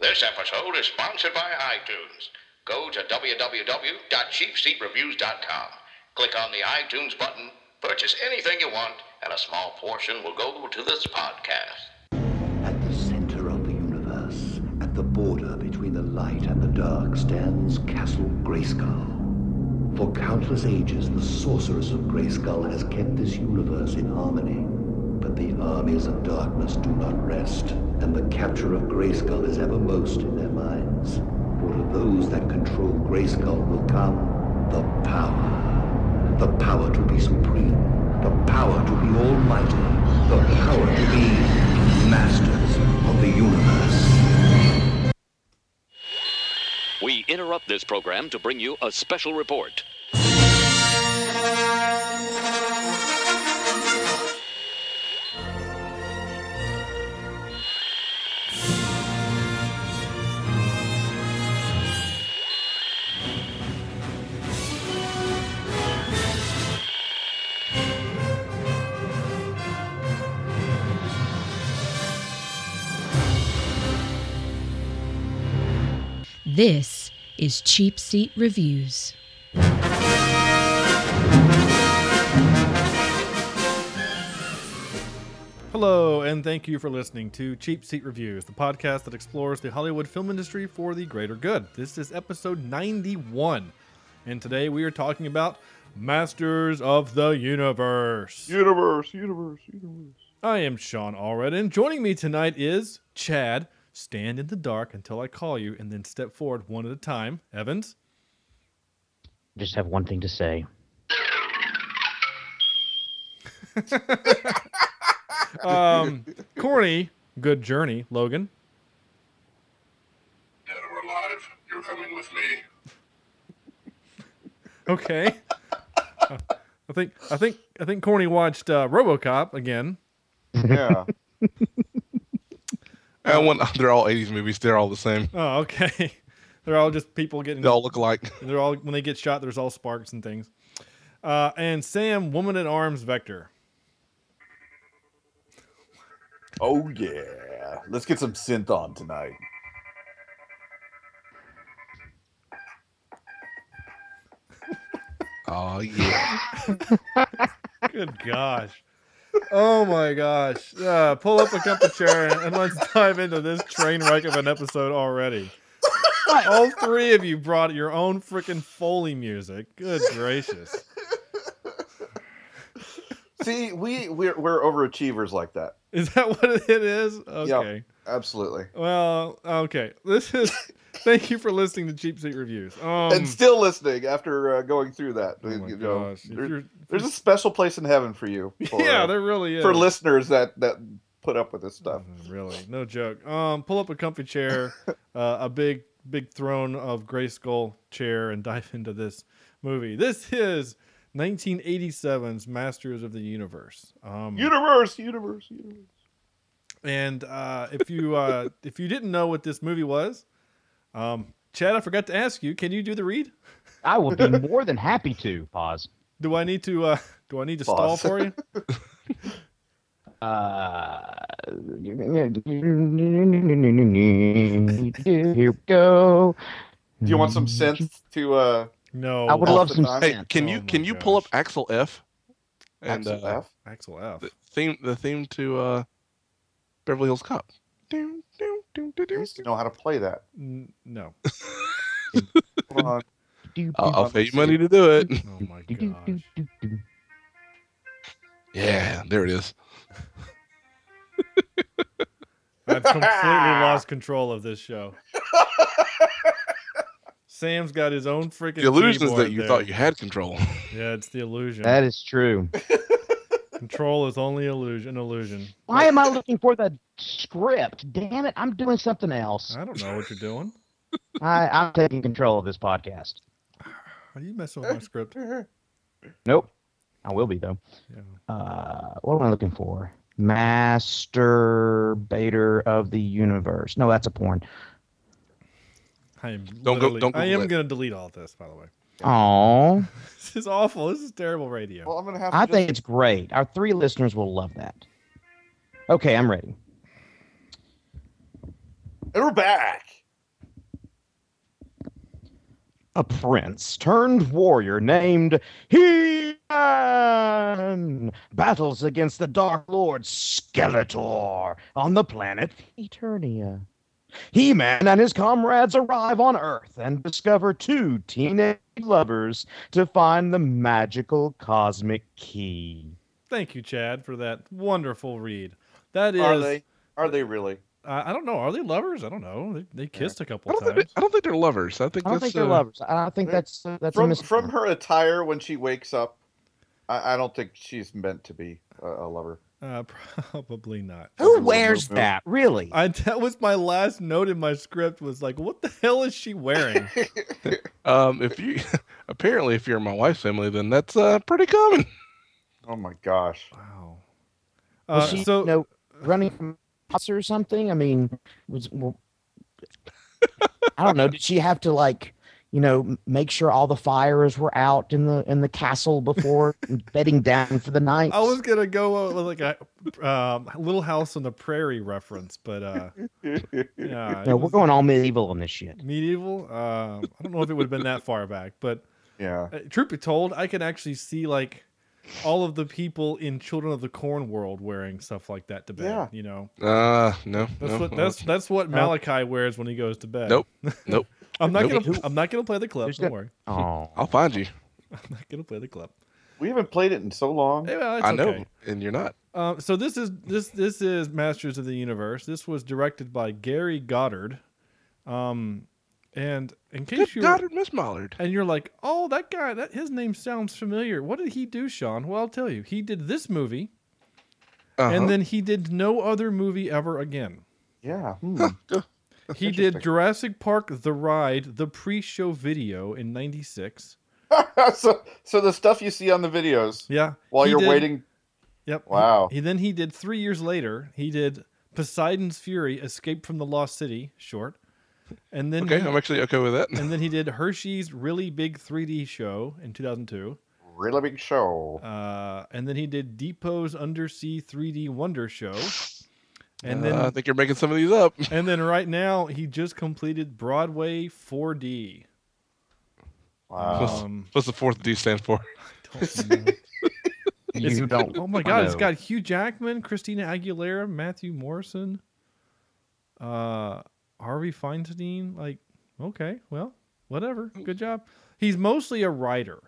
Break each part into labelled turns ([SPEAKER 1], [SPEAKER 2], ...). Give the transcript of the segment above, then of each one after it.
[SPEAKER 1] This episode is sponsored by iTunes. Go to www.cheapseatreviews.com. Click on the iTunes button, purchase anything you want, and a small portion will go to this podcast.
[SPEAKER 2] At the center of the universe, at the border between the light and the dark, stands Castle Grayskull. For countless ages, the sorceress of Grayskull has kept this universe in harmony. But the armies of darkness do not rest, and the capture of Grayskull is ever most in their minds. For to those that control Grayskull will come the power. The power to be supreme, the power to be almighty, the power to be masters of the universe.
[SPEAKER 3] We interrupt this program to bring you a special report.
[SPEAKER 4] This is Cheap Seat Reviews.
[SPEAKER 5] Hello, and thank you for listening to Cheap Seat Reviews, the podcast that explores the Hollywood film industry for the greater good. This is episode 91, and today we are talking about Masters of the Universe.
[SPEAKER 6] Universe, universe, universe.
[SPEAKER 5] I am Sean Allred, and joining me tonight is Chad. Stand in the dark until I call you, and then step forward one at a time. Evans,
[SPEAKER 7] just have one thing to say.
[SPEAKER 5] um, Corny, good journey. Logan,
[SPEAKER 8] Dead or alive, you're coming with me.
[SPEAKER 5] okay. Uh, I think I think I think Corny watched uh, RoboCop again.
[SPEAKER 6] Yeah.
[SPEAKER 8] And when they're all '80s movies, they're all the same.
[SPEAKER 5] Oh, okay. They're all just people getting
[SPEAKER 8] They all look alike.
[SPEAKER 5] They're all when they get shot. There's all sparks and things. Uh, and Sam, woman at arms, Vector.
[SPEAKER 6] oh yeah. Let's get some synth on tonight.
[SPEAKER 8] Oh yeah.
[SPEAKER 5] Good gosh. Oh my gosh. Uh, pull up a comfort chair and let's dive into this train wreck of an episode already. All three of you brought your own freaking Foley music. Good gracious.
[SPEAKER 6] See, we we're, we're overachievers like that.
[SPEAKER 5] Is that what it is? Okay.
[SPEAKER 6] Absolutely.
[SPEAKER 5] Well, okay. This is. Thank you for listening to Cheap Seat Reviews. Um,
[SPEAKER 6] and still listening after uh, going through that.
[SPEAKER 5] oh my
[SPEAKER 6] you know,
[SPEAKER 5] gosh. If
[SPEAKER 6] there-
[SPEAKER 5] you're-
[SPEAKER 6] there's a special place in heaven for you. For,
[SPEAKER 5] yeah,
[SPEAKER 6] uh,
[SPEAKER 5] there really is.
[SPEAKER 6] for listeners that that put up with this stuff.
[SPEAKER 8] Mm-hmm.
[SPEAKER 5] Mhm, Really, no joke. Um, pull up a comfy chair, uh, a big, big throne of gray skull chair, and dive into this movie. This is 1987's Masters of the Universe. Um,
[SPEAKER 6] Universe, universe, universe.
[SPEAKER 5] and uh, if you uh, if you didn't know what this movie was, um, Chad, I forgot to ask you. Can you do the read?
[SPEAKER 7] I will be more than happy to. Pause.
[SPEAKER 5] Do I need to uh, do I need to stall
[SPEAKER 6] Pause.
[SPEAKER 5] for you?
[SPEAKER 7] Uh, here we go.
[SPEAKER 6] Do you want some
[SPEAKER 9] Mm-hmm.
[SPEAKER 6] synth to uh
[SPEAKER 5] No.
[SPEAKER 7] I would
[SPEAKER 6] Off
[SPEAKER 7] love
[SPEAKER 6] the
[SPEAKER 7] some
[SPEAKER 6] top.
[SPEAKER 8] Hey,
[SPEAKER 7] sense.
[SPEAKER 8] can you
[SPEAKER 5] Oh
[SPEAKER 8] can
[SPEAKER 5] my
[SPEAKER 8] you pull up
[SPEAKER 5] gosh.
[SPEAKER 8] Axel F? And
[SPEAKER 6] Axel
[SPEAKER 8] uh,
[SPEAKER 6] F?
[SPEAKER 5] Axel F.
[SPEAKER 8] the theme the theme to uh, Beverly Hills Cop. Doo, doo, doo, doo,
[SPEAKER 6] I
[SPEAKER 8] doo,
[SPEAKER 6] used to
[SPEAKER 8] doo.
[SPEAKER 6] know how to play that.
[SPEAKER 5] N- no.
[SPEAKER 6] Hold on.
[SPEAKER 8] I'll, I'll pay you money to do it.
[SPEAKER 5] Oh my gosh.
[SPEAKER 8] Yeah, there it is.
[SPEAKER 5] I've completely lost control of this show. Sam's got his own freaking.
[SPEAKER 8] The illusion is
[SPEAKER 5] keyboard
[SPEAKER 8] that you
[SPEAKER 5] there.
[SPEAKER 8] thought you had control.
[SPEAKER 5] Yeah, it's the illusion.
[SPEAKER 7] That is true.
[SPEAKER 5] control is only illusion. An illusion.
[SPEAKER 7] Why am I looking for the script? Damn it! I'm doing something else.
[SPEAKER 5] I don't know what you're doing.
[SPEAKER 7] I, I'm taking control of this podcast.
[SPEAKER 5] Are you messing with my script?
[SPEAKER 7] Nope. I will be though.
[SPEAKER 5] Yeah.
[SPEAKER 7] Uh, what am I looking for? Masturbator of the universe. No, that's a porn.
[SPEAKER 5] I am.
[SPEAKER 8] go-
[SPEAKER 5] literally-
[SPEAKER 8] don't
[SPEAKER 5] I
[SPEAKER 8] Google
[SPEAKER 5] am
[SPEAKER 8] it.
[SPEAKER 5] gonna delete all this. By the way,
[SPEAKER 7] Oh,
[SPEAKER 5] this is awful. This is terrible radio.
[SPEAKER 6] Well, I'm gonna have to
[SPEAKER 7] I
[SPEAKER 6] just-
[SPEAKER 7] think it's great. Our three listeners will love that. Okay, I'm ready.
[SPEAKER 6] And we're back.
[SPEAKER 9] a prince turned warrior named He-Man battles against the Dark Lord Skeletor on the planet Eternia. He-Man and his comrades arrive on Earth and discover two teenage lovers to find the magical cosmic key.
[SPEAKER 5] Thank you, Chad, for that wonderful read. That is,
[SPEAKER 6] Are they? Are they really?
[SPEAKER 5] I, I don't know. Are they lovers? I don't know. They, they kissed a
[SPEAKER 8] I
[SPEAKER 5] couple
[SPEAKER 8] don't, think
[SPEAKER 5] times.
[SPEAKER 8] they, I don't think they're lovers. I think
[SPEAKER 9] I don't
[SPEAKER 8] that's
[SPEAKER 9] think they're
[SPEAKER 8] uh,
[SPEAKER 9] lovers. I think that's that's a
[SPEAKER 6] From
[SPEAKER 9] mis-
[SPEAKER 6] from her attire when she wakes up, I, I don't think she's meant to be a, a lover.
[SPEAKER 5] Uh, probably not.
[SPEAKER 9] Who wears that? Really?
[SPEAKER 5] I that was my last note in my script was like, what the hell is she wearing?
[SPEAKER 8] Um, if you apparently, if you're in my wife's family, then that's uh, pretty common.
[SPEAKER 6] Oh my gosh.
[SPEAKER 5] wow.
[SPEAKER 9] Was
[SPEAKER 5] Uh,
[SPEAKER 9] she,
[SPEAKER 5] so
[SPEAKER 9] you know, running from house or something? I mean, was well, I don't know. Did she have to like, you know, m- make sure all the fires were out in the in the castle before bedding down for the night?
[SPEAKER 5] I was gonna go uh, with like a um, Little House on the Prairie reference, but uh, yeah, it
[SPEAKER 9] No, we're
[SPEAKER 5] was
[SPEAKER 9] going all medieval on this shit.
[SPEAKER 5] medieval. Um, I don't know if it would have been that far back, but
[SPEAKER 6] Yeah.
[SPEAKER 5] uh, truth be told, I can actually see like all of the people in Children of the Corn world wearing stuff like that to bed.
[SPEAKER 6] Yeah.
[SPEAKER 5] You know,
[SPEAKER 8] Uh, no,
[SPEAKER 5] that's
[SPEAKER 8] no,
[SPEAKER 5] what
[SPEAKER 8] no.
[SPEAKER 5] that's that's what
[SPEAKER 9] No.
[SPEAKER 5] Malachi wears when he goes to bed.
[SPEAKER 8] Nope. Nope.
[SPEAKER 5] I'm not
[SPEAKER 8] Nope.
[SPEAKER 5] gonna I'm not gonna play the clip.
[SPEAKER 9] There's
[SPEAKER 5] Don't
[SPEAKER 9] no-
[SPEAKER 5] worry,
[SPEAKER 9] Oh,
[SPEAKER 8] I'll find you.
[SPEAKER 5] I'm not gonna play the clip.
[SPEAKER 6] We haven't played it in so long.
[SPEAKER 5] Hey, well, it's
[SPEAKER 8] I know,
[SPEAKER 5] okay.
[SPEAKER 8] and you're not.
[SPEAKER 5] Um, so this is this this is Masters of the Universe. This was directed by Gary Goddard. Um, and in
[SPEAKER 8] Good
[SPEAKER 5] case you
[SPEAKER 8] God, Miss Mollard.
[SPEAKER 5] and you're like, oh, that guy, that his name sounds familiar. What did he do, Sean? Well, I'll tell you. He did this movie,
[SPEAKER 8] Uh-huh.
[SPEAKER 5] and then he did no other movie ever again.
[SPEAKER 6] Yeah. Hmm.
[SPEAKER 5] He did Jurassic Park: The Ride, the pre-show video in '96.
[SPEAKER 6] so so the stuff you see on the videos
[SPEAKER 5] Yeah,
[SPEAKER 6] while
[SPEAKER 5] he
[SPEAKER 6] you're
[SPEAKER 5] did-
[SPEAKER 6] waiting.
[SPEAKER 5] Yep. he-
[SPEAKER 6] Wow.
[SPEAKER 5] He, then he did three years later. He did Poseidon's Fury: Escape from the Lost City short, and then
[SPEAKER 8] okay,
[SPEAKER 5] he-
[SPEAKER 8] I'm actually okay with that.
[SPEAKER 5] and then he did Hershey's really big 3D show in 2002.
[SPEAKER 6] Really big show.
[SPEAKER 5] Uh, and then he did Depot's Undersea 3D Wonder Show. And then
[SPEAKER 8] Uh, I think you're making some of these up.
[SPEAKER 5] and then right now he just completed Broadway 4D.
[SPEAKER 6] Wow.
[SPEAKER 5] Um,
[SPEAKER 8] What's the fourth D stand for?
[SPEAKER 5] don't know.
[SPEAKER 9] you don't.
[SPEAKER 5] oh my God! It's
[SPEAKER 9] know.
[SPEAKER 5] got Hugh Jackman, Christina Aguilera, Matthew Morrison, uh, Harvey Feinstein. Like, okay, well, whatever. Good job. He's mostly a writer.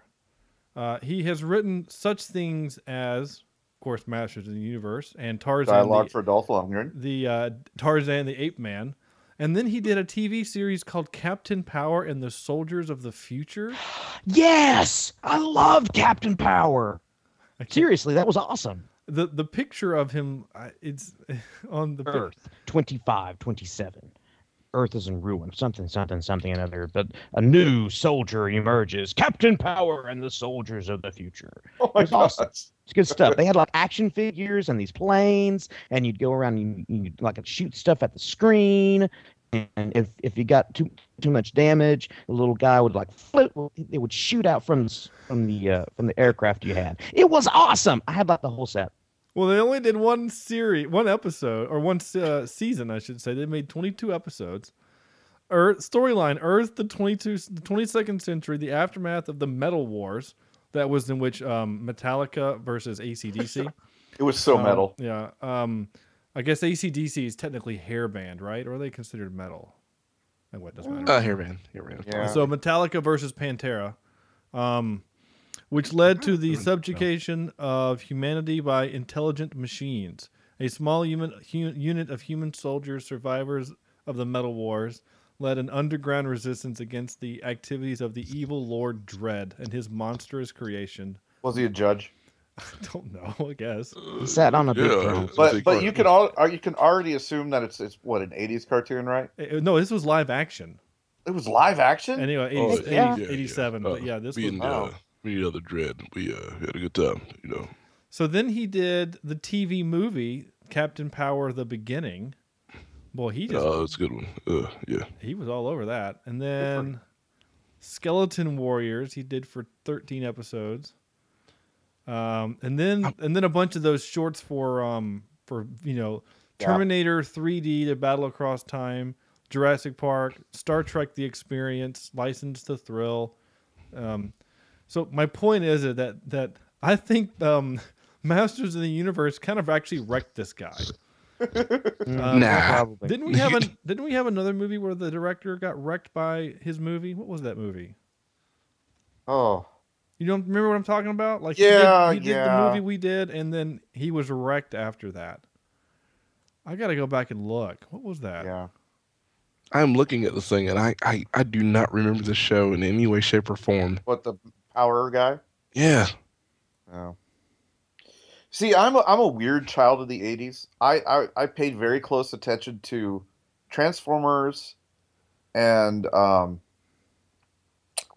[SPEAKER 5] Uh, he has written such things as, of course, Masters of the Universe and Tarzan.
[SPEAKER 6] Dialogue
[SPEAKER 5] the,
[SPEAKER 6] for Dolph Lundgren.
[SPEAKER 5] the uh, Tarzan the Ape Man, and then he did a TV series called Captain Power and the Soldiers of the Future.
[SPEAKER 9] Yes, I love Captain Power.
[SPEAKER 5] I can't-
[SPEAKER 9] Seriously, that was awesome.
[SPEAKER 5] the the picture of him, I- it's on the pic-
[SPEAKER 9] Earth 25, 27. Earth is in ruin. Something, something, something, another. But a new soldier emerges. Captain Power and the soldiers of the future.
[SPEAKER 6] Oh my
[SPEAKER 9] It's awesome.
[SPEAKER 6] gosh.
[SPEAKER 9] It's good stuff. They had like action figures and these planes, and you'd go around and you you'd like shoot stuff at the screen. And if, if you got too too much damage, the little guy would like float. It would shoot out from s- from the uh, from the aircraft you had. It was awesome. I had like the whole set.
[SPEAKER 5] Well, they only did one series, one episode, or one se- uh, season, I should say. They made 22 episodes. Earth storyline: Earth, the 22, the 22nd century, the aftermath of the Metal Wars. That was in which um, Metallica versus ACDC.
[SPEAKER 6] It was so
[SPEAKER 5] Um,
[SPEAKER 6] metal.
[SPEAKER 5] Yeah. Um, I guess ACDC is technically hair band, right? Or are they considered metal? Oh, what doesn't matter.
[SPEAKER 8] Uh, here, man. Here, man.
[SPEAKER 6] Yeah.
[SPEAKER 5] So Metallica versus Pantera, um, which led to the subjugation of humanity by intelligent machines. A small human hu- unit of human soldiers, survivors of the Metal Wars, led an underground resistance against the activities of the evil Lord Dread and his monstrous creation.
[SPEAKER 6] Was he a judge?
[SPEAKER 5] I don't know. I guess.
[SPEAKER 9] He sat on a big
[SPEAKER 8] Yeah.
[SPEAKER 9] throne.
[SPEAKER 6] But but you can all you can already assume that it's it's what an '80s cartoon, right?
[SPEAKER 5] Eh, No, this was live action.
[SPEAKER 6] It was live action.
[SPEAKER 5] Anyway, 80,
[SPEAKER 8] Oh,
[SPEAKER 9] yeah.
[SPEAKER 5] 80 87. But yeah, this
[SPEAKER 8] me
[SPEAKER 5] was.
[SPEAKER 8] and,
[SPEAKER 6] wow.
[SPEAKER 8] uh, me and the other dread. We uh, had a good time, you know.
[SPEAKER 5] So then he did the TV movie Captain Power: The Beginning. Boy, he just
[SPEAKER 8] Uh, it's a good one. Uh, yeah.
[SPEAKER 5] he was all over that. And then Skeleton Warriors he did for 13 episodes. Um, and then and then a bunch of those shorts for um for you know
[SPEAKER 6] Yeah.
[SPEAKER 5] Terminator 3D to Battle Across Time, Jurassic Park, Star Trek: The Experience, License to Thrill. Um, so my point is that that I think um, Masters of the Universe kind of actually wrecked this guy. Um,
[SPEAKER 8] nah.
[SPEAKER 9] Probably.
[SPEAKER 5] Didn't we have an Didn't we have another movie where the director got wrecked by his movie? What was that movie?
[SPEAKER 6] Oh,
[SPEAKER 5] You don't remember what I'm talking about? Like he did-
[SPEAKER 6] Yeah,
[SPEAKER 5] he did,
[SPEAKER 6] yeah.
[SPEAKER 5] the movie we did, and then he was wrecked after that. I got to go back and look. What was that?
[SPEAKER 6] yeah.
[SPEAKER 8] I'm looking at this thing and I, I, I do not remember the show in any way, shape, or form.
[SPEAKER 6] What the power guy?
[SPEAKER 8] Yeah.
[SPEAKER 6] Oh. See, I'm a, I'm a weird child of the '80s. I, I I paid very close attention to Transformers, and um,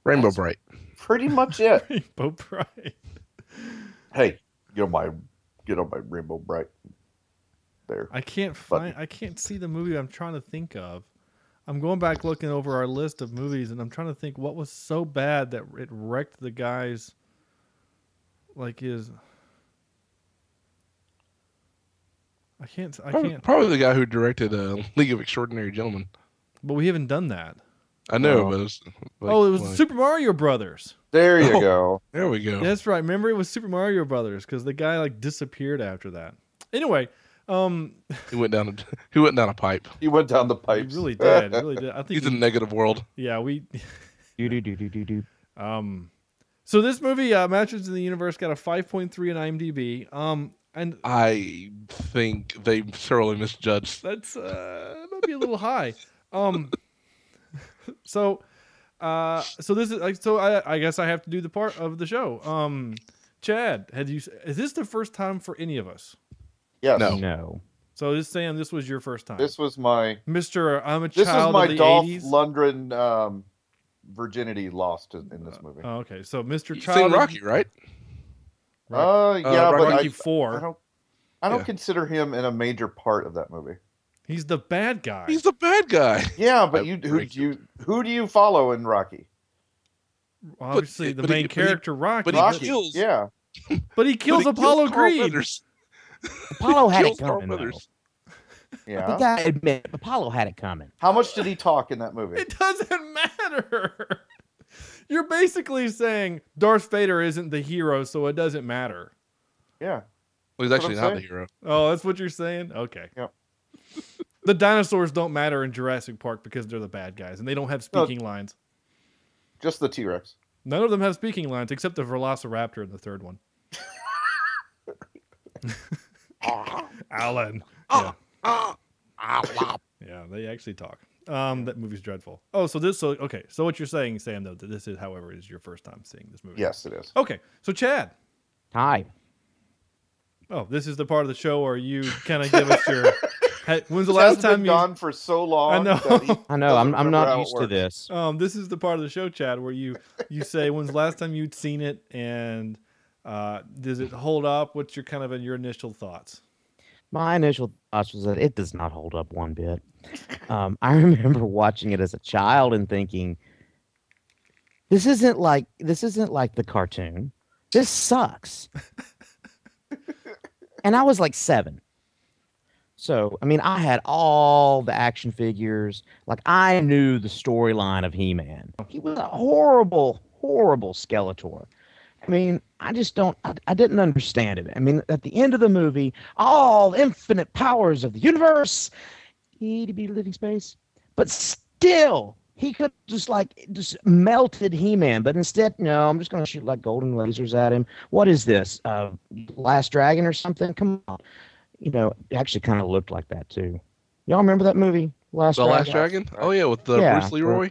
[SPEAKER 8] Rainbow Bright.
[SPEAKER 6] pretty much it.
[SPEAKER 5] Bo Bright.
[SPEAKER 6] hey, get on my get on my Rainbow Bright. There.
[SPEAKER 5] I can't find. I can't see the movie I'm trying to think of. I'm going back looking over our list of movies, and I'm trying to think what was so bad that it wrecked the guy's. Like his. I can't. I
[SPEAKER 8] Probably,
[SPEAKER 5] can't.
[SPEAKER 8] probably the guy who directed uh, League of Extraordinary Gentlemen.
[SPEAKER 5] But we haven't done that.
[SPEAKER 8] I know,
[SPEAKER 6] Oh.
[SPEAKER 8] but it was, like,
[SPEAKER 5] oh, it was
[SPEAKER 8] like-
[SPEAKER 5] Super Mario Brothers.
[SPEAKER 6] There you
[SPEAKER 8] Oh.
[SPEAKER 6] go.
[SPEAKER 8] there we go.
[SPEAKER 5] That's right. Remember, it was Super Mario Brothers because the guy like disappeared after that. Anyway, um,
[SPEAKER 8] He went down. A, he went down a pipe.
[SPEAKER 6] He went down the
[SPEAKER 5] he
[SPEAKER 6] pipes.
[SPEAKER 5] really did, really did. I think,
[SPEAKER 8] He's in a
[SPEAKER 5] we-
[SPEAKER 8] negative world.
[SPEAKER 5] yeah, we,
[SPEAKER 9] Do, do, do, do, do, do.
[SPEAKER 5] um, so this movie, uh, Masters of the Universe, got a 5.3 on IMDb. Um, and
[SPEAKER 8] I think they thoroughly misjudged.
[SPEAKER 5] that's uh, that might be a little high. Um, so, uh, so this is like, so I, I guess I have to do the part of the show. Um, Chad, had you? Is this the first time for any of us?
[SPEAKER 6] Yes.
[SPEAKER 8] No.
[SPEAKER 9] No.
[SPEAKER 5] So this Sam, this was your first time.
[SPEAKER 6] This was my
[SPEAKER 5] Mr. I'm a
[SPEAKER 6] this was
[SPEAKER 5] child
[SPEAKER 6] my
[SPEAKER 5] of the
[SPEAKER 6] Dolph
[SPEAKER 5] 80s.
[SPEAKER 6] Lundgren um, virginity lost in, in this
[SPEAKER 9] Uh,
[SPEAKER 6] movie.
[SPEAKER 5] Oh, okay, so Mr.
[SPEAKER 8] You've
[SPEAKER 5] Child
[SPEAKER 8] seen
[SPEAKER 5] of-
[SPEAKER 8] Rocky, right?
[SPEAKER 6] Uh, yeah, but
[SPEAKER 5] Rocky
[SPEAKER 6] I,
[SPEAKER 5] Four.
[SPEAKER 6] I don't I don't
[SPEAKER 8] Yeah.
[SPEAKER 6] consider him in a major part of that movie.
[SPEAKER 5] He's the bad guy.
[SPEAKER 8] He's the bad guy.
[SPEAKER 6] Yeah, but
[SPEAKER 8] I
[SPEAKER 6] you who
[SPEAKER 8] break
[SPEAKER 6] do you who do you follow in Rocky?
[SPEAKER 5] Obviously,
[SPEAKER 8] but-
[SPEAKER 5] the
[SPEAKER 8] but he-
[SPEAKER 5] main
[SPEAKER 8] but he-
[SPEAKER 5] character Rocky,
[SPEAKER 8] but he
[SPEAKER 6] Rocky.
[SPEAKER 8] kills-
[SPEAKER 6] Yeah.
[SPEAKER 5] but he kills
[SPEAKER 8] But he
[SPEAKER 5] Apollo
[SPEAKER 8] Carl
[SPEAKER 5] Creed.
[SPEAKER 8] Weathers.
[SPEAKER 9] Apollo had it
[SPEAKER 8] Kills Carl
[SPEAKER 9] coming. though.
[SPEAKER 8] Weathers.
[SPEAKER 9] The
[SPEAKER 6] Yeah.
[SPEAKER 9] guy admit Apollo had it coming.
[SPEAKER 6] How much did he talk in that movie?
[SPEAKER 5] It doesn't matter. You're basically saying Darth Vader isn't the hero, so it doesn't matter.
[SPEAKER 6] Yeah.
[SPEAKER 8] Well, he's
[SPEAKER 6] That's what
[SPEAKER 8] actually
[SPEAKER 6] I'm
[SPEAKER 8] not the
[SPEAKER 6] saying.
[SPEAKER 8] hero.
[SPEAKER 5] Oh, that's what you're saying. Okay.
[SPEAKER 6] Yep.
[SPEAKER 5] the dinosaurs don't matter in Jurassic Park because they're the bad guys and they don't have
[SPEAKER 6] No.
[SPEAKER 5] speaking lines.
[SPEAKER 6] Just the T Rex.
[SPEAKER 5] None of them have speaking lines except the Velociraptor in the third one. Alan. Yeah. yeah, they actually talk. Um, that movie's dreadful. Oh, so this, so okay, so what you're saying, Sam, though, that this is, however, is your first time seeing this movie.
[SPEAKER 6] Yes, it is.
[SPEAKER 5] Okay, so Chad.
[SPEAKER 9] Hi.
[SPEAKER 5] Oh, this is the part of the show where you kind of give us your. Hey, When's the last
[SPEAKER 6] Chad's been
[SPEAKER 5] time you?
[SPEAKER 6] gone for so long.
[SPEAKER 5] I know.
[SPEAKER 6] that he
[SPEAKER 9] I know. I'm,
[SPEAKER 6] doesn't
[SPEAKER 9] I'm
[SPEAKER 6] remember how
[SPEAKER 9] not
[SPEAKER 6] it
[SPEAKER 9] used to
[SPEAKER 6] works.
[SPEAKER 9] this.
[SPEAKER 5] Um, this is the part of the show, Chad, where you you say when's the last time you'd seen it, and uh, does it hold up? What's your kind of uh, your initial thoughts?
[SPEAKER 9] My initial thoughts was that it does not hold up one bit. Um, I remember watching it as a child and thinking, "This isn't like this isn't like the cartoon. This sucks." and I was like seven, so I mean, I had all the action figures. Like I knew the storyline of He-Man. He was a horrible, horrible Skeletor. I mean, I just don't. I, I didn't understand it. I mean, at the end of the movie, all infinite powers of the universe, he to be living space, but still, he could just like just melted He-Man. But instead, no, I'm just gonna shoot like golden lasers at him. What is this? Uh, Last Dragon or something? Come on, you know, it actually kind of looked like that too. Y'all remember that movie, Last
[SPEAKER 8] The
[SPEAKER 9] Dragon?
[SPEAKER 8] Last Dragon? Oh yeah, with the
[SPEAKER 9] Yeah.
[SPEAKER 8] Bruce Leroy.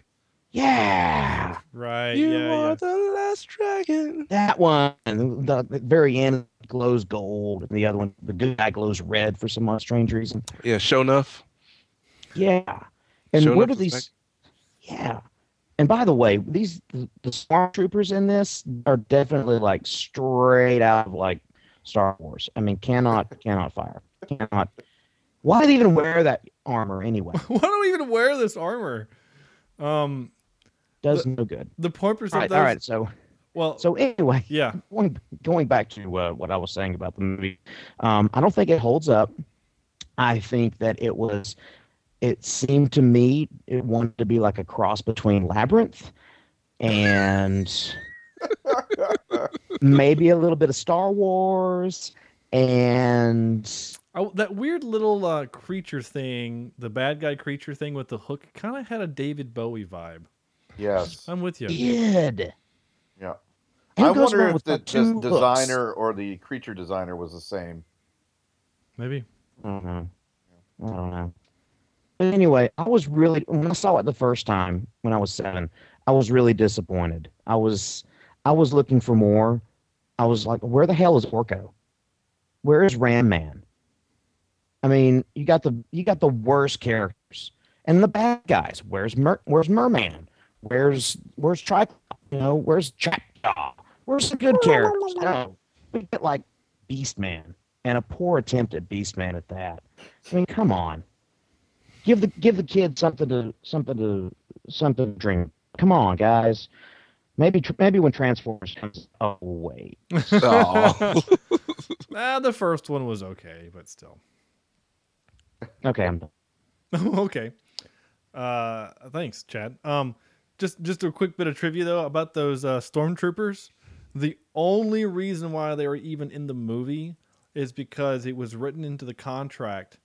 [SPEAKER 9] Yeah.
[SPEAKER 5] Right.
[SPEAKER 8] you
[SPEAKER 5] yeah.
[SPEAKER 8] are
[SPEAKER 5] yeah.
[SPEAKER 8] the last dragon.
[SPEAKER 9] That one, the, the very end glows gold, and the other one, the good guy glows red for some odd strange reason.
[SPEAKER 8] Yeah, show enough.
[SPEAKER 9] Yeah. And
[SPEAKER 8] Showing
[SPEAKER 9] what
[SPEAKER 8] up
[SPEAKER 9] are
[SPEAKER 8] to the
[SPEAKER 9] these? Yeah. And by the way, these the, the stormtroopers in this are definitely like straight out of like Star Wars. I mean, cannot cannot fire. Cannot. Why did they even wear that armor anyway?
[SPEAKER 5] Why do we even wear this armor? Um,
[SPEAKER 9] Does no good.
[SPEAKER 5] the purpose
[SPEAKER 9] All
[SPEAKER 5] of
[SPEAKER 9] right,
[SPEAKER 5] those.
[SPEAKER 9] all right. So
[SPEAKER 5] Well,
[SPEAKER 9] so anyway,
[SPEAKER 5] yeah.
[SPEAKER 9] going going back to uh, what I was saying about the movie, um, I don't think it holds up. I think that it was it seemed to me it wanted to be like a cross between Labyrinth and maybe a little bit of Star Wars and
[SPEAKER 5] Oh, that weird little uh, creature thing, the bad guy creature thing with the hook, kind of had a David Bowie vibe.
[SPEAKER 6] Yes.
[SPEAKER 5] I'm with you.
[SPEAKER 9] did.
[SPEAKER 6] Yeah.
[SPEAKER 9] And it
[SPEAKER 6] I
[SPEAKER 9] goes
[SPEAKER 6] wonder
[SPEAKER 9] along
[SPEAKER 6] if
[SPEAKER 9] with
[SPEAKER 6] the,
[SPEAKER 9] two hooks.
[SPEAKER 6] the designer or the creature designer was the same.
[SPEAKER 5] Maybe.
[SPEAKER 9] Mhm. I don't know. But anyway, I was really when I saw it the first time when I was seven, I was really disappointed. I was I was looking for more. I was like, where the hell is Orko? Where is Ram Man? I mean, you got the you got the worst characters and the bad guys. Where's Mer- Where's Merman? Where's Where's Tri? You know, where's Jackdaw? Where's the good characters? I don't know. We get like Beast Man and a poor attempt at Beastman at that. I mean, come on. Give the give the kid something to something to something to dream. Come on, guys. Maybe tr- maybe when Transformers comes. Oh wait.
[SPEAKER 8] Aw.
[SPEAKER 5] Ah, the first one was okay, but still.
[SPEAKER 9] Okay, I'm done.
[SPEAKER 5] okay. Uh, thanks, Chad. Um, just just a quick bit of trivia though about those uh, stormtroopers. The only reason why they were even in the movie is because it was written into the contract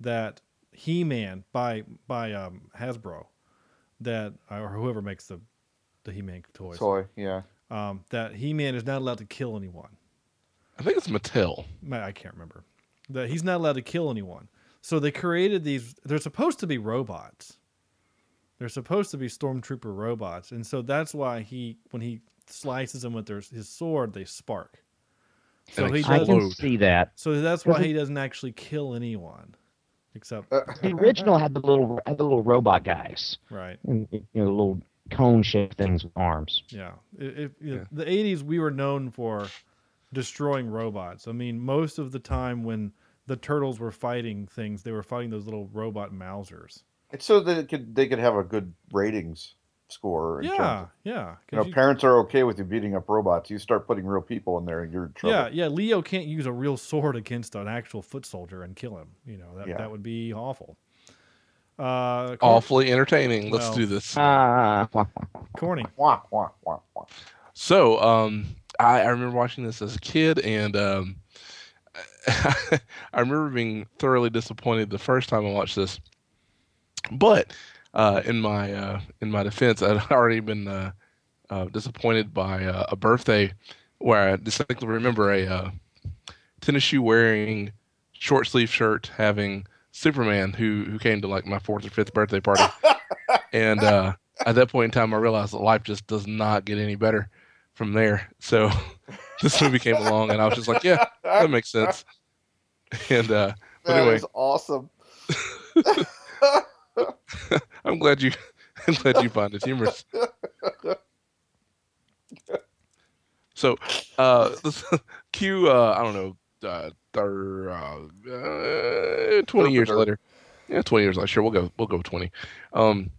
[SPEAKER 5] that He-Man by by um, Hasbro that or whoever makes the the He-Man toys
[SPEAKER 6] Toy, yeah.
[SPEAKER 5] um, that He-Man is not allowed to kill anyone.
[SPEAKER 8] I think it's Mattel.
[SPEAKER 5] Ma- I can't remember that he's not allowed to kill anyone. So they created these. They're supposed to be robots. They're supposed to be stormtrooper robots, and so that's why he, when he slices them with their, his sword, they spark. So
[SPEAKER 8] And
[SPEAKER 5] he
[SPEAKER 9] I
[SPEAKER 5] does.
[SPEAKER 9] can
[SPEAKER 8] explode.
[SPEAKER 9] see that.
[SPEAKER 5] So that's why he doesn't actually kill anyone, except
[SPEAKER 6] Uh,
[SPEAKER 9] The original had the little had the little robot guys
[SPEAKER 5] right.
[SPEAKER 9] and you know the little cone shaped things with arms.
[SPEAKER 5] Yeah. It, it, you know,
[SPEAKER 8] Yeah.
[SPEAKER 5] The 80s, we were known for destroying robots. I mean, most of the time when the turtles were fighting things, they were fighting those little robot Mausers.
[SPEAKER 6] it's so that it could they could have a good ratings score. in terms
[SPEAKER 5] Yeah.
[SPEAKER 6] of-
[SPEAKER 5] Yeah. 'cause
[SPEAKER 6] you know,
[SPEAKER 5] you-
[SPEAKER 6] parents are okay with you beating up robots. You start putting real people in there, and you're in trouble.
[SPEAKER 5] Yeah, yeah. Leo can't use a real sword against an actual foot soldier and kill him. You know that
[SPEAKER 6] Yeah.
[SPEAKER 5] that would be awful. Uh, cor-
[SPEAKER 8] Awfully entertaining. Let's
[SPEAKER 5] Well.
[SPEAKER 8] do this.
[SPEAKER 9] Ah,
[SPEAKER 5] corny.
[SPEAKER 6] Wah, wah, wah, wah.
[SPEAKER 8] So, um, I, I remember watching this as a kid, and um, I remember being thoroughly disappointed the first time I watched this. But uh, in my uh, in my defense, I'd already been uh, uh, disappointed by uh, a birthday where I distinctly remember a uh, tennis shoe wearing short sleeve shirt having Superman who who came to like my fourth or fifth birthday party, and uh, at that point in time, I realized that life just does not get any better from there. So this movie came along, and I was just like, yeah, that makes sense. And uh, but
[SPEAKER 6] That
[SPEAKER 8] anyway,
[SPEAKER 6] is awesome.
[SPEAKER 8] I'm glad you I'm glad you found it humorous. So, uh, this, cue uh, I don't know, uh, thir- uh, uh, twenty years
[SPEAKER 6] Derp-a-derp.
[SPEAKER 8] later. Yeah, twenty years later. Sure, we'll go we'll go twenty. Um,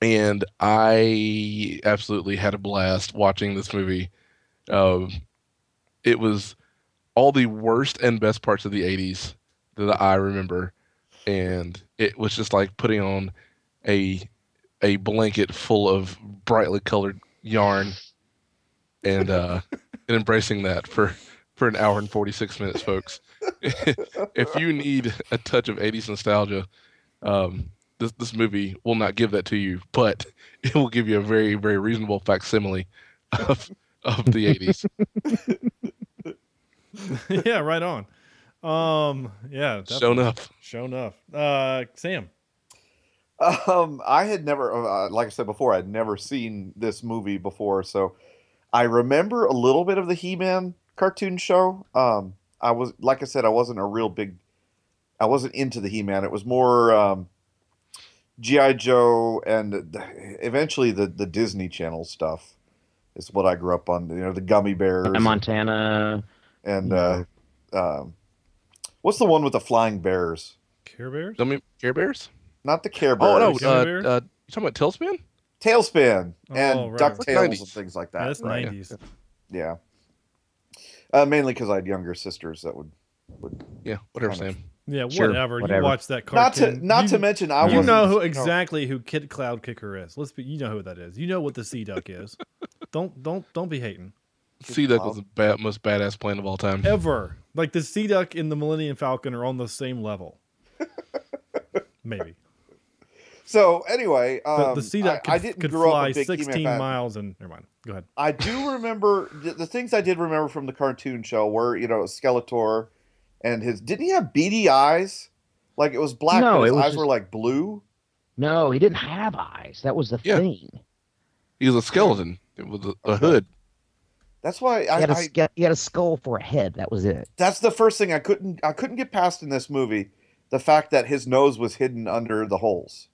[SPEAKER 8] and I absolutely had a blast watching this movie. Um, it was all the worst and best parts of the '80s that I remember, and it was just like putting on a a blanket full of brightly colored yarn and uh and embracing that for for an hour and 46 minutes folks if you need a touch of 80s nostalgia um this this movie will not give that to you but it will give you a very very reasonable facsimile of of the 80s
[SPEAKER 5] yeah, right on. Um, yeah,
[SPEAKER 8] so
[SPEAKER 5] definitely.
[SPEAKER 8] enough
[SPEAKER 5] Shown up. Uh, Sam.
[SPEAKER 6] Um, I had never, uh, like I said before, I'd never seen this movie before, so I remember a little bit of the He-Man cartoon show. Um, I was, like I said, I wasn't a real big, I wasn't into the He-Man. It was more um, GI Joe and the- eventually the the Disney Channel stuff is what I grew up on. You know, the Gummy Bears
[SPEAKER 9] Montana.
[SPEAKER 6] and uh, um, what's the one with the flying bears?
[SPEAKER 5] Care Bears.
[SPEAKER 8] gummy care bears
[SPEAKER 6] Not the Care Bears.
[SPEAKER 8] oh no
[SPEAKER 5] Gummy
[SPEAKER 8] uh, uh you
[SPEAKER 5] Bears?
[SPEAKER 8] talking about tailspin
[SPEAKER 6] Tailspin and
[SPEAKER 5] Oh, right.
[SPEAKER 6] DuckTales and
[SPEAKER 8] 90s.
[SPEAKER 6] things like
[SPEAKER 5] Yeah,
[SPEAKER 6] that.
[SPEAKER 5] that's
[SPEAKER 6] right?
[SPEAKER 5] nineties.
[SPEAKER 6] Yeah. Uh, mainly because I had younger sisters that would.
[SPEAKER 8] yeah whatever
[SPEAKER 6] Kind of.
[SPEAKER 8] sam
[SPEAKER 5] Yeah,
[SPEAKER 9] Sure,
[SPEAKER 5] whatever. You
[SPEAKER 9] whatever.
[SPEAKER 5] watch that
[SPEAKER 6] Not
[SPEAKER 5] cartoon.
[SPEAKER 6] to not
[SPEAKER 5] you,
[SPEAKER 6] to mention I
[SPEAKER 5] you
[SPEAKER 6] wasn't-
[SPEAKER 5] know who
[SPEAKER 6] no.
[SPEAKER 5] exactly who Kid Cloud Kicker is. Let's be. You know who that is. You know what the sea duck is. don't don't don't be hating
[SPEAKER 8] Sea Duck was the ba- most badass plane of all time.
[SPEAKER 5] ever. Like the sea duck and the Millennium Falcon are on the same level. Maybe
[SPEAKER 6] So anyway,
[SPEAKER 5] the,
[SPEAKER 6] um,
[SPEAKER 5] the sea duck
[SPEAKER 6] I,
[SPEAKER 5] could,
[SPEAKER 6] I didn't
[SPEAKER 5] could
[SPEAKER 6] grow
[SPEAKER 5] fly
[SPEAKER 6] up a big He-Man
[SPEAKER 5] 16
[SPEAKER 6] fan.
[SPEAKER 5] miles and never mind. Go ahead.
[SPEAKER 6] I do remember the, the things I did remember from the cartoon show were you know Skeletor, and his didn't he have beady eyes? Like it was black,
[SPEAKER 7] No,
[SPEAKER 6] but his
[SPEAKER 7] it was
[SPEAKER 6] eyes
[SPEAKER 7] just-
[SPEAKER 6] were like blue.
[SPEAKER 7] No, he didn't have eyes. That was the
[SPEAKER 8] Yeah.
[SPEAKER 7] thing.
[SPEAKER 8] He was a skeleton with a, a
[SPEAKER 6] Okay.
[SPEAKER 8] hood.
[SPEAKER 6] That's why
[SPEAKER 9] He
[SPEAKER 6] I,
[SPEAKER 9] had, a
[SPEAKER 6] I
[SPEAKER 9] ske- he had a skull for a head. That was it.
[SPEAKER 6] that's the first thing I couldn't I couldn't get past in this movie, the fact that his nose was hidden under the holes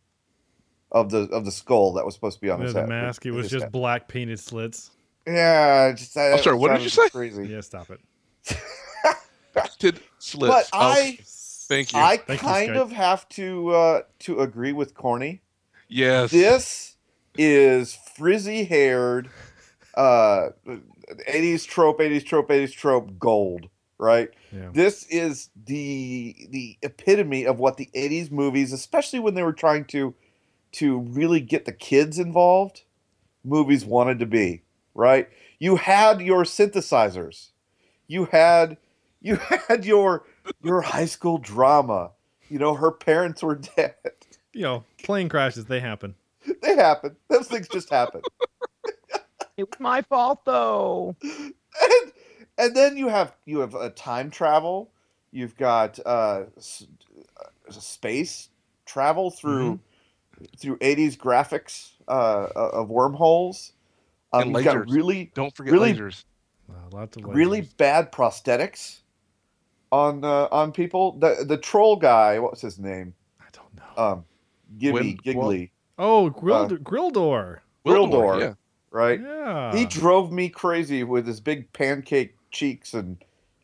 [SPEAKER 6] of the of the skull that was supposed to be on
[SPEAKER 5] You know,
[SPEAKER 6] his
[SPEAKER 5] the
[SPEAKER 6] head.
[SPEAKER 5] mask. It
[SPEAKER 6] His
[SPEAKER 5] was just
[SPEAKER 6] head.
[SPEAKER 5] black painted slits.
[SPEAKER 6] yeah. it Just, that
[SPEAKER 8] sorry, what did
[SPEAKER 6] sounded
[SPEAKER 8] you say?
[SPEAKER 6] Crazy.
[SPEAKER 5] Yeah, stop it.
[SPEAKER 8] Did slits.
[SPEAKER 6] But
[SPEAKER 8] Oh,
[SPEAKER 6] I
[SPEAKER 8] Thank you.
[SPEAKER 6] I
[SPEAKER 5] Thank you,
[SPEAKER 6] kind
[SPEAKER 5] Skype.
[SPEAKER 6] of have to uh, to agree with Corny.
[SPEAKER 8] yes.
[SPEAKER 6] this is frizzy haired uh 80s trope 80s trope 80s trope gold right
[SPEAKER 5] Yeah.
[SPEAKER 6] this is the the epitome of what the 80s movies especially when they were trying to to really get the kids involved movies wanted to be right you had your synthesizers you had you had your your high school drama you know her parents were dead
[SPEAKER 5] You know, plane crashes. They happen.
[SPEAKER 6] they happen those things just happen
[SPEAKER 9] It was my fault though.
[SPEAKER 6] and, and then you have you have a time travel. You've got uh, s- uh, space travel through
[SPEAKER 9] Mm-hmm.
[SPEAKER 6] through eighties graphics uh, of wormholes. Um,
[SPEAKER 8] And
[SPEAKER 6] you've got
[SPEAKER 8] lasers.
[SPEAKER 6] really
[SPEAKER 8] Don't forget
[SPEAKER 6] really-
[SPEAKER 8] lasers.
[SPEAKER 5] Wow, Uh, lots of
[SPEAKER 6] really
[SPEAKER 5] lasers.
[SPEAKER 6] bad prosthetics on uh, on people. The the troll guy, what was his name?
[SPEAKER 5] I don't know.
[SPEAKER 6] Um, Gibby
[SPEAKER 8] Wim-
[SPEAKER 6] Giggly,
[SPEAKER 5] Oh, Grild- Grildor.
[SPEAKER 6] Wildor,
[SPEAKER 8] Yeah.
[SPEAKER 6] uh, right?
[SPEAKER 5] Yeah.
[SPEAKER 6] he drove me crazy with his big pancake cheeks and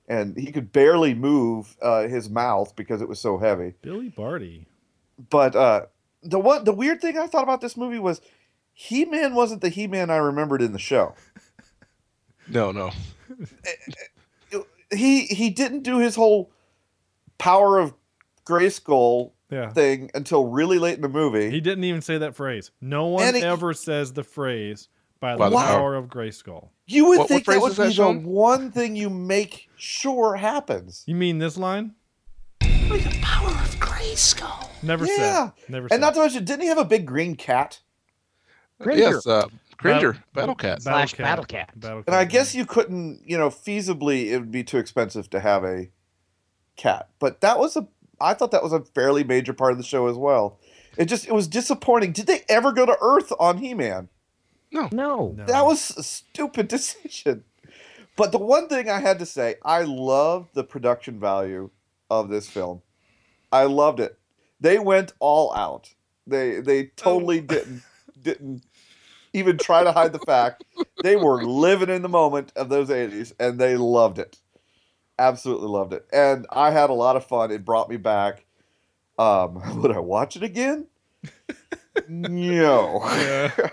[SPEAKER 6] and he could barely move uh, his mouth because it was so heavy
[SPEAKER 5] Billy Barty.
[SPEAKER 6] but uh, the one the weird thing i thought about this movie was he-man wasn't the he-man i remembered in the show
[SPEAKER 8] No, no.
[SPEAKER 6] he he didn't do his whole power of grayskull
[SPEAKER 5] Yeah.
[SPEAKER 6] thing until really late in the movie
[SPEAKER 5] He didn't even say that phrase. No one
[SPEAKER 6] And it-
[SPEAKER 5] ever says the phrase by
[SPEAKER 8] By
[SPEAKER 5] the
[SPEAKER 8] the
[SPEAKER 5] power,
[SPEAKER 8] power.
[SPEAKER 5] of Grayskull.
[SPEAKER 6] you would
[SPEAKER 8] What- what
[SPEAKER 6] think
[SPEAKER 8] phrase
[SPEAKER 6] that would
[SPEAKER 8] is that,
[SPEAKER 6] be the
[SPEAKER 8] Sean?
[SPEAKER 6] one thing you make sure happens
[SPEAKER 5] You mean this line? By the power of Grayskull. Never
[SPEAKER 6] Yeah.
[SPEAKER 5] said. Never said.
[SPEAKER 6] and not to mention didn't he have a big green cat
[SPEAKER 9] Cringer.
[SPEAKER 8] Yes. Uh, Cringer.
[SPEAKER 5] Battle-
[SPEAKER 8] Battle Cat.
[SPEAKER 9] Slash
[SPEAKER 5] Battle
[SPEAKER 9] Battle
[SPEAKER 5] Cat.
[SPEAKER 9] Cat.
[SPEAKER 5] Battle
[SPEAKER 6] And I
[SPEAKER 5] Cat,
[SPEAKER 6] guess
[SPEAKER 5] yeah.
[SPEAKER 6] you couldn't, you know, feasibly it would be too expensive to have a cat. But that was a I thought that was a fairly major part of the show as well. It just it was disappointing. Did they ever go to Earth on He-Man?
[SPEAKER 9] No.
[SPEAKER 5] No.
[SPEAKER 6] That was a stupid decision. But the one thing I had to say, I loved the production value of this film. I loved it. They went all out. They they totally didn't didn't even try to hide the fact they were living in the moment of those 80s and they loved it. Absolutely loved it. And I had a lot of fun. It brought me back. Um, would I watch it again? no
[SPEAKER 5] Yeah.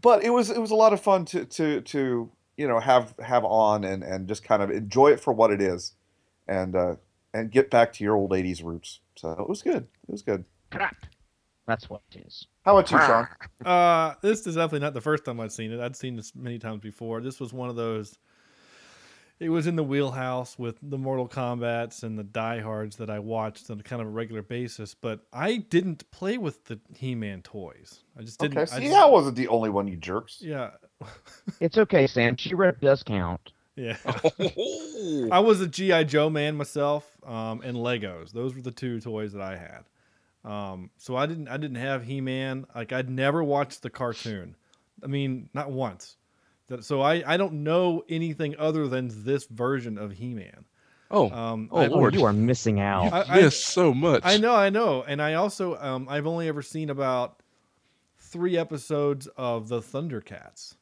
[SPEAKER 6] but it was it was a lot of fun to to to you know have have on and and just kind of enjoy it for what it is and uh and get back to your old 80s roots so it was good it was good
[SPEAKER 7] Correct. That's what it is.
[SPEAKER 6] how about you sean
[SPEAKER 5] Uh, this is definitely not the first time I'd seen it. I'd seen this many times before. This was one of those. It was in the wheelhouse with the Mortal Kombat's and the Die Hards that I watched on a kind of a regular basis, but I didn't play with the He-Man toys. I just didn't.
[SPEAKER 6] okay
[SPEAKER 5] I
[SPEAKER 6] see
[SPEAKER 5] just-
[SPEAKER 6] i wasn't the only one you jerks
[SPEAKER 5] yeah,
[SPEAKER 7] It's okay, Sam. She rep does count.
[SPEAKER 5] yeah.
[SPEAKER 8] Oh.
[SPEAKER 5] I was a GI Joe man myself, um, and Legos. Those were the two toys that I had. Um, so I didn't I didn't have He Man. Like I'd never watched the cartoon. I mean, not once. That- So I, I don't know anything other than this version of He Man.
[SPEAKER 8] Oh,
[SPEAKER 5] Um,
[SPEAKER 8] Oh,
[SPEAKER 5] I-
[SPEAKER 8] Lord.
[SPEAKER 9] You are missing out.
[SPEAKER 5] I- I-
[SPEAKER 8] missed so much.
[SPEAKER 5] I know, I know, and I also um, I've only ever seen about three episodes of the Thundercats.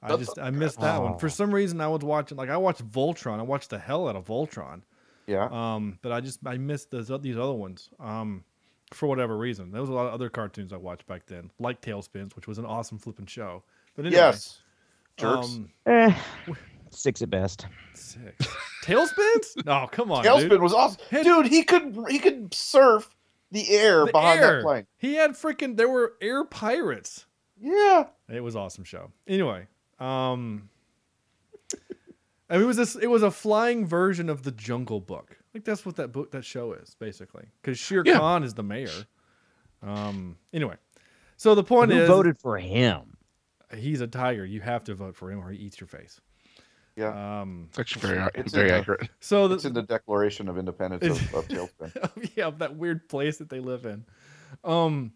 [SPEAKER 5] I
[SPEAKER 8] The
[SPEAKER 5] just I missed that one for
[SPEAKER 9] Oh.
[SPEAKER 5] some reason. I was watching like I watched Voltron. I watched the hell out of Voltron.
[SPEAKER 6] yeah
[SPEAKER 5] Um, but I just I missed those oth- these other ones. Um, for whatever reason, there was a lot of other cartoons I watched back then, like Tailspins, which was an awesome flipping show. But anyway,
[SPEAKER 6] yes jerks
[SPEAKER 5] um,
[SPEAKER 9] Eh, six at best.
[SPEAKER 5] six. Tailspins? No, come on,
[SPEAKER 6] Tailspin
[SPEAKER 5] dude.
[SPEAKER 6] was awesome,
[SPEAKER 5] Hit-
[SPEAKER 6] dude. He could he could surf the air
[SPEAKER 5] The
[SPEAKER 6] behind
[SPEAKER 5] air.
[SPEAKER 6] that plane.
[SPEAKER 5] He had freaking. There were air pirates.
[SPEAKER 6] Yeah,
[SPEAKER 5] It was awesome show. Anyway, um, and it was this. It was a flying version of the Jungle Book. Like that's what that book, that show is basically. Because Shere
[SPEAKER 8] Yeah.
[SPEAKER 5] Khan is the mayor. Um. Anyway, so the point
[SPEAKER 9] Who
[SPEAKER 5] is,
[SPEAKER 9] voted for him?
[SPEAKER 5] he's a tiger. You have to vote for him, or he eats your face.
[SPEAKER 6] Yeah.
[SPEAKER 5] Um.
[SPEAKER 8] It's actually very,
[SPEAKER 6] It's
[SPEAKER 8] very
[SPEAKER 6] in the-
[SPEAKER 8] accurate.
[SPEAKER 5] So
[SPEAKER 6] it's
[SPEAKER 5] the,
[SPEAKER 6] in the Declaration of Independence of, of Tailspin.
[SPEAKER 5] yeah, of that weird place that they live in. Um.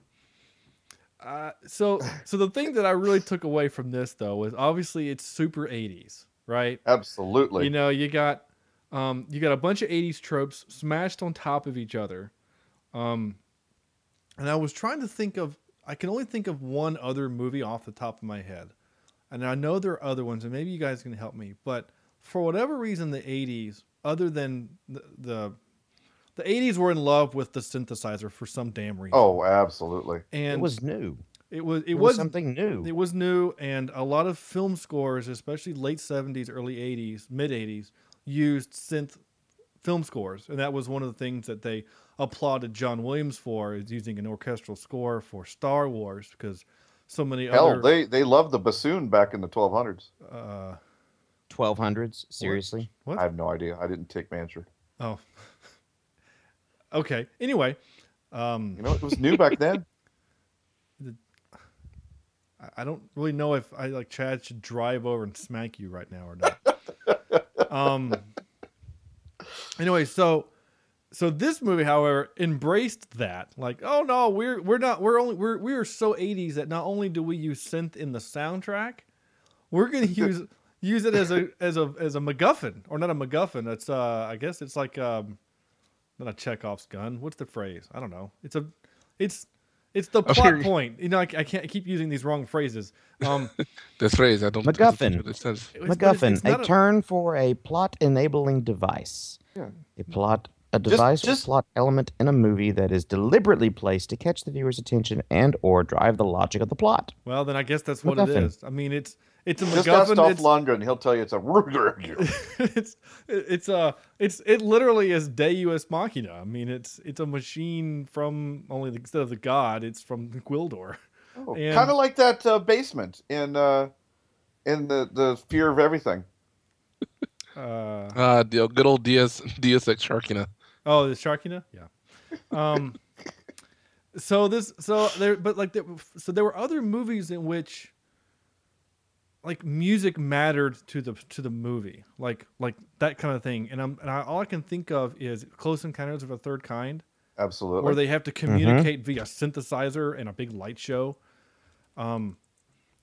[SPEAKER 5] Uh, so so the thing that I really took away from this though was obviously it's super 80s, right?
[SPEAKER 6] Absolutely.
[SPEAKER 5] you know you got um you got a bunch of 80s tropes smashed on top of each other um and i was trying to think of i can only think of one other movie off the top of my head and i know there are other ones and maybe you guys can help me but for whatever reason the 80s other than the the, the 80s were in love with the synthesizer for some damn reason
[SPEAKER 6] oh, absolutely.
[SPEAKER 5] and
[SPEAKER 9] It was new.
[SPEAKER 5] it was it
[SPEAKER 9] It
[SPEAKER 5] was
[SPEAKER 9] was something
[SPEAKER 5] it
[SPEAKER 9] new.
[SPEAKER 5] was new, and a lot of film scores, especially late seventies, early eighties, mid eighties, used synth film scores, and that was one of the things that they applauded John Williams for is using an orchestral score for Star Wars because so many
[SPEAKER 6] Hell,
[SPEAKER 5] other
[SPEAKER 6] they they loved the bassoon back in the 1200s.
[SPEAKER 5] uh,
[SPEAKER 9] Twelve hundreds. Seriously.
[SPEAKER 5] what?
[SPEAKER 6] I have no idea. I didn't take manager.
[SPEAKER 5] oh, okay. Anyway, um,
[SPEAKER 6] You know, it was new back then.
[SPEAKER 5] I- I don't really know if I like Chad should drive over and smack you right now or not. um. Anyway, so so this movie, however, embraced that. Like, oh no, we're we're not we're only we're we are so '80s that not only do we use synth in the soundtrack, we're gonna use use it as a as a as a MacGuffin or not a MacGuffin. It's uh I guess it's like um not a Chekhov's gun. What's the phrase? I don't know. It's a it's it's the
[SPEAKER 8] A
[SPEAKER 5] plot
[SPEAKER 8] phrase.
[SPEAKER 5] point. You know, I, I can't I keep using these wrong phrases. Um,
[SPEAKER 8] That's phrase. I don't. I don't
[SPEAKER 9] MacGuffin.
[SPEAKER 8] think It says.
[SPEAKER 5] it's- but it's-
[SPEAKER 9] MacGuffin,
[SPEAKER 5] it's
[SPEAKER 9] a
[SPEAKER 5] not a-
[SPEAKER 9] turn for a plot enabling device.
[SPEAKER 6] Yeah.
[SPEAKER 9] A plot a device or
[SPEAKER 6] just-
[SPEAKER 9] plot element in a movie that is deliberately placed to catch the viewer's attention and or drive the logic of the plot.
[SPEAKER 5] Well, then I guess that's what it
[SPEAKER 9] MacGuffin.
[SPEAKER 5] is. I mean, it's it's a
[SPEAKER 6] Just ask Dolph
[SPEAKER 5] MacGuffin.
[SPEAKER 6] Lundgren. He'll tell you it's a.
[SPEAKER 5] It's, it's it's a it's it literally is Deus Machina. I mean, it's it's a machine from only the, instead of the god, it's from Gwildor.
[SPEAKER 6] Oh,
[SPEAKER 5] And-
[SPEAKER 6] kind of like that uh, basement in uh, in the the Fear of Everything.
[SPEAKER 5] Uh,
[SPEAKER 8] Uh, the good old DS DSX Sharkina.
[SPEAKER 5] Oh, the Sharkina? Yeah. Um so this so there but like there, so there were other movies in which like music mattered to the to the movie. Like like that kind of thing. And I'm and I, all I can think of is Close Encounters of a Third Kind
[SPEAKER 6] Absolutely.
[SPEAKER 5] where they have to communicate via synthesizer and a big light show. Um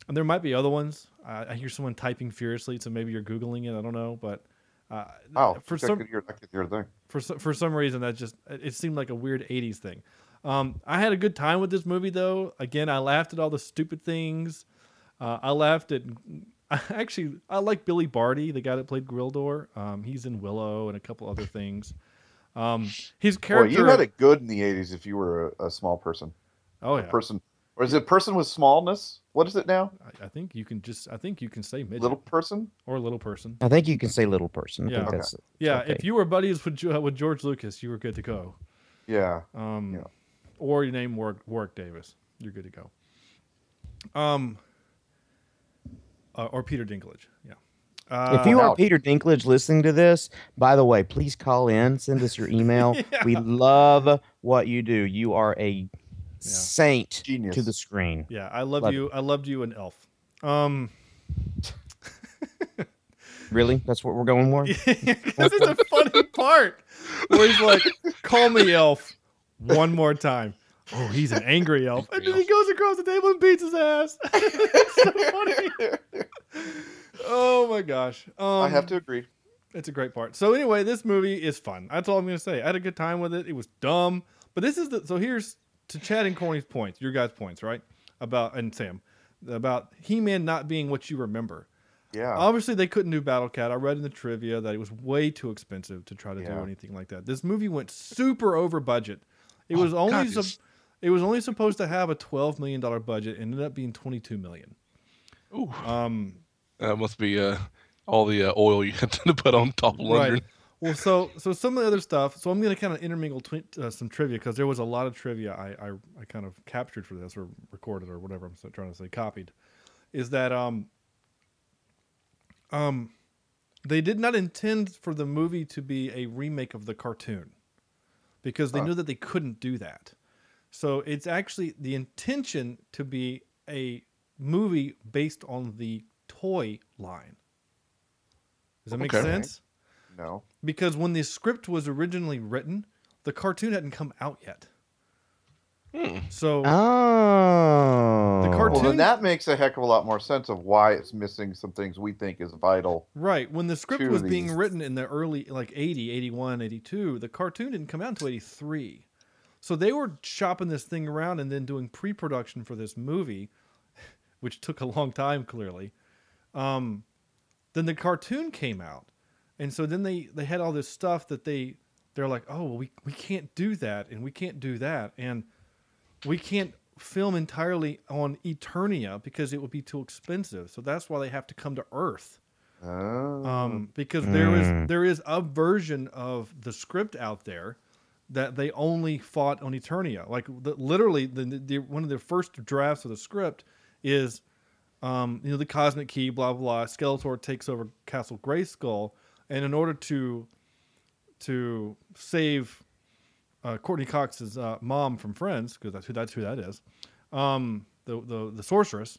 [SPEAKER 5] and there might be other ones. I, I hear someone typing furiously, so maybe you're googling it. I don't know, but uh,
[SPEAKER 6] oh,
[SPEAKER 5] for
[SPEAKER 6] for
[SPEAKER 5] some-
[SPEAKER 6] I could hear, I could hear the thing.
[SPEAKER 5] for so- for some reason that just it it seemed like a weird 80s thing um, i had a good time with this movie though again i laughed at all the stupid things uh, i laughed at I actually i like billy barty the guy that played grildor um, he's in willow and a couple other things um, his
[SPEAKER 6] Boy,
[SPEAKER 5] character
[SPEAKER 6] you had it good in the '80s if you were a, a small person.
[SPEAKER 5] oh yeah
[SPEAKER 6] Person, or is it person with smallness? What is it now?
[SPEAKER 5] I, I think you can just i think you can say midget
[SPEAKER 6] Little person.
[SPEAKER 5] or little person
[SPEAKER 9] I think you can say little person. I
[SPEAKER 5] Yeah.
[SPEAKER 9] think
[SPEAKER 5] Okay.
[SPEAKER 9] that's
[SPEAKER 5] yeah
[SPEAKER 9] okay.
[SPEAKER 5] if you were buddies with, Jo- with george lucas you were good to go
[SPEAKER 6] Yeah.
[SPEAKER 5] Um,
[SPEAKER 6] Yeah.
[SPEAKER 5] Or your name Warwick, Warwick Davis. You're good to go. Um, uh, or Peter Dinklage. Yeah. Uh,
[SPEAKER 9] If you are
[SPEAKER 6] ouch.
[SPEAKER 9] Peter Dinklage listening to this, by the way, please call in, send us your email. We love what you do. You are a saint
[SPEAKER 6] Genius.
[SPEAKER 9] to the screen.
[SPEAKER 5] yeah, I love,
[SPEAKER 9] Love
[SPEAKER 5] you. I loved you in Elf. Um,
[SPEAKER 9] Really? That's what we're going for?
[SPEAKER 5] this is a funny part where he's like, "Call me Elf one more time." Oh, he's an angry elf, and then he goes across the table and beats his ass. it's so funny. Oh my gosh! Um,
[SPEAKER 6] I have to agree.
[SPEAKER 5] It's a great part. So anyway, this movie is fun. That's all I'm gonna say. I had a good time with it. It was dumb, but this is the so here's to Chad and Corny's points, your guys' points, right? About and Sam about He-Man not being what you remember.
[SPEAKER 6] Yeah.
[SPEAKER 5] Obviously, they couldn't do Battle Cat. I read in the trivia that it was way too expensive to try to do
[SPEAKER 6] Yeah.
[SPEAKER 5] anything like that. This movie went super over budget. It was only
[SPEAKER 8] God,
[SPEAKER 5] sup-
[SPEAKER 8] it's-
[SPEAKER 5] it was only supposed to have a 12 million dollar budget. It ended up being 22 million.
[SPEAKER 8] Ooh,
[SPEAKER 5] Um,
[SPEAKER 8] uh, that must be uh, all the uh, oil you had to put on top of Lundgren.
[SPEAKER 5] Right. Well, so so some of the other stuff. So I'm going to kind of intermingle twi- uh, some trivia because there was a lot of trivia I, I I kind of captured for this or recorded or whatever I'm so- trying to say copied. Is that um um they did not intend for the movie to be a remake of the cartoon because they
[SPEAKER 6] Huh.
[SPEAKER 5] knew that they couldn't do that. So it's actually the intention to be a movie based on the toy line. Does that make
[SPEAKER 8] Okay.
[SPEAKER 5] sense?
[SPEAKER 6] No.
[SPEAKER 5] because when the script was originally written, the cartoon hadn't come out yet.
[SPEAKER 8] Hmm.
[SPEAKER 5] So
[SPEAKER 9] Oh.
[SPEAKER 5] The
[SPEAKER 6] Well,
[SPEAKER 5] cartoon-
[SPEAKER 6] then that makes a heck of a lot more sense of why it's missing some things we think is vital.
[SPEAKER 5] right, when the script
[SPEAKER 6] Two
[SPEAKER 5] was
[SPEAKER 6] of
[SPEAKER 5] being
[SPEAKER 6] these.
[SPEAKER 5] written in the early like 80, 81, 82, the cartoon didn't come out until 83. So they were shopping this thing around and then doing pre-production for this movie, which took a long time clearly. Um, then the cartoon came out. And so then they they had all this stuff that they they're like, "Oh, well, we we can't do that and we can't do that and we can't film entirely on Eternia because it would be too expensive." So that's why they have to come to Earth.
[SPEAKER 6] Oh.
[SPEAKER 5] Um, because there is
[SPEAKER 9] Mm.
[SPEAKER 5] there is a version of the script out there that they only fought on Eternia. Like the, literally, the, the, the one of the first drafts of the script is, um, you know, the cosmic key, blah blah. blah. Skeletor takes over Castle Grayskull, and in order to to save uh, Courtney Cox's uh, mom from Friends, because that's who that's who that is, um, the the the sorceress.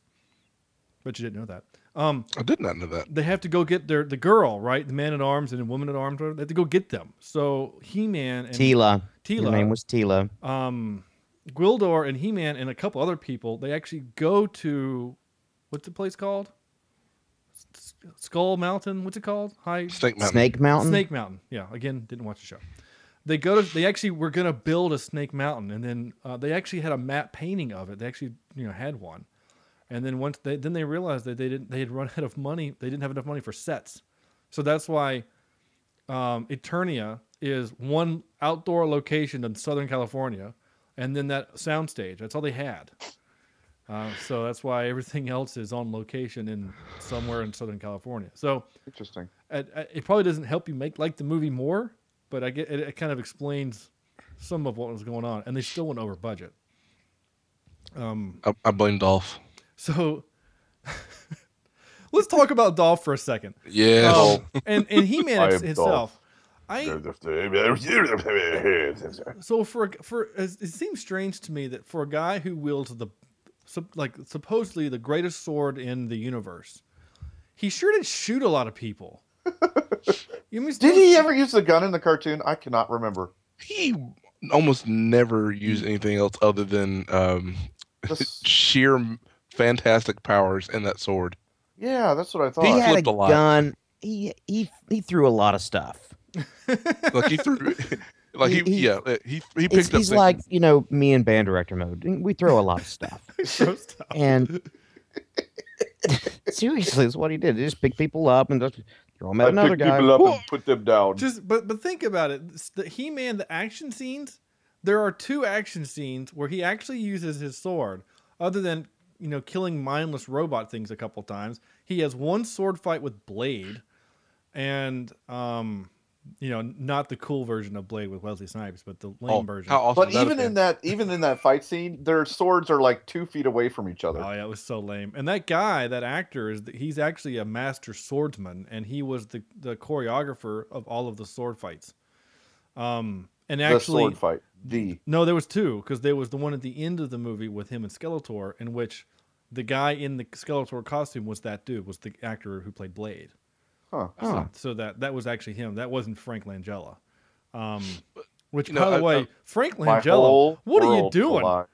[SPEAKER 5] But you didn't know that. Um,
[SPEAKER 8] I did not know that.
[SPEAKER 5] they have to go get their the girl, right? The man at arms and the woman at arms. whatever. They have to go get them. So He Man and
[SPEAKER 9] Tila. Her
[SPEAKER 5] Tila,
[SPEAKER 9] name was Tila.
[SPEAKER 5] um, Gwildor and He Man and a couple other people. They actually go to what's the place called? S- Skull Mountain. What's it called? High
[SPEAKER 8] Snake Mountain.
[SPEAKER 9] Snake Mountain.
[SPEAKER 5] Snake Mountain. Yeah. Again, didn't watch the show. They go to. They actually were gonna build a Snake Mountain, and then uh, they actually had a map painting of it. They actually, you know, had one, and then once they then they realized that they didn't they had run out of money. They didn't have enough money for sets, so that's why um, Eternia is one outdoor location in Southern California, and then that soundstage. That's all they had. Uh, so that's why everything else is on location in somewhere in Southern California. So
[SPEAKER 6] Interesting.
[SPEAKER 5] it, uh, it probably doesn't help you make like the movie more, but I get it, it kind of explains some of what was going on, and they still went over budget. Um,
[SPEAKER 8] I, I blame Dolph.
[SPEAKER 5] Oh, so let's talk about Dolph for a second.
[SPEAKER 8] Yes.
[SPEAKER 5] Um, and and He
[SPEAKER 6] I am
[SPEAKER 5] Man
[SPEAKER 6] Dolph.
[SPEAKER 5] himself. I so for a- for as- it seems strange to me that for a guy who wields the sup- like supposedly the greatest sword in the universe, he sure did shoot a lot of people. You mean-
[SPEAKER 6] Did he ever use the gun in the cartoon? I cannot remember.
[SPEAKER 8] he almost never used anything else other than um,
[SPEAKER 6] This-
[SPEAKER 8] sheer m- fantastic powers and that sword.
[SPEAKER 6] yeah, that's what I thought.
[SPEAKER 8] He
[SPEAKER 9] He had a
[SPEAKER 8] flipped Oh, a lot.
[SPEAKER 9] gun. He he he threw a lot of stuff.
[SPEAKER 8] Like he threw, like he,
[SPEAKER 9] He- he-
[SPEAKER 8] yeah, uh, he he picked
[SPEAKER 9] It's,
[SPEAKER 8] up.
[SPEAKER 9] he's
[SPEAKER 8] things.
[SPEAKER 9] like you know me in band director mode. We throw a lot of stuff.
[SPEAKER 5] Gross out.
[SPEAKER 9] and seriously, is what he did. He just pick people up and just throw them at
[SPEAKER 6] I
[SPEAKER 9] another
[SPEAKER 6] picked
[SPEAKER 9] guy.
[SPEAKER 6] people up
[SPEAKER 9] Whoa.
[SPEAKER 6] and put them down.
[SPEAKER 5] just but but think about it It's the he-man the action scenes there are two action scenes where he actually uses his sword other than you know killing mindless robot things a couple times he has one sword fight with blade and um you know not the cool version of blade with wesley snipes but the lame
[SPEAKER 8] Oh,
[SPEAKER 5] version
[SPEAKER 8] how awesome!
[SPEAKER 6] but even in that, even in that fight scene, their swords are like two feet away from each other.
[SPEAKER 5] Oh yeah, it was so lame. And that guy, that actor, is he's actually a master swordsman, and he was the, the choreographer of all of the sword fights. Um, and
[SPEAKER 6] the
[SPEAKER 5] actually,
[SPEAKER 6] sword fight. The
[SPEAKER 5] No, there was two because there was the one at the end of the movie with him and Skeletor, in which the guy in the Skeletor costume was that dude, was the actor who played Blade.
[SPEAKER 6] Huh.
[SPEAKER 5] So,
[SPEAKER 9] Huh.
[SPEAKER 5] so that that was actually him. That wasn't Frank Langella. Um, which,
[SPEAKER 8] You know,
[SPEAKER 5] by the
[SPEAKER 8] I-
[SPEAKER 5] way,
[SPEAKER 8] I-
[SPEAKER 5] Frank
[SPEAKER 6] uh, My
[SPEAKER 5] Langella,
[SPEAKER 6] whole
[SPEAKER 5] what are you
[SPEAKER 6] world's a
[SPEAKER 5] doing?
[SPEAKER 6] lie.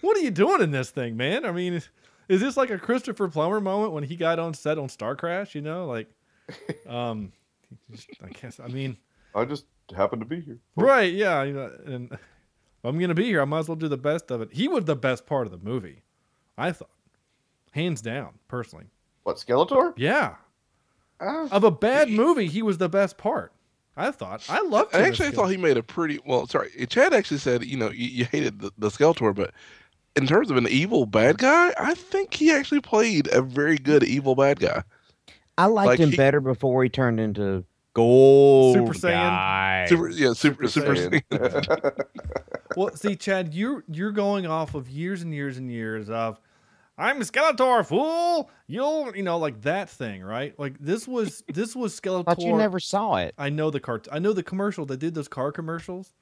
[SPEAKER 5] What are you doing in this thing, man? I mean, is, is this like a Christopher Plummer moment when he got on set on Star Crash? You know, like, um, I guess. I mean,
[SPEAKER 6] I just happened to be here.
[SPEAKER 5] Right, yeah, you know, and if I'm gonna be here. I might as well do the best of it. He was the best part of the movie, I thought, hands down, personally.
[SPEAKER 6] What Skeletor?
[SPEAKER 5] Yeah,
[SPEAKER 6] Ah,
[SPEAKER 5] of a bad movie, he was the best part. I thought. I loved.
[SPEAKER 8] I
[SPEAKER 5] him as
[SPEAKER 8] actually
[SPEAKER 5] Skeletor.
[SPEAKER 8] thought he made a pretty well. Sorry, Chad actually said you know you, you hated the, the Skeletor, but in terms of an evil bad guy, I think he actually played a very good evil bad guy.
[SPEAKER 9] I liked
[SPEAKER 8] Like
[SPEAKER 9] him
[SPEAKER 8] he-
[SPEAKER 9] better before he turned into
[SPEAKER 10] Gold
[SPEAKER 5] Super Saiyan.
[SPEAKER 10] guy.
[SPEAKER 8] Super, yeah, super,
[SPEAKER 5] Super
[SPEAKER 8] super.
[SPEAKER 5] Saiyan.
[SPEAKER 8] Saiyan.
[SPEAKER 5] Well, see, Chad, you're you're going off of years and years and years of I'm Skeletor, fool. You'll you know, like that thing, right? Like this was this was Skeletor.
[SPEAKER 9] Thought you never saw it.
[SPEAKER 5] I know the cart I know the commercial. They did those car commercials.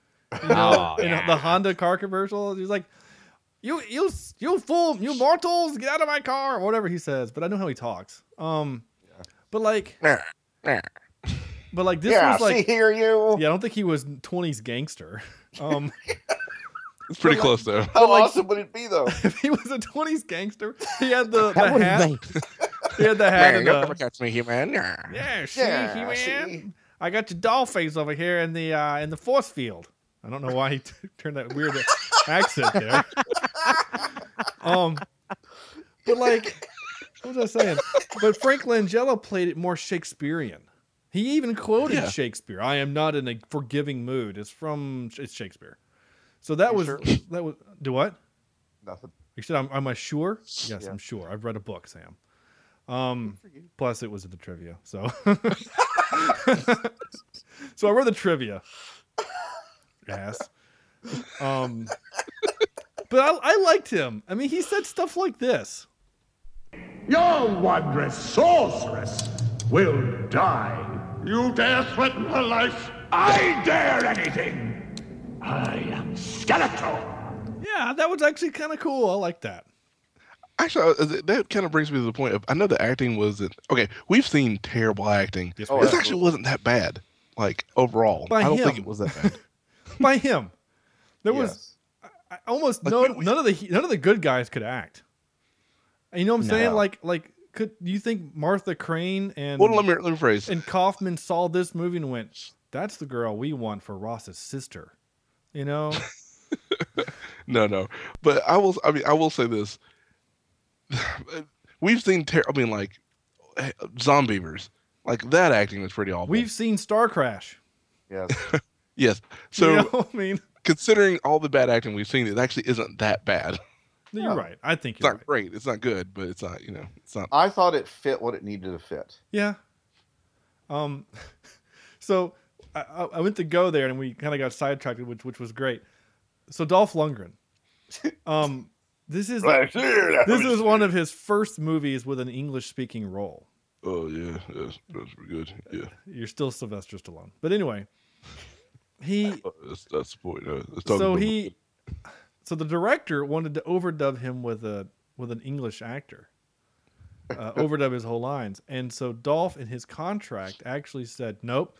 [SPEAKER 5] You know,
[SPEAKER 10] Oh,
[SPEAKER 5] and
[SPEAKER 10] yeah.
[SPEAKER 5] the Honda car commercial. He's like, You you you fool, you mortals, get out of my car, or whatever he says. But I know how he talks. Um but like
[SPEAKER 8] Nah, nah.
[SPEAKER 5] but like this
[SPEAKER 6] yeah,
[SPEAKER 5] was like
[SPEAKER 6] see here you.
[SPEAKER 5] Yeah, I don't think he was twenties gangster. Um
[SPEAKER 8] It's pretty close though.
[SPEAKER 6] How
[SPEAKER 5] like-
[SPEAKER 6] awesome would it be though?
[SPEAKER 5] if he was a twenties gangster, he had the, the
[SPEAKER 9] That would
[SPEAKER 5] hat.
[SPEAKER 9] make
[SPEAKER 5] He had the hat.
[SPEAKER 8] Man,
[SPEAKER 5] and
[SPEAKER 8] you'll never
[SPEAKER 5] the,
[SPEAKER 8] catch me, human. Nah.
[SPEAKER 5] yeah, see,
[SPEAKER 6] Yeah,
[SPEAKER 5] he
[SPEAKER 6] see.
[SPEAKER 5] man. I got your doll face over here in the uh, in the force field. I don't know why he t- turned that weird accent there. Um, but like, what was I saying? But Frank Langella played it more Shakespearean. He even quoted
[SPEAKER 8] Yeah.
[SPEAKER 5] Shakespeare. I am not in a forgiving mood. It's from it's Shakespeare. So that
[SPEAKER 6] You
[SPEAKER 5] was
[SPEAKER 6] sure?
[SPEAKER 5] that was do what?
[SPEAKER 6] Nothing.
[SPEAKER 5] You said I'm, am I sure? Yes,
[SPEAKER 6] Yeah.
[SPEAKER 5] I'm sure. I've read a book, Sam. Um, plus it was the trivia, so so I read the trivia. Ass. Um, but I, I liked him. I mean, he said stuff like this.
[SPEAKER 2] Your wondrous sorceress will die. You dare threaten her life? I dare anything. I am Skeletor.
[SPEAKER 5] Yeah, that was actually kind of cool. I like that.
[SPEAKER 8] Actually, uh, th- that kind of brings me to the point of I know the acting wasn't okay. We've seen terrible acting.
[SPEAKER 5] Yes,
[SPEAKER 6] Oh,
[SPEAKER 8] this
[SPEAKER 6] absolutely.
[SPEAKER 8] actually wasn't that bad. Like overall,
[SPEAKER 5] By
[SPEAKER 8] I don't think
[SPEAKER 5] him.
[SPEAKER 8] it was that bad.
[SPEAKER 5] By him, there was
[SPEAKER 6] Yes.
[SPEAKER 5] I- almost
[SPEAKER 8] Like,
[SPEAKER 5] no
[SPEAKER 8] we- we-
[SPEAKER 5] none of the none of the good guys could act. You know what I'm saying?
[SPEAKER 9] No.
[SPEAKER 5] Like like could you think Martha Crane and
[SPEAKER 8] well, let me let me phrase.
[SPEAKER 5] and Kaufman saw this movie and went, "That's the girl we want for Ross's sister." You know,
[SPEAKER 8] No, no. But I will. I mean, I will say this. We've seen. Ter- I mean, like eh, zombievers. Like that acting is pretty awful.
[SPEAKER 5] we've seen Star Crash.
[SPEAKER 6] Yes.
[SPEAKER 8] yes.
[SPEAKER 5] So
[SPEAKER 8] So
[SPEAKER 5] I mean,
[SPEAKER 8] considering all the bad acting we've seen, it actually isn't that bad. It's
[SPEAKER 5] you're right. I think you're
[SPEAKER 8] not
[SPEAKER 5] right.
[SPEAKER 8] great. It's not good, but it's not. You know, it's not.
[SPEAKER 6] I thought it fit what it needed to fit.
[SPEAKER 5] Yeah. Um, so I, I I went to go there and we kind of got sidetracked, which which was great. So Dolph Lundgren. Um, this is this is one of his first movies with an English speaking role.
[SPEAKER 8] Oh yeah, that's, that's pretty good. Yeah,
[SPEAKER 5] You're still Sylvester Stallone, but anyway, he
[SPEAKER 8] Uh, that's that's the point. Uh, let's talk
[SPEAKER 5] so
[SPEAKER 8] about-
[SPEAKER 5] he so the director wanted to overdub him with a with an english actor uh, overdub his whole lines and so dolph in his contract actually said nope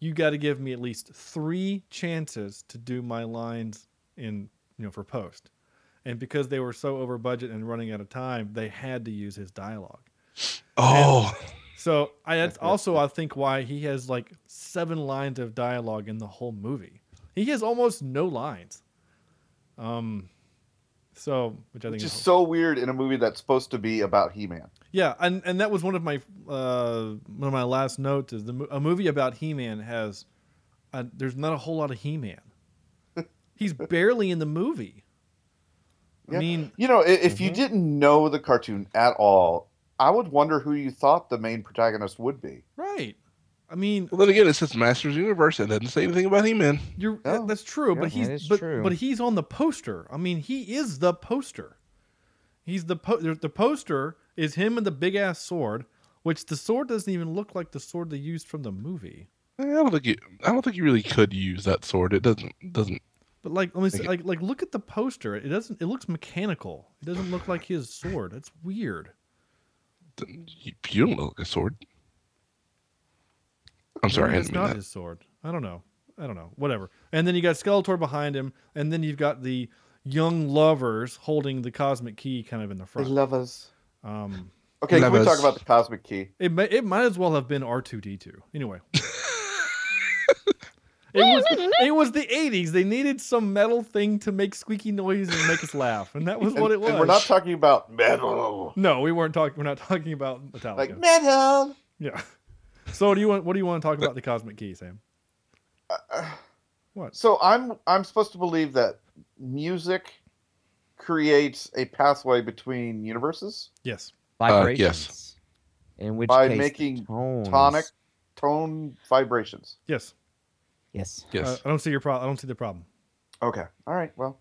[SPEAKER 5] you got to give me at least three chances to do my lines in you know for post and because they were so over budget and running out of time they had to use his dialogue
[SPEAKER 8] Oh,
[SPEAKER 5] so I that's also I think why he has like seven lines of dialogue in the whole movie. He has almost no lines. Um, so which I think
[SPEAKER 6] Which
[SPEAKER 5] is
[SPEAKER 6] is so weird in a movie that's supposed to be about He Man.
[SPEAKER 5] yeah, and and that was one of my uh one of my last notes is the mo- a movie about He Man has uh there's not a whole lot of He Man. He's barely in the movie. I
[SPEAKER 6] Yeah.
[SPEAKER 5] mean,
[SPEAKER 6] You know, i- if
[SPEAKER 5] Mm-hmm.
[SPEAKER 6] you didn't know the cartoon at all, I would wonder who you thought the main protagonist would be.
[SPEAKER 5] right? I mean,
[SPEAKER 8] well, then again, it says Masters Universe. It doesn't say anything about He-Man.
[SPEAKER 5] You're
[SPEAKER 6] No.
[SPEAKER 5] that's true,
[SPEAKER 6] Yeah,
[SPEAKER 5] but he's
[SPEAKER 9] that is
[SPEAKER 5] but,
[SPEAKER 9] true.
[SPEAKER 5] but he's on the poster. I mean, he is the poster. He's the po- the the poster is him and the big ass sword, which the sword doesn't even look like the sword they used from the movie.
[SPEAKER 8] I don't think you. I don't think you really could use that sword. It doesn't. Doesn't.
[SPEAKER 5] But like, let me say,
[SPEAKER 8] Okay.
[SPEAKER 5] like like look at the poster. It doesn't. It looks mechanical. It doesn't look like his sword. That's weird.
[SPEAKER 8] You, you don't look like a sword. I'm sorry. I
[SPEAKER 5] Maybe it's
[SPEAKER 8] didn't mean
[SPEAKER 5] not
[SPEAKER 8] that.
[SPEAKER 5] his sword. I don't know. I don't know. Whatever. And then you got Skeletor behind him, and then you've got the young lovers holding the cosmic key kind of in the front.
[SPEAKER 6] lovers.
[SPEAKER 5] um,
[SPEAKER 6] Okay, can we
[SPEAKER 8] Lovers.
[SPEAKER 6] talk about the cosmic key?
[SPEAKER 5] It may, it might as well have been R two D two. Anyway, it was it was the eighties. They needed some metal thing to make squeaky noise and make us laugh, and that was
[SPEAKER 6] And-
[SPEAKER 5] what it was. Oh,
[SPEAKER 6] And we're not talking about metal.
[SPEAKER 5] no, we weren't talking. We're not talking about Metallica.
[SPEAKER 6] Like metal.
[SPEAKER 5] yeah. So do you want? What do you want to talk about the cosmic key, Sam? What?
[SPEAKER 6] Uh, So I'm I'm supposed to believe that music creates a pathway between universes
[SPEAKER 5] Yes.
[SPEAKER 8] Uh,
[SPEAKER 9] vibrations.
[SPEAKER 8] yes.
[SPEAKER 9] In which
[SPEAKER 6] By
[SPEAKER 9] case, the
[SPEAKER 6] making
[SPEAKER 9] tones.
[SPEAKER 6] tonic tone vibrations.
[SPEAKER 5] Yes. Uh,
[SPEAKER 9] Yes.
[SPEAKER 8] Yes.
[SPEAKER 5] I- I don't see your problem. I don't see the problem.
[SPEAKER 6] Okay. All right. Well,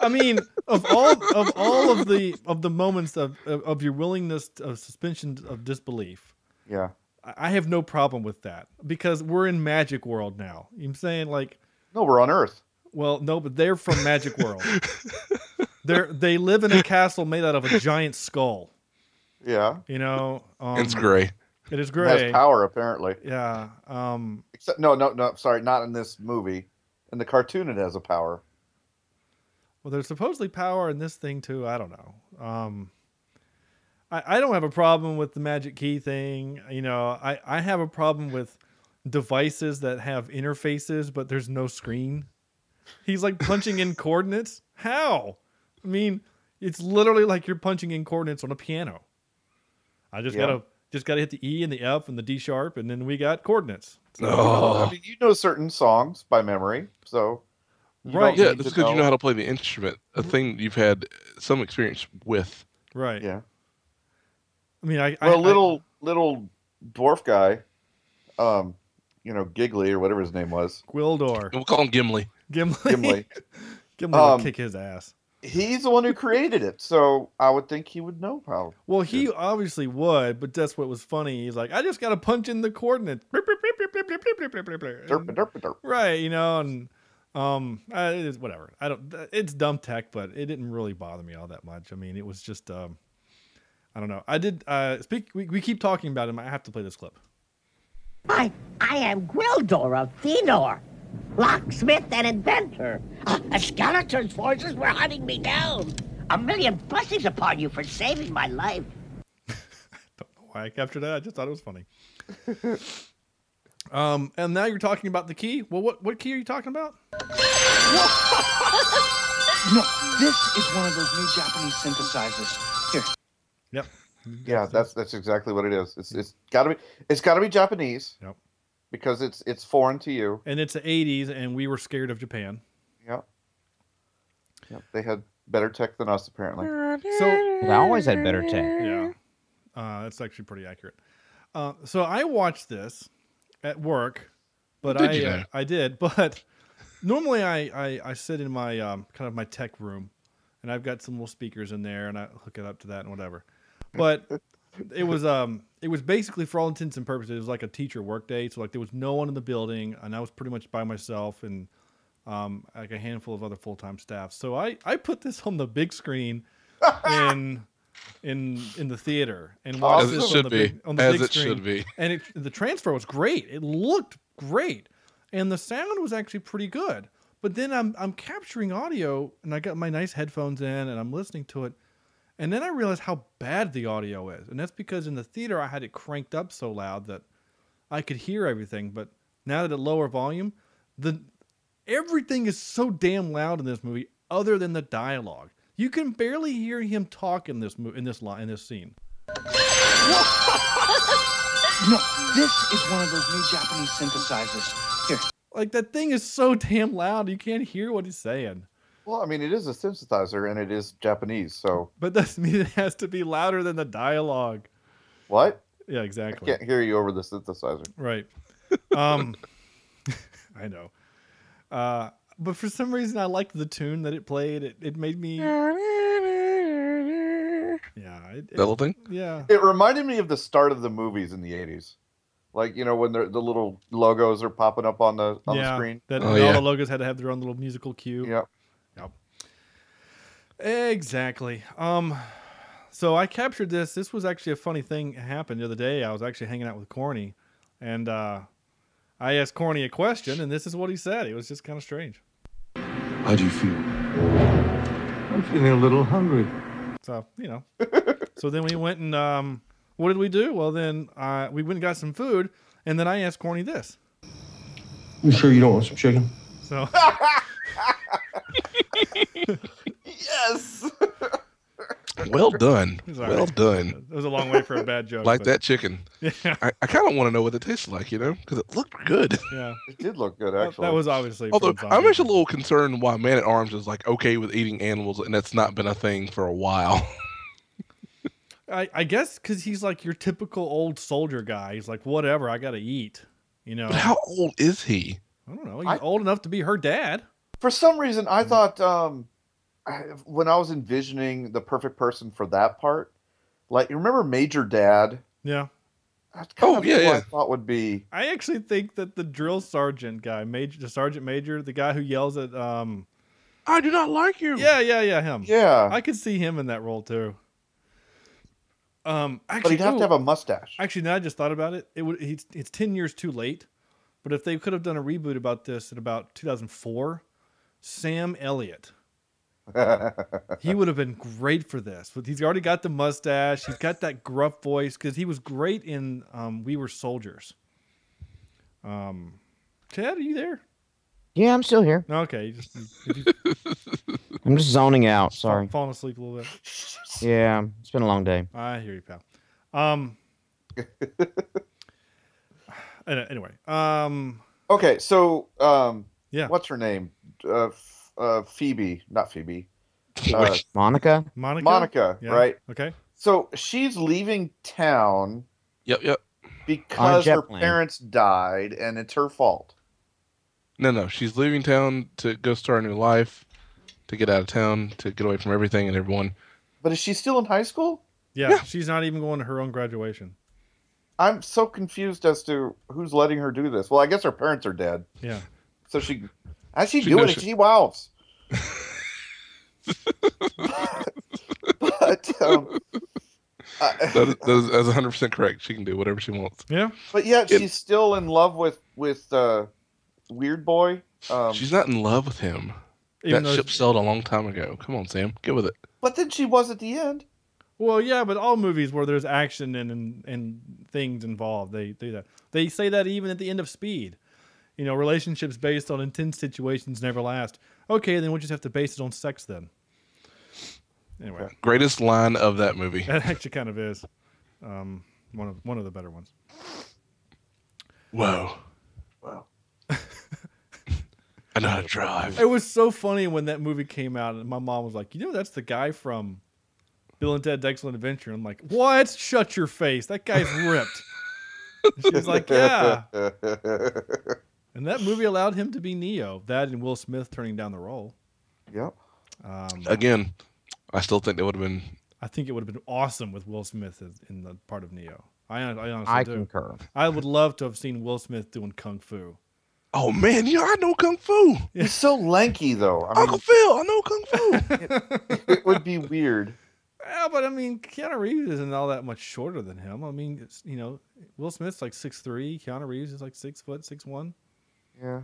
[SPEAKER 5] I mean, of all of all of the of the moments of of, of your willingness to, of suspension of disbelief,
[SPEAKER 6] yeah.
[SPEAKER 5] I I have no problem with that because we're in magic world now. You know what I'm saying like,
[SPEAKER 6] No, we're on Earth.
[SPEAKER 5] well, no, but they're from magic world. They're they live in a castle made out of a giant skull.
[SPEAKER 6] Yeah.
[SPEAKER 5] You know, um,
[SPEAKER 8] it's gray.
[SPEAKER 5] It is
[SPEAKER 6] It Has
[SPEAKER 5] gray.
[SPEAKER 6] power apparently.
[SPEAKER 5] Yeah. Um,
[SPEAKER 6] Except no, no, no. Sorry, not in this movie. In the cartoon, it has a power.
[SPEAKER 5] well, there's supposedly power in this thing too. I don't know. Um, I, I don't have a problem with the magic key thing. You know, I, I have a problem with devices that have interfaces, but there's no screen. He's like punching in coordinates. How? I mean, it's literally like you're punching in coordinates on a piano. I just
[SPEAKER 6] Yeah.
[SPEAKER 5] gotta just gotta hit the E and the F and the D sharp, and then we got coordinates.
[SPEAKER 6] I
[SPEAKER 8] Oh,
[SPEAKER 6] mean, you know certain songs by memory, so you
[SPEAKER 5] Right.
[SPEAKER 6] don't
[SPEAKER 8] yeah.
[SPEAKER 6] need
[SPEAKER 8] That's
[SPEAKER 6] to Mm-hmm.
[SPEAKER 8] because you know how to play the instrument, a thing you've had some experience with.
[SPEAKER 5] Right.
[SPEAKER 6] Yeah.
[SPEAKER 5] I mean, I
[SPEAKER 6] Well,
[SPEAKER 5] I,
[SPEAKER 6] little little dwarf guy, um, you know, Giggly or whatever his name was,
[SPEAKER 5] I, Gwildor.
[SPEAKER 8] We'll call him Gimli.
[SPEAKER 5] Gimli.
[SPEAKER 6] Gimli.
[SPEAKER 5] Gimli
[SPEAKER 6] Um,
[SPEAKER 5] would kick his ass.
[SPEAKER 6] He's the one who created it, so I would think he would know how.
[SPEAKER 5] Well, he obviously would, but that's what was funny. He's like, I just got to punch in the coordinates. Blip, blip, blip, blip, blip, blip, blip, blip, blip, blip, blip.
[SPEAKER 6] Derp,
[SPEAKER 5] And-
[SPEAKER 6] derp, derp.
[SPEAKER 5] Right, you know, and um, I, it's whatever. I don't. th- It's dumb tech, but it didn't really bother me all that much. I mean, it was just um, I don't know. I did. Uh, speak. We, we keep talking about him. I have to play this clip.
[SPEAKER 10] I, I am Gwildor of Fëanor, locksmith and inventor. Uh, Skeletor's forces were hunting me down. A million blessings upon you for saving my life.
[SPEAKER 5] why I captured that. I just thought it was funny. um, and now you're talking about the key. Well, what what key are you talking about?
[SPEAKER 11] No, this is one of those new Japanese synthesizers. Here,
[SPEAKER 5] Yep.
[SPEAKER 6] Yeah, that's that's exactly what it is. It's it's gotta be it's gotta be Japanese.
[SPEAKER 5] Yep.
[SPEAKER 6] Because it's it's foreign to you.
[SPEAKER 5] And it's the 80s, and we were scared of Japan.
[SPEAKER 6] Yep. Yep. They had better tech than us apparently.
[SPEAKER 5] So
[SPEAKER 9] But I always had better tech.
[SPEAKER 5] yeah, uh, that's actually pretty accurate. Uh, so I watched this at work, but
[SPEAKER 8] Did
[SPEAKER 5] I
[SPEAKER 8] you
[SPEAKER 5] uh,
[SPEAKER 8] now?
[SPEAKER 5] I did. But normally I, I I sit in my um kind of my tech room, and I've got some little speakers in there, and I hook it up to that and whatever. But it was um it was basically for all intents and purposes it was like a teacher work day. So like there was no one in the building, and I was pretty much by myself and um like a handful of other full time staff. So I I put this on the big screen in in in the theater and watched
[SPEAKER 6] Awesome.
[SPEAKER 8] As
[SPEAKER 5] this
[SPEAKER 8] it
[SPEAKER 5] on
[SPEAKER 8] should
[SPEAKER 5] the
[SPEAKER 8] be.
[SPEAKER 5] big, on the
[SPEAKER 8] As
[SPEAKER 5] big
[SPEAKER 8] it
[SPEAKER 5] screen.
[SPEAKER 8] should be.
[SPEAKER 5] And it, the transfer was great. It looked great, and the sound was actually pretty good. But then I'm I'm capturing audio, and I got my nice headphones in, and I'm listening to it, and then I realized how bad the audio is, and that's because in the theater I had it cranked up so loud that I could hear everything. But now that at lower volume, the everything is so damn loud in this movie, other than the dialogue. You can barely hear him talk in this mo- in this line in this scene.
[SPEAKER 11] no, this is one of those new Japanese synthesizers. Here,
[SPEAKER 5] Like that thing is so damn loud, you can't hear what he's saying.
[SPEAKER 6] Well, I mean it is a synthesizer and it is Japanese, so
[SPEAKER 5] But that doesn't mean it has to be louder than the dialogue.
[SPEAKER 6] what?
[SPEAKER 5] Yeah,
[SPEAKER 6] I
[SPEAKER 5] exactly.
[SPEAKER 6] can't hear you over the synthesizer.
[SPEAKER 5] Right. Um, I know. Uh, but for some reason, I liked the tune that it played. It, it made me. Yeah. It,
[SPEAKER 8] That little
[SPEAKER 5] it,
[SPEAKER 8] thing.
[SPEAKER 5] yeah.
[SPEAKER 6] It reminded me of the start of the movies in the eighties. Like, you know, when the the little logos are popping up on the on the
[SPEAKER 5] yeah.
[SPEAKER 6] screen.
[SPEAKER 5] That
[SPEAKER 8] Oh,
[SPEAKER 5] all
[SPEAKER 8] yeah.
[SPEAKER 5] the logos had to have their own little musical cue.
[SPEAKER 6] Yep.
[SPEAKER 5] Exactly. Um, so I captured this. This was actually a funny thing happened the other day. I was actually hanging out with Corny, and uh, I asked Corny a question, and this is what he said. It was just kind of strange.
[SPEAKER 2] How do you feel? I'm feeling a little hungry.
[SPEAKER 5] So you know. so then we went and um, what did we do? Well, then uh, we went and got some food, and then I asked Corny this.
[SPEAKER 2] You sure you don't want some chicken?
[SPEAKER 5] So
[SPEAKER 6] Yes.
[SPEAKER 8] Well done.
[SPEAKER 5] It's all
[SPEAKER 8] Well
[SPEAKER 5] right.
[SPEAKER 8] done.
[SPEAKER 5] it was a long way for a bad joke.
[SPEAKER 8] Like
[SPEAKER 5] but-
[SPEAKER 8] that chicken.
[SPEAKER 5] Yeah.
[SPEAKER 8] I, I kind of want to know what it tastes like, you know, because it looked good.
[SPEAKER 5] Yeah.
[SPEAKER 6] it did look good
[SPEAKER 5] That,
[SPEAKER 6] actually.
[SPEAKER 5] that was obviously. from
[SPEAKER 8] Although I'm
[SPEAKER 5] Zombie.
[SPEAKER 8] actually a little concerned why Man at Arms is like okay with eating animals, and that's not been a thing for a while.
[SPEAKER 5] I, I guess because he's like your typical old soldier guy. He's like, whatever, I gotta eat. You know.
[SPEAKER 8] But how old is he?
[SPEAKER 5] I don't know. He's old enough to be her dad.
[SPEAKER 6] For some reason,
[SPEAKER 5] Mm-hmm.
[SPEAKER 6] I thought um, I- when I was envisioning the perfect person for that part, like you remember Major Dad?
[SPEAKER 5] Yeah.
[SPEAKER 6] That's
[SPEAKER 5] Oh,
[SPEAKER 6] kind of who I thought would be.
[SPEAKER 5] I actually think that the drill sergeant guy, major, the sergeant major, the guy who yells at, um,
[SPEAKER 8] I do not like you.
[SPEAKER 5] Yeah, yeah, yeah, him.
[SPEAKER 6] Yeah.
[SPEAKER 5] I could see him in that role too. Um, actually,
[SPEAKER 6] But he'd have
[SPEAKER 5] ooh,
[SPEAKER 6] to have a mustache.
[SPEAKER 5] Actually, now I just thought about it. It would. It's, it's ten years too late. But if they could have done a reboot about this in about 2004, Sam Elliott, he would have been great for this. But he's already got the mustache. He's got that gruff voice because he was great in um, We Were Soldiers. Um, Chad, are you there?
[SPEAKER 9] Yeah, I'm still here.
[SPEAKER 5] Okay, you just, you- you
[SPEAKER 9] I'm just zoning out.
[SPEAKER 5] fall-
[SPEAKER 9] Sorry.
[SPEAKER 5] falling asleep a little bit.
[SPEAKER 9] Yeah, it's been a long day.
[SPEAKER 5] I hear you, pal. Um. an- anyway, um,
[SPEAKER 6] Okay, so um,
[SPEAKER 5] yeah,
[SPEAKER 6] what's her name? Uh, F- uh, Phoebe, not Phoebe. Uh,
[SPEAKER 9] Wait, Monica?
[SPEAKER 5] Monica.
[SPEAKER 6] Monica,
[SPEAKER 5] Yeah,
[SPEAKER 6] right?
[SPEAKER 5] Okay.
[SPEAKER 6] So she's leaving town.
[SPEAKER 8] Yep, yep.
[SPEAKER 6] Because
[SPEAKER 8] jet
[SPEAKER 6] her
[SPEAKER 8] plane.
[SPEAKER 6] parents died, and it's her fault.
[SPEAKER 8] No, no. She's leaving town to go start a new life, to get out of town, to get away from everything and everyone.
[SPEAKER 6] But is she still in high school?
[SPEAKER 5] Yeah, she's not even going to her own graduation.
[SPEAKER 6] I'm so confused as to who's letting her do this. Well, I guess her parents are dead,
[SPEAKER 5] Yeah.
[SPEAKER 6] so she. How's she,
[SPEAKER 8] She
[SPEAKER 6] doing
[SPEAKER 8] knows
[SPEAKER 6] it?
[SPEAKER 8] she-
[SPEAKER 6] She wows. but um,
[SPEAKER 8] That is, that is, that's 100% correct. She can do whatever she wants.
[SPEAKER 5] Yeah.
[SPEAKER 6] but yet
[SPEAKER 8] It-
[SPEAKER 6] she's still in love with with uh, weird boy. Um,
[SPEAKER 8] She's not in love with him.
[SPEAKER 5] Even
[SPEAKER 8] that
[SPEAKER 5] though-
[SPEAKER 8] ship sailed a long time ago. Come on, Sam. Get with it.
[SPEAKER 6] but then she was at the end.
[SPEAKER 5] Well, yeah, but all movies where there's action and and, and things involved, they do that. They say that even at the end of Speed. You know, relationships based on intense situations never last. Okay, then we'll just have to base it on sex then. Anyway,
[SPEAKER 8] Greatest line of that movie.
[SPEAKER 5] that actually kind of is um, one of one of the better ones.
[SPEAKER 8] Whoa.
[SPEAKER 6] Wow.
[SPEAKER 8] I know how to drive.
[SPEAKER 5] It was so funny when that movie came out, and my mom was like, "You know, that's the guy from Bill and Ted's Excellent Adventure." I'm like, "What? Shut your face! That guy's ripped." She's like, "Yeah," and that movie allowed him to be Neo. That and Will Smith turning down the role.
[SPEAKER 6] Yep.
[SPEAKER 5] Um,
[SPEAKER 8] Again, I still think that would have been.
[SPEAKER 5] I think it would have been awesome with Will Smith as- in the part of Neo. I, hon- I honestly
[SPEAKER 9] I
[SPEAKER 5] do.
[SPEAKER 9] concur.
[SPEAKER 5] I would love to have seen Will Smith doing kung fu.
[SPEAKER 8] Oh, man. You know, I know Kung Fu.
[SPEAKER 6] He's so lanky though. I
[SPEAKER 8] Uncle
[SPEAKER 6] mean,
[SPEAKER 8] Phil, I know Kung Fu.
[SPEAKER 6] it would be weird.
[SPEAKER 5] Yeah, but I mean, Keanu Reeves isn't all that much shorter than him. I mean, it's, you know, Will Smith's like six three. Keanu Reeves is like six foot, six one.
[SPEAKER 6] Yeah.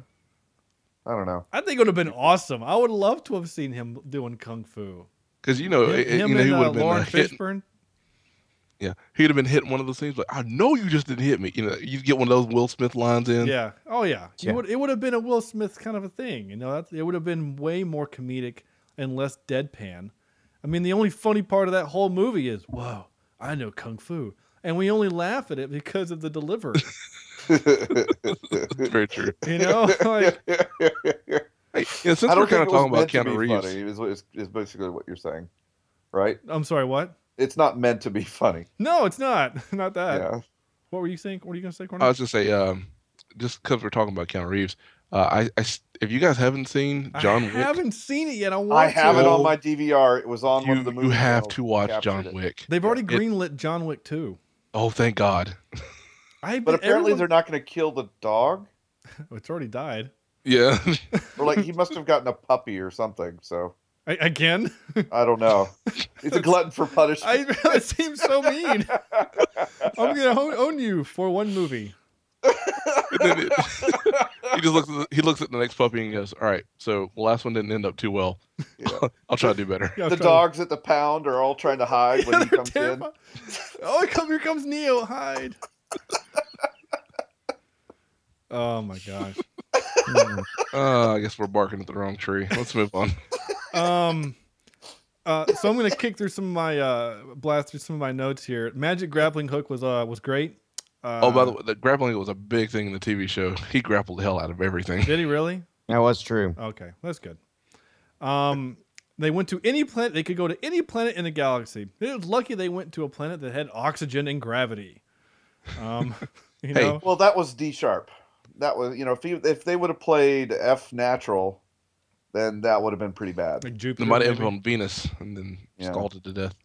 [SPEAKER 6] I don't know.
[SPEAKER 5] I think it would have been awesome. I would love to have seen him doing kung fu.
[SPEAKER 8] Because, you know,
[SPEAKER 5] him
[SPEAKER 8] it- it-
[SPEAKER 5] him
[SPEAKER 8] you know he
[SPEAKER 5] and uh,
[SPEAKER 8] would have been
[SPEAKER 5] Lauren
[SPEAKER 8] uh, hit,
[SPEAKER 5] Fishburne.
[SPEAKER 8] Yeah, he'd have been hitting one of those things like, "I know you just didn't hit me." You know, you get one of those Will Smith lines in.
[SPEAKER 5] Yeah. Oh yeah. It
[SPEAKER 9] Yeah.
[SPEAKER 5] would. It would have been a Will Smith kind of a thing. You know, that's, it would have been way more comedic and less deadpan. I mean, the only funny part of that whole movie is, whoa, I know kung fu, and we only laugh at it because of the delivery.
[SPEAKER 8] Very true.
[SPEAKER 5] you know, like,
[SPEAKER 8] Hey, you know, since
[SPEAKER 6] I
[SPEAKER 8] we're
[SPEAKER 6] don't
[SPEAKER 8] kind
[SPEAKER 6] think it was
[SPEAKER 8] of talking about
[SPEAKER 6] meant to
[SPEAKER 8] Keanu
[SPEAKER 6] be
[SPEAKER 8] Reeves,
[SPEAKER 6] funny. Is, what- is, is basically what you're saying, right?
[SPEAKER 5] I'm sorry. What?
[SPEAKER 6] It's not meant to be funny.
[SPEAKER 5] No, it's not. Not that.
[SPEAKER 6] yeah.
[SPEAKER 5] What were you saying? What are you gonna say, Corner?
[SPEAKER 8] I was just say, um, just because we're talking about Keanu Reeves, uh, I, I s- if you guys haven't seen John
[SPEAKER 5] I
[SPEAKER 8] Wick,
[SPEAKER 5] haven't seen it yet. I want
[SPEAKER 6] I have
[SPEAKER 5] to.
[SPEAKER 6] it on my DVR. It was on one
[SPEAKER 8] you,
[SPEAKER 6] of the
[SPEAKER 8] you
[SPEAKER 6] movies.
[SPEAKER 8] have
[SPEAKER 6] channels
[SPEAKER 8] to
[SPEAKER 6] that
[SPEAKER 8] watch
[SPEAKER 6] captured
[SPEAKER 8] John
[SPEAKER 6] it.
[SPEAKER 8] Wick.
[SPEAKER 5] They've already
[SPEAKER 8] It-
[SPEAKER 5] greenlit John Wick 2.
[SPEAKER 8] oh, thank God.
[SPEAKER 5] I Oh,
[SPEAKER 6] But apparently they're not going to kill the dog.
[SPEAKER 5] it's already died.
[SPEAKER 8] Yeah,
[SPEAKER 6] Or like he must have gotten a puppy or something. So
[SPEAKER 5] I, again?
[SPEAKER 6] I don't know. He's a glutton for punishment.
[SPEAKER 5] I it seems so mean. I'm gonna own, own you for one movie.
[SPEAKER 8] And then it- he just looks. At the, he looks at the next puppy and goes, "All right, so the last one didn't end up too well. I'll try to do better."
[SPEAKER 5] Yeah, I
[SPEAKER 6] the
[SPEAKER 5] was trying to-
[SPEAKER 6] dogs at the pound are all trying to hide
[SPEAKER 5] Yeah,
[SPEAKER 6] when he
[SPEAKER 5] they're
[SPEAKER 6] comes
[SPEAKER 5] terrified. Oh, here comes, here comes Neo. Hide. oh my gosh.
[SPEAKER 8] Uh, I guess we're barking at the wrong tree. Let's move on.
[SPEAKER 5] Um, uh, so I'm gonna kick through some of my uh, blast through some of my notes here. Magic grappling hook was uh was great. Uh,
[SPEAKER 8] oh, by the way, the grappling was a big thing in the TV show. He grappled the hell out of everything.
[SPEAKER 5] did he really?
[SPEAKER 9] That was true.
[SPEAKER 5] Okay, that's good. Um, They went to any planet. They could go to any planet in the galaxy. It was lucky they went to a planet that had oxygen and gravity. Um, you
[SPEAKER 6] hey,
[SPEAKER 5] know,
[SPEAKER 6] well, that was D sharp. That was you know if he, if they would have played F natural, then that would have been pretty bad.
[SPEAKER 5] Like
[SPEAKER 8] They
[SPEAKER 5] Jupiter.
[SPEAKER 8] might have
[SPEAKER 5] maybe.
[SPEAKER 8] ended on Venus and then
[SPEAKER 6] Yeah.
[SPEAKER 8] scalded to death.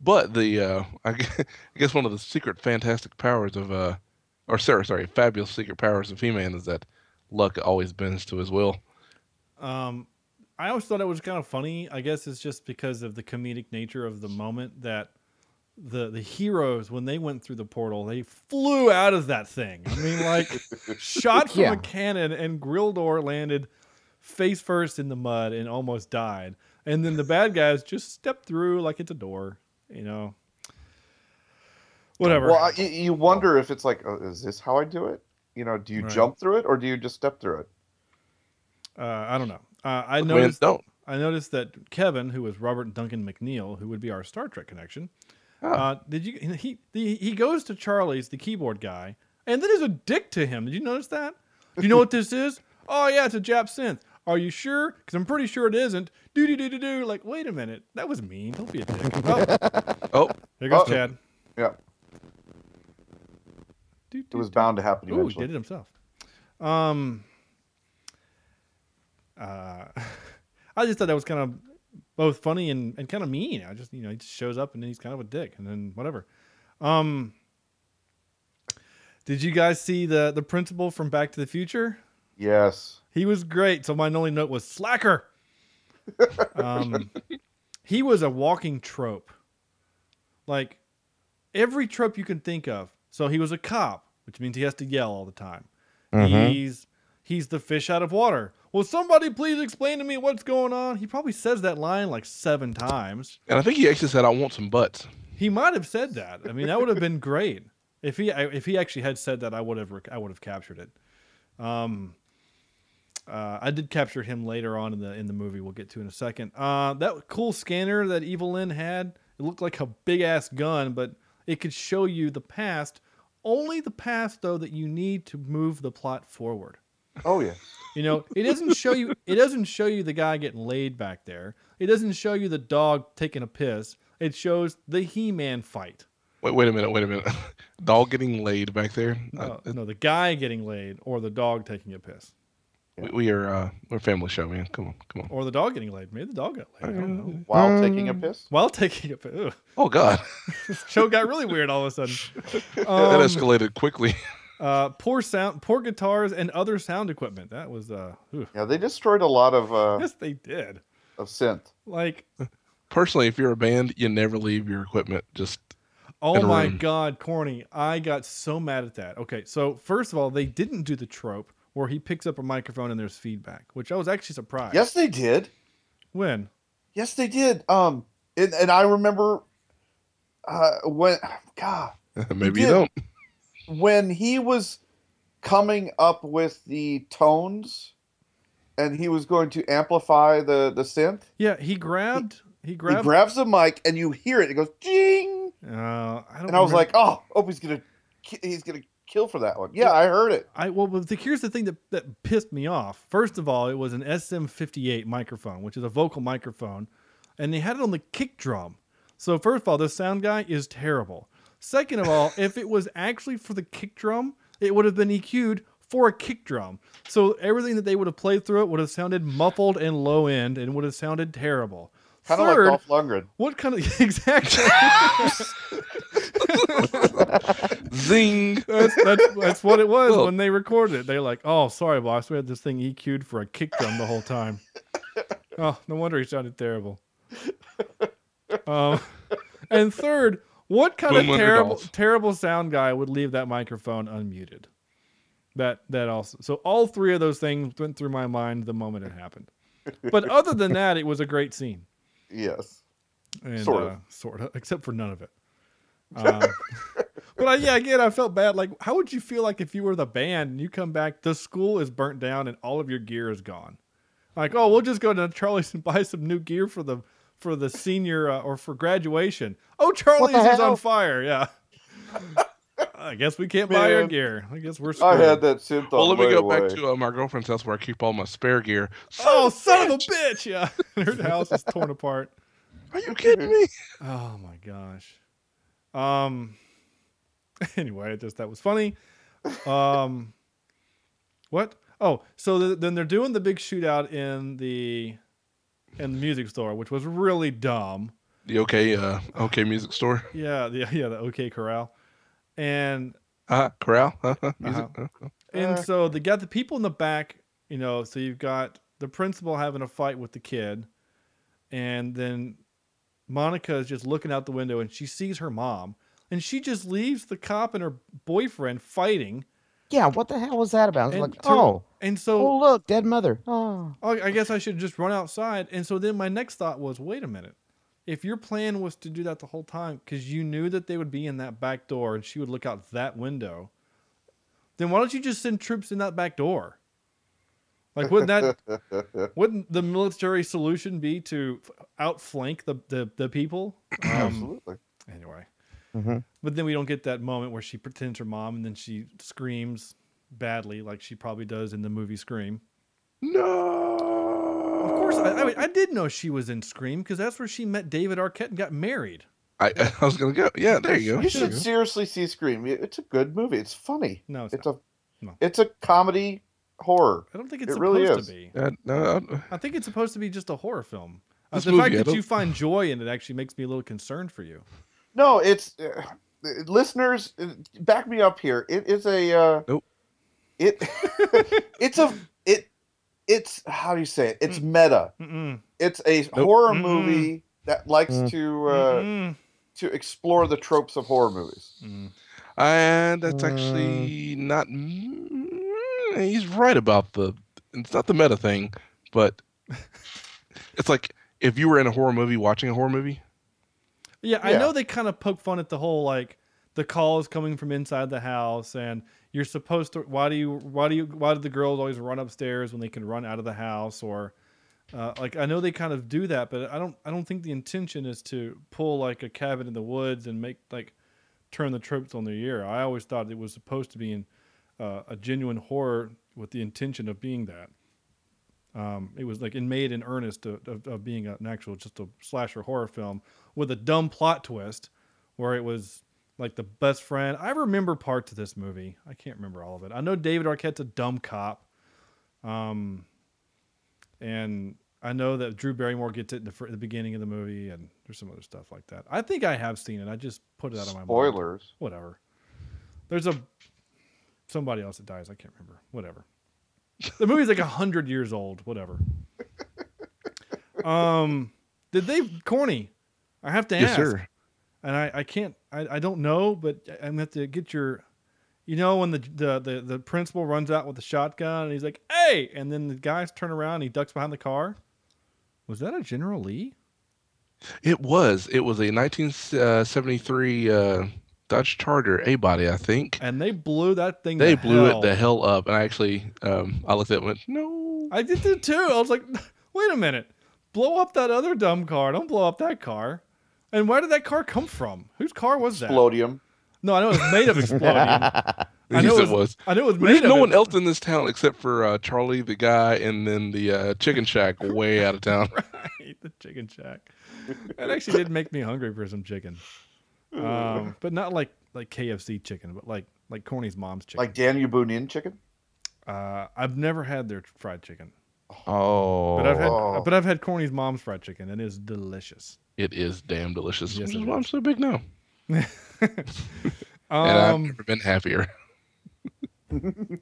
[SPEAKER 8] But the uh, I, gu- I guess one of the secret fantastic powers of uh, or sorry, sorry, fabulous secret powers of He-Man is that luck always bends to his will.
[SPEAKER 5] Um, I always thought it was kind of funny. I guess it's just because of the comedic nature of the moment that the the heroes when they went through the portal they flew out of that thing. I mean, like shot from
[SPEAKER 9] Yeah.
[SPEAKER 5] a cannon, and Grildor landed face first in the mud and almost died. And then the bad guys just stepped through like it's a door. You know, whatever.
[SPEAKER 6] Well, I, you- you wonder if it's like, oh, is this how I do it? You know, do you
[SPEAKER 5] Right.
[SPEAKER 6] jump through it or do you just step through it?
[SPEAKER 5] Uh, I don't know. Uh, I
[SPEAKER 8] Look, man,
[SPEAKER 5] noticed.
[SPEAKER 8] don't.
[SPEAKER 5] I noticed that Kevin, who was Robert Duncan McNeil, who would be our Star Trek connection,
[SPEAKER 6] Oh.
[SPEAKER 8] Ah.
[SPEAKER 5] uh, did you? He the, he goes to Charlie's, the keyboard guy, and then is a dick to him. Did you notice that? Do you know what this is? Oh yeah, it's a Jap synth. Are you sure? Because I'm pretty sure it isn't. Do do do do do. Like, wait a minute, that was mean. Don't be a dick. Oh,
[SPEAKER 8] Oh,
[SPEAKER 5] there goes
[SPEAKER 6] Uh-oh.
[SPEAKER 5] Chad.
[SPEAKER 6] Yeah,
[SPEAKER 5] Do,
[SPEAKER 6] it
[SPEAKER 5] do,
[SPEAKER 6] was bound to happen
[SPEAKER 5] Ooh, he
[SPEAKER 6] eventually.
[SPEAKER 5] did it himself. Um, uh, I just thought that was kind of both funny and, and kind of mean. I just you know he just shows up and then he's kind of a dick and then whatever. Um, did you guys see the the principal from Back to the Future?
[SPEAKER 6] Yes.
[SPEAKER 5] He was great. So my only note was slacker. um, he was a walking trope. Like every trope you can think of. So he was a cop, which means he has to yell all the time.
[SPEAKER 9] Mhm.
[SPEAKER 5] He's he's the fish out of water. Will somebody please explain to me what's going on? He probably says that line like seven times.
[SPEAKER 8] And I think he actually said, "I want some butts."
[SPEAKER 5] He might have said that. I mean, that would have been great if he if he actually had said that. I would have rec- I would have captured it. Um, uh, I did capture him later on in the in the movie. We'll get to in a second. Uh, that cool scanner that Evil Lynn had. It looked like a big ass gun, but it could show you the past. Only the past though that you need to move the plot forward.
[SPEAKER 6] Oh yeah.
[SPEAKER 5] You know, it doesn't show you. It doesn't show you the guy getting laid back there. It doesn't show you the dog taking a piss. It shows the He-Man fight.
[SPEAKER 8] Wait, wait a minute, wait a minute. Dog getting laid back there. Uh,
[SPEAKER 5] No, Oh, no, the guy getting laid or the dog taking a piss
[SPEAKER 8] We, we are uh, we're a family show, man. Come on, come on.
[SPEAKER 5] or the dog getting laid. Maybe the dog got laid. I don't know.
[SPEAKER 6] While taking a
[SPEAKER 5] Um,
[SPEAKER 6] piss.
[SPEAKER 5] While taking a piss. Ugh.
[SPEAKER 8] Oh God,
[SPEAKER 5] This show got really weird all of a sudden.
[SPEAKER 8] that
[SPEAKER 5] Um,
[SPEAKER 8] escalated quickly.
[SPEAKER 5] uh, poor sound, poor guitars and other sound equipment. That was uh, ugh.
[SPEAKER 6] Yeah, they destroyed a lot of uh,
[SPEAKER 5] yes, they did.
[SPEAKER 6] of synth.
[SPEAKER 5] Like
[SPEAKER 8] Personally, if you're a band, you never leave your equipment. Just
[SPEAKER 5] Oh
[SPEAKER 8] in a
[SPEAKER 5] my
[SPEAKER 8] room.
[SPEAKER 5] god, corny. I got so mad at that. Okay, so first of all, they didn't do the trope where he picks up a microphone and there's feedback, which I was actually surprised.
[SPEAKER 6] Yes, they did.
[SPEAKER 5] When?
[SPEAKER 6] Yes, they did. Um, and, and I remember uh, when God
[SPEAKER 8] maybe you
[SPEAKER 6] did.
[SPEAKER 8] don't.
[SPEAKER 6] when he was coming up with the tones, and he was going to amplify the the synth.
[SPEAKER 5] Yeah, he grabbed he
[SPEAKER 6] He
[SPEAKER 5] grabbed
[SPEAKER 6] grabs the mic, and you hear it. It goes ding,
[SPEAKER 5] uh, I don't
[SPEAKER 6] and I was
[SPEAKER 5] remember-
[SPEAKER 6] like, "Oh, Opie's gonna, ki- he's gonna kill for that one." Yeah, I heard it.
[SPEAKER 5] I well but the, here's the thing that, that pissed me off. First of all, it was an SM58 microphone, which is a vocal microphone, and they had it on the kick drum. So first of all, this sound guy is terrible. Second of all, if it was actually for the kick drum, it would have been EQ'd for a kick drum. So everything that they would have played through it would have sounded muffled and low end and would have sounded terrible.
[SPEAKER 6] Kind of like
[SPEAKER 5] Third,
[SPEAKER 6] Dolph Lundgren.
[SPEAKER 5] what kind of exactly?
[SPEAKER 8] Zing.
[SPEAKER 5] That's, that's, that's what it was
[SPEAKER 8] Well-
[SPEAKER 5] when they recorded it. They're like, "Oh, sorry, boss, we had this thing EQ'd for a kick drum the whole time." Oh, no wonder he sounded terrible. Um, and third, what kind
[SPEAKER 8] Boom
[SPEAKER 5] of
[SPEAKER 8] under
[SPEAKER 5] terrible,
[SPEAKER 8] dolls.
[SPEAKER 5] terrible sound guy would leave that microphone unmuted? That that also. So all three of those things went through my mind the moment it happened. But other than that, it was a great scene.
[SPEAKER 6] Yes.
[SPEAKER 5] And,
[SPEAKER 6] Sort of.
[SPEAKER 5] uh, sort of, except for none of it. Um, but I, yeah, again, I felt bad. Like, how would you feel like if you were the band and you come back, the school is burnt down and all of your gear is gone? Like, oh, we'll just go to Charlie's and buy some new gear for the for the senior uh, or for graduation. Oh, Charlie's is
[SPEAKER 9] hell?
[SPEAKER 5] on fire. Yeah. I guess we can't buy your
[SPEAKER 8] Man.
[SPEAKER 5] gear. I guess we're.
[SPEAKER 6] I
[SPEAKER 5] Screwed.
[SPEAKER 6] had that shit. on
[SPEAKER 8] Well, let me
[SPEAKER 6] way
[SPEAKER 8] go
[SPEAKER 6] away.
[SPEAKER 8] back to uh, my girlfriend's house where I keep all my spare gear.
[SPEAKER 5] Oh, son of a bitch! Yeah, her house is torn apart.
[SPEAKER 8] Are you kidding me?
[SPEAKER 5] Oh my gosh. Um. Anyway, I just that was funny. Um. what? Oh, so th- then they're doing the big shootout in the in the music store, which was really dumb.
[SPEAKER 8] The OK, uh, OK Music Store.
[SPEAKER 5] Yeah, the, yeah, the OK Corral, and
[SPEAKER 8] Uh, Corral. music.
[SPEAKER 5] Uh-huh.
[SPEAKER 8] Uh,
[SPEAKER 5] And so they got the people in the back, you know, so you've got the principal having a fight with the kid, and then Monica is just looking out the window and she sees her mom, and she just leaves the cop and her boyfriend fighting.
[SPEAKER 9] Yeah, what the hell was that about? I was
[SPEAKER 5] And
[SPEAKER 9] like,
[SPEAKER 5] to-
[SPEAKER 9] oh,
[SPEAKER 5] and so
[SPEAKER 9] oh look, dead mother. Oh,
[SPEAKER 5] oh, I guess I should just run outside. And so then my next thought was, wait a minute. If your plan was to do that the whole time, because you knew that they would be in that back door and she would look out that window, then why don't you just send troops in that back door? Like, wouldn't that wouldn't the military solution be to f- outflank the the, the people? Um,
[SPEAKER 6] Absolutely.
[SPEAKER 5] anyway, but then we don't get that moment where she pretends her mom and then she screams badly, like she probably does in the movie Scream. No. Of course, I, I, mean, I did know she was in Scream because that's where she met David Arquette and got married.
[SPEAKER 8] I, I was gonna go. Yeah, there you go.
[SPEAKER 6] You should seriously see Scream. It- It's a good movie. It's funny.
[SPEAKER 5] No, it's
[SPEAKER 6] a it's a comedy horror.
[SPEAKER 5] I don't think it's
[SPEAKER 6] it really
[SPEAKER 5] supposed
[SPEAKER 6] is.
[SPEAKER 5] to be.
[SPEAKER 8] Uh, no, I-
[SPEAKER 5] I think it's supposed to be just a horror film. Uh,
[SPEAKER 8] This
[SPEAKER 5] the
[SPEAKER 8] movie,
[SPEAKER 5] fact
[SPEAKER 8] I
[SPEAKER 5] that
[SPEAKER 8] don't-
[SPEAKER 5] you find joy in it actually makes me a little concerned for you.
[SPEAKER 6] No, it's uh, listeners. uh, Back me up here. It is a uh,
[SPEAKER 8] nope.
[SPEAKER 6] It it's a it it's how do you say it? It's
[SPEAKER 5] Mm.
[SPEAKER 6] meta.
[SPEAKER 5] Mm-mm.
[SPEAKER 6] It's a horror movie that likes to uh,
[SPEAKER 5] Mm. Mm-mm.
[SPEAKER 6] to explore the tropes of horror movies.
[SPEAKER 8] And that's
[SPEAKER 5] Mm.
[SPEAKER 8] actually not. mm, He's right about the. It's not the meta thing, but it's like if you were in a horror movie watching a horror movie.
[SPEAKER 5] Yeah, I
[SPEAKER 8] Yeah.
[SPEAKER 5] know they kind of poke fun at the whole like the call is coming from inside the house and you're supposed to why do you why do you why do the girls always run upstairs when they can run out of the house or uh, like I know they kind of do that but I don't I don't think the intention is to pull like a cabin in the woods and make like turn the tropes on their ear. I always thought it was supposed to be in uh, a genuine horror with the intention of being that. Um, it was like in made in earnest of, of, of being an actual just a slasher horror film with a dumb plot twist where it was like the best friend. I remember parts of this movie. I can't remember all of it. I know David Arquette's a dumb cop. Um, and I know that Drew Barrymore gets it in the, fir- the beginning of the movie, and there's some other stuff like that. I think I have seen it. I just put it out of my mind.
[SPEAKER 6] Spoilers.
[SPEAKER 5] Whatever. There's a somebody else that dies. I can't remember. Whatever. The movie's like hundred years old. Whatever. Um, did they corny? I have to
[SPEAKER 8] Yes,
[SPEAKER 5] ask.
[SPEAKER 8] sir.
[SPEAKER 5] And I, I can't. I, I don't know, but I- I'm gonna have to get your. You know when the, the the the principal runs out with the shotgun and he's like, "Hey!" and then the guys turn around and he ducks behind the car. Was that a General Lee?
[SPEAKER 8] It was. It was a 1973 uh, Dodge Charger A body, I think.
[SPEAKER 5] And they blew that thing.
[SPEAKER 8] They
[SPEAKER 5] to
[SPEAKER 8] blew
[SPEAKER 5] hell.
[SPEAKER 8] it the hell up, and I actually, um, I looked at it and went, no.
[SPEAKER 5] I did that too. I was like, wait a minute. Blow up that other dumb car. Don't blow up that car. And where did that car come from? Whose car was that?
[SPEAKER 6] Explodium.
[SPEAKER 5] No, I know it was made of explodium. I know
[SPEAKER 8] yes,
[SPEAKER 5] it
[SPEAKER 8] it was.
[SPEAKER 5] was- I know it was
[SPEAKER 8] But there's
[SPEAKER 5] made of
[SPEAKER 8] no
[SPEAKER 5] it.
[SPEAKER 8] one else in this town except for uh, Charlie the guy, and then the uh, Chicken Shack way out of town.
[SPEAKER 5] Right, the chicken shack. That actually did make me hungry for some chicken. Um, but not like like KFC chicken, but like like Corny's mom's chicken.
[SPEAKER 6] Like Daniel Boonian chicken.
[SPEAKER 5] Uh, I've never had their fried chicken,
[SPEAKER 9] Oh,
[SPEAKER 5] but I've had but I've had Corny's mom's fried chicken, and it is delicious.
[SPEAKER 8] It is damn delicious.
[SPEAKER 5] Yes,
[SPEAKER 8] which
[SPEAKER 5] it
[SPEAKER 8] is why I'm so big now.
[SPEAKER 5] Um,
[SPEAKER 8] and I've never been happier.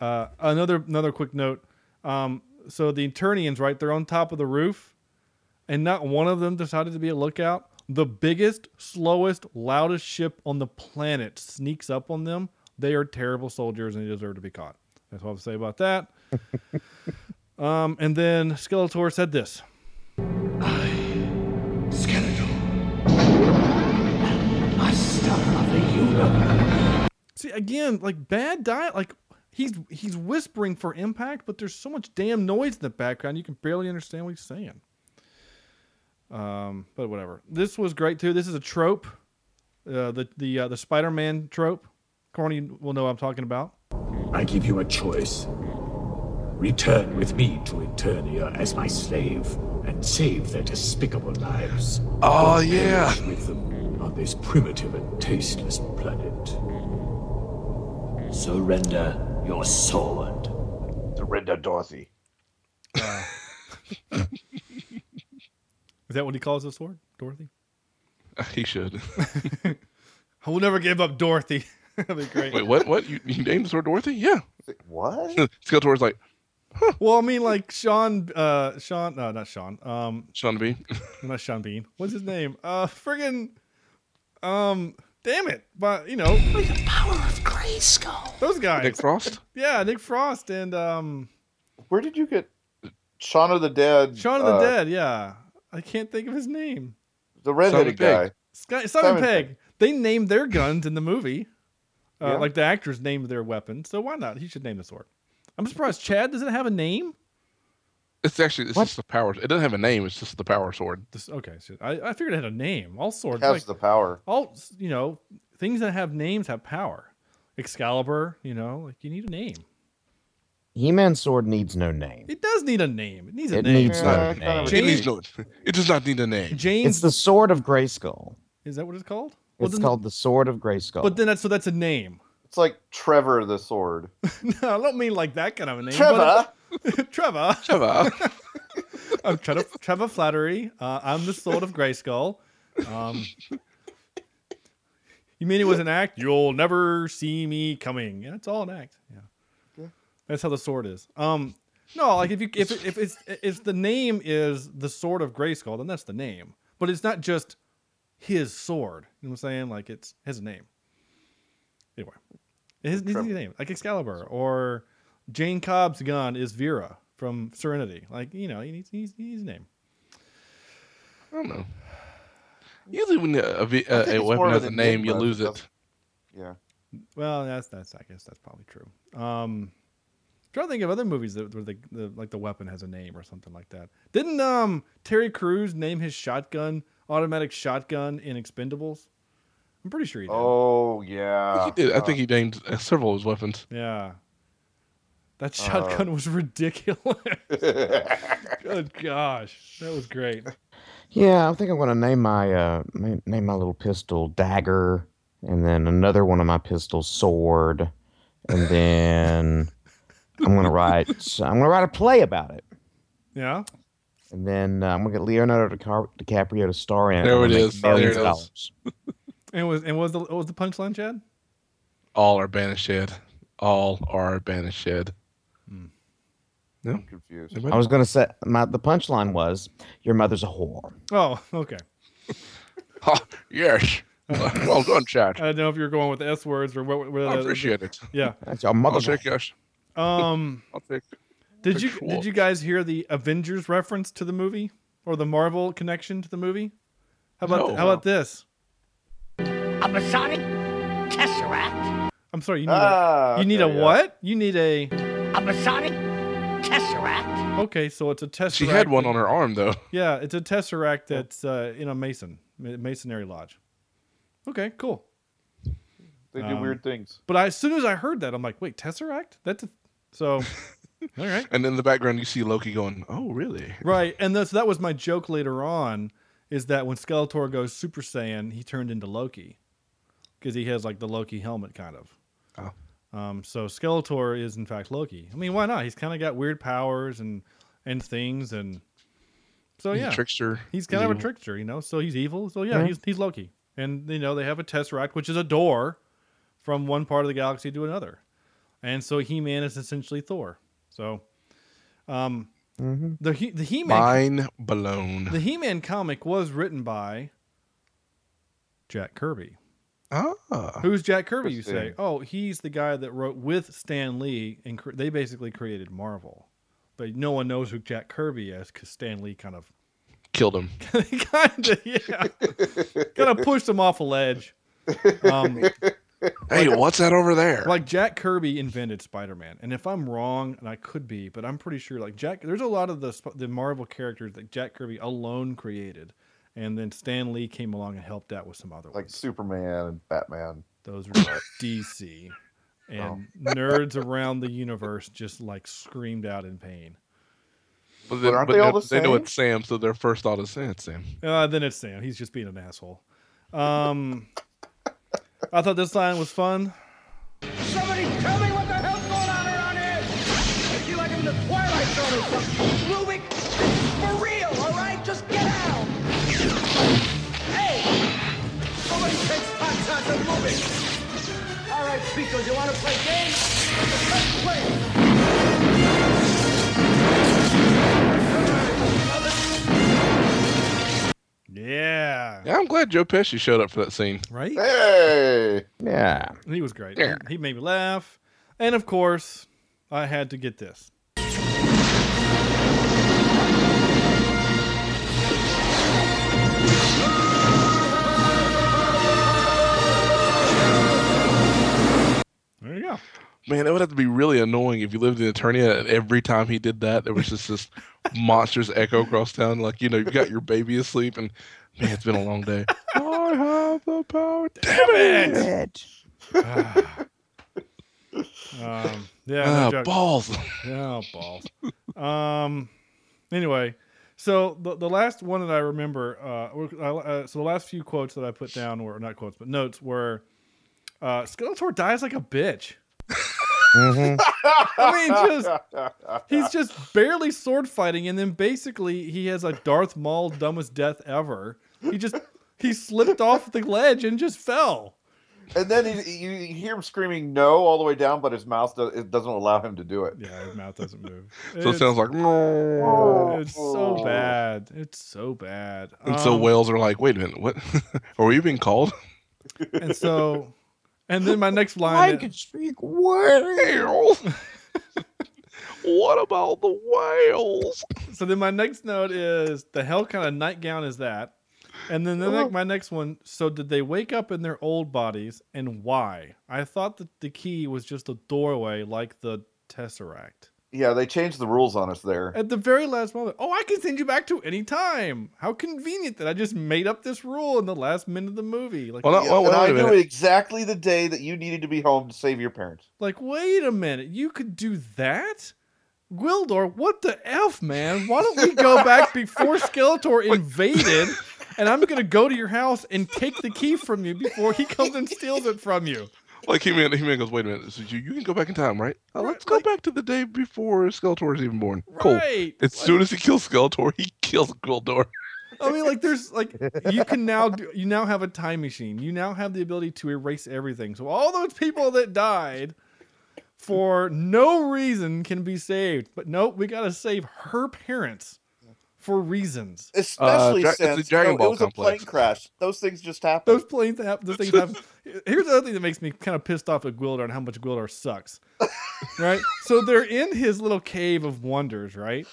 [SPEAKER 5] Uh, another another quick note. Um, so the Eternians, right? They're on top of the roof, and not one of them decided to be a lookout. The biggest, slowest, loudest ship on the planet sneaks up on them. They are terrible soldiers, and they deserve to be caught. That's what I have to say about that. um, and then Skeletor said this.
[SPEAKER 2] Master of the universe.
[SPEAKER 5] See again, like bad diet. Like he's he's whispering for impact, but there's so much damn noise in the background you can barely understand what he's saying. Um, but whatever. This was great too. This is a trope, uh, the the uh, the Spider-Man trope Corny will know what I'm talking about.
[SPEAKER 12] I give you a choice. Return with me to Eternia as my slave and save their despicable lives.
[SPEAKER 8] Oh,
[SPEAKER 12] Or
[SPEAKER 8] yeah.
[SPEAKER 12] perish With them on this primitive and tasteless planet. Surrender your sword.
[SPEAKER 6] Surrender Dorothy.
[SPEAKER 5] Is that what he calls the sword, Dorothy?
[SPEAKER 8] He should.
[SPEAKER 5] I will never give up Dorothy. That'd be great.
[SPEAKER 8] Wait, what? What? You, you named the sword Dorothy? Yeah.
[SPEAKER 6] What?
[SPEAKER 8] Skeletor's like
[SPEAKER 5] Well, I mean, like Sean, uh, Sean, no, not Sean. Um,
[SPEAKER 8] Sean Bean.
[SPEAKER 5] not Sean Bean. What's his name? Uh, friggin', um, damn it. But, you know,
[SPEAKER 10] Power of Grayskull.
[SPEAKER 5] those guys.
[SPEAKER 8] Nick Frost.
[SPEAKER 5] Yeah, Nick Frost and, um,
[SPEAKER 6] Where did you get Shaun of the Dead?
[SPEAKER 5] Shaun of the
[SPEAKER 6] uh,
[SPEAKER 5] Dead. Yeah. I can't think of his name.
[SPEAKER 6] The redheaded
[SPEAKER 8] Simon
[SPEAKER 6] guy.
[SPEAKER 8] Pegg.
[SPEAKER 5] Sky, Simon,
[SPEAKER 6] Simon
[SPEAKER 5] Pegg. They named their guns in the movie. Uh,
[SPEAKER 6] Yeah.
[SPEAKER 5] Like the actors named their weapons. So why not? He should name the sword. I'm surprised Chad doesn't have a name.
[SPEAKER 8] It's actually it's just the power. It doesn't have a name. It's just the power sword.
[SPEAKER 5] This, okay. So I, I figured it had a name. All swords.
[SPEAKER 6] Has
[SPEAKER 5] like-
[SPEAKER 6] the power.
[SPEAKER 5] all you know things that have names have power excalibur you know like you need a name
[SPEAKER 9] He-Man's sword needs no name.
[SPEAKER 5] it does need a name it needs a
[SPEAKER 9] It
[SPEAKER 5] name
[SPEAKER 9] needs no name.
[SPEAKER 8] It,
[SPEAKER 5] james,
[SPEAKER 8] needs no, it does not need a name.
[SPEAKER 9] It's
[SPEAKER 5] james
[SPEAKER 9] the sword of Grayskull.
[SPEAKER 5] is that what it's called Well,
[SPEAKER 9] It's
[SPEAKER 5] then-
[SPEAKER 9] called the sword of Grayskull.
[SPEAKER 5] but then that's so that's a name
[SPEAKER 6] It's like Trevor the sword.
[SPEAKER 5] no i don't mean like that kind of a name
[SPEAKER 6] Trevor.
[SPEAKER 5] but- trevor
[SPEAKER 8] Trevor.
[SPEAKER 5] i'm trevor, trevor flattery uh, i'm the sword of grayskull um you mean it was an act you'll never see me coming yeah it's all an act yeah That's how the sword is. Um, no, like if you if if it's if the name is the sword of Grayskull, then that's the name. But it's not just his sword. You know what I'm saying? Like it's his name. Anyway, his, his
[SPEAKER 6] Trevor.
[SPEAKER 5] name, like Excalibur or Jane Cobb's gun is Vera from Serenity. Like you know, he needs, he needs, he needs a name.
[SPEAKER 8] I don't know. Usually when uh, a, a, vi-
[SPEAKER 6] think
[SPEAKER 8] a, a
[SPEAKER 6] it's
[SPEAKER 8] weapon
[SPEAKER 6] more of
[SPEAKER 8] has
[SPEAKER 6] an
[SPEAKER 8] a name, you
[SPEAKER 6] enigma.
[SPEAKER 8] lose it.
[SPEAKER 6] That's- Yeah.
[SPEAKER 5] Well, that's that's I guess that's probably true. Um, trying to think of other movies that where the, the like the weapon has a name or something like that. Didn't um Terry Crews name his shotgun automatic shotgun in Expendables? I'm pretty sure he did.
[SPEAKER 6] Oh
[SPEAKER 8] I
[SPEAKER 6] yeah.
[SPEAKER 8] think he did. I
[SPEAKER 6] Uh,
[SPEAKER 8] think he named uh, several of his weapons.
[SPEAKER 5] Yeah, that shotgun was ridiculous.
[SPEAKER 6] Oh.
[SPEAKER 5] Good gosh, that was great.
[SPEAKER 9] yeah, I think I'm gonna name my uh ma- name my little pistol dagger, and then another one of my pistols sword, and then I'm gonna write I'm gonna write a play about it,
[SPEAKER 5] Yeah,
[SPEAKER 9] and then uh, I'm gonna get Leonardo DiCar- DiCaprio to star in. it.
[SPEAKER 8] There
[SPEAKER 9] I'm
[SPEAKER 8] it
[SPEAKER 9] gonna make
[SPEAKER 8] is. There
[SPEAKER 9] millions
[SPEAKER 8] it
[SPEAKER 9] of
[SPEAKER 8] is.
[SPEAKER 9] dollars.
[SPEAKER 5] and was and was the what was the punchline, Chad?
[SPEAKER 8] All are banished. All are banished.
[SPEAKER 6] I'm confused.
[SPEAKER 9] I was gonna say my the punchline was your mother's a whore.
[SPEAKER 5] Oh, okay.
[SPEAKER 8] Ha, yes. well done,
[SPEAKER 5] I
[SPEAKER 8] Chad.
[SPEAKER 5] don't know if you're going with the S words or what. what
[SPEAKER 8] I appreciate it.
[SPEAKER 5] Yeah.
[SPEAKER 9] That's your
[SPEAKER 8] I'll
[SPEAKER 9] mother's. a
[SPEAKER 8] take yes.
[SPEAKER 5] it. Um.
[SPEAKER 8] I'll take.
[SPEAKER 5] Did you
[SPEAKER 8] Sure.
[SPEAKER 5] did you guys hear the Avengers reference to the movie or the Marvel connection to the movie? How about
[SPEAKER 8] No.
[SPEAKER 5] how about this?
[SPEAKER 10] A Masonic Tesseract.
[SPEAKER 5] I'm sorry, you need
[SPEAKER 6] Ah,
[SPEAKER 5] a, you need
[SPEAKER 6] okay,
[SPEAKER 5] a
[SPEAKER 6] yeah.
[SPEAKER 5] what? You need a
[SPEAKER 10] A Masonic Tesseract.
[SPEAKER 5] okay, so it's a tesseract.
[SPEAKER 8] She had one on her arm though.
[SPEAKER 5] Yeah, it's a tesseract that's uh, in a mason ma- masonry lodge. Okay, cool.
[SPEAKER 6] They do
[SPEAKER 5] Um,
[SPEAKER 6] weird things.
[SPEAKER 5] But I, as soon as I heard that, I'm like, wait, tesseract? That's a, so. All right.
[SPEAKER 8] And in the background, you see Loki going, "Oh, really?
[SPEAKER 5] Right, and that's that was my joke later on, is that when Skeletor goes Super Saiyan, he turned into Loki, because he has like the Loki helmet kind of. Um, so Skeletor is in fact Loki. I mean, why not? He's kind of got weird powers and and things, and so
[SPEAKER 8] He's
[SPEAKER 5] Oh, yeah,
[SPEAKER 8] a trickster."
[SPEAKER 5] he's kind of a
[SPEAKER 8] evil.
[SPEAKER 5] trickster, you know. So he's evil. So yeah,
[SPEAKER 9] Mhm.
[SPEAKER 5] he's he's Loki, and you know they have a tesseract, which is a door from one part of the galaxy to another, and so He Man is essentially Thor. So, um,
[SPEAKER 9] Mhm.
[SPEAKER 5] the he the He Man
[SPEAKER 8] Mind blown.
[SPEAKER 5] the He Man comic was written by Jack Kirby.
[SPEAKER 8] Ah,
[SPEAKER 5] Who's Jack Kirby? You say?
[SPEAKER 6] Interesting.
[SPEAKER 5] Oh, he's the guy that wrote with Stan Lee, and cre- they basically created Marvel. But no one knows who Jack Kirby is because Stan Lee kind of,
[SPEAKER 8] killed him.
[SPEAKER 5] kind of, yeah, kind of pushed him off a ledge. Um,
[SPEAKER 8] Hey, what's that over there?
[SPEAKER 5] like Jack Kirby invented Spider-Man, and if I'm wrong, and I could be, but I'm pretty sure like Jack, there's a lot of the Sp- the Marvel characters that Jack Kirby alone created, and then Stan Lee came along and helped out with some other
[SPEAKER 6] like Superman and Batman.
[SPEAKER 5] Those were DC. And nerds around the universe just like screamed out in pain.
[SPEAKER 8] But, then, but now They know it's Sam, so their first thought is "Eh, it's Sam.
[SPEAKER 5] Uh, then it's Sam. He's just being an asshole. Um, I thought this line was fun.
[SPEAKER 13] Somebody tell me what the hell's going on around here! I feel like I'm in the Twilight Zone or something. Rubik, this is for real, all right? Just get out! Hey! Somebody takes pot shots at Rubik! All right, Pico, you want to play games? Let's play!
[SPEAKER 5] Yeah.
[SPEAKER 8] Yeah, I'm glad Joe Pesci showed up for that scene.
[SPEAKER 5] Right?
[SPEAKER 6] Hey.
[SPEAKER 9] Yeah.
[SPEAKER 5] He was great.
[SPEAKER 8] Yeah.
[SPEAKER 5] He made me laugh. And of course, I had to get this. There you go.
[SPEAKER 8] Man, it would have to be really annoying if you lived in Eternia and every time he did that, there was just this monstrous echo across town. Like, you know, you got your baby asleep, and man, it's been a long day. I have the power.
[SPEAKER 5] Damn
[SPEAKER 9] it!
[SPEAKER 5] Ah. Um, yeah. no
[SPEAKER 8] Ah,
[SPEAKER 5] joke.
[SPEAKER 8] balls.
[SPEAKER 5] Yeah, balls. um. Anyway, so the, the last one that I remember, uh, were- I- uh, so the last few quotes that I put down were not quotes, but notes were, uh, Skeletor dies like a bitch. I mean, just he's just barely sword fighting, and then basically he has a Darth Maul dumbest death ever. He just he slipped off the ledge and just fell.
[SPEAKER 6] And then he, you you hear him screaming no all the way down, but his mouth does, it doesn't allow him to do it.
[SPEAKER 5] Yeah, his mouth doesn't move.
[SPEAKER 8] So it sounds like, no.
[SPEAKER 5] It's so bad. It's so bad.
[SPEAKER 8] And so
[SPEAKER 5] Um,
[SPEAKER 8] whales are like, wait a minute, what? are we being called?
[SPEAKER 5] And so, and then my next line.
[SPEAKER 9] could speak whale.
[SPEAKER 8] what about the whales?
[SPEAKER 5] So then my next note is the hell kind of nightgown is that? And then the ne- my next one. So did they wake up in their old bodies and why? I thought that the key was just a doorway like the tesseract.
[SPEAKER 6] Yeah, they changed the rules on us there.
[SPEAKER 5] At the very last moment, oh, I can send you back to any time. How convenient that I just made up this rule in the last minute of the movie. Like,
[SPEAKER 8] Well, not- well,
[SPEAKER 6] and
[SPEAKER 8] wait
[SPEAKER 6] I
[SPEAKER 8] a
[SPEAKER 6] knew
[SPEAKER 8] minute.
[SPEAKER 6] exactly the day that you needed to be home to save your parents.
[SPEAKER 5] Like, wait a minute, you could do that? Gwildor, what the F, man? Why don't we go back before Skeletor invaded and I'm gonna go to your house and take the key from you before he comes and steals it from you.
[SPEAKER 8] Like he man, he man goes, wait a minute. So you, you can go back in time, right? Uh, let's go back to the day before Skeletor is even born. Cool. As
[SPEAKER 5] Right.
[SPEAKER 8] soon as he kills Skeletor, he kills Gwildor.
[SPEAKER 5] I mean, like there's like you can now do you now have a time machine. You now have the ability to erase everything. So all those people that died for no reason can be saved. But nope, we gotta save her parents for reasons.
[SPEAKER 6] Especially
[SPEAKER 8] Dra- it's
[SPEAKER 6] since
[SPEAKER 8] the Dragon
[SPEAKER 6] no,
[SPEAKER 8] Ball
[SPEAKER 6] it was a
[SPEAKER 8] complex.
[SPEAKER 6] plane crash. Those things just happen.
[SPEAKER 5] Those planes happen. Those things happen. Here's the other thing that makes me kind of pissed off at Gwildor and how much Gwildor sucks. right? So they're in his little cave of wonders, right?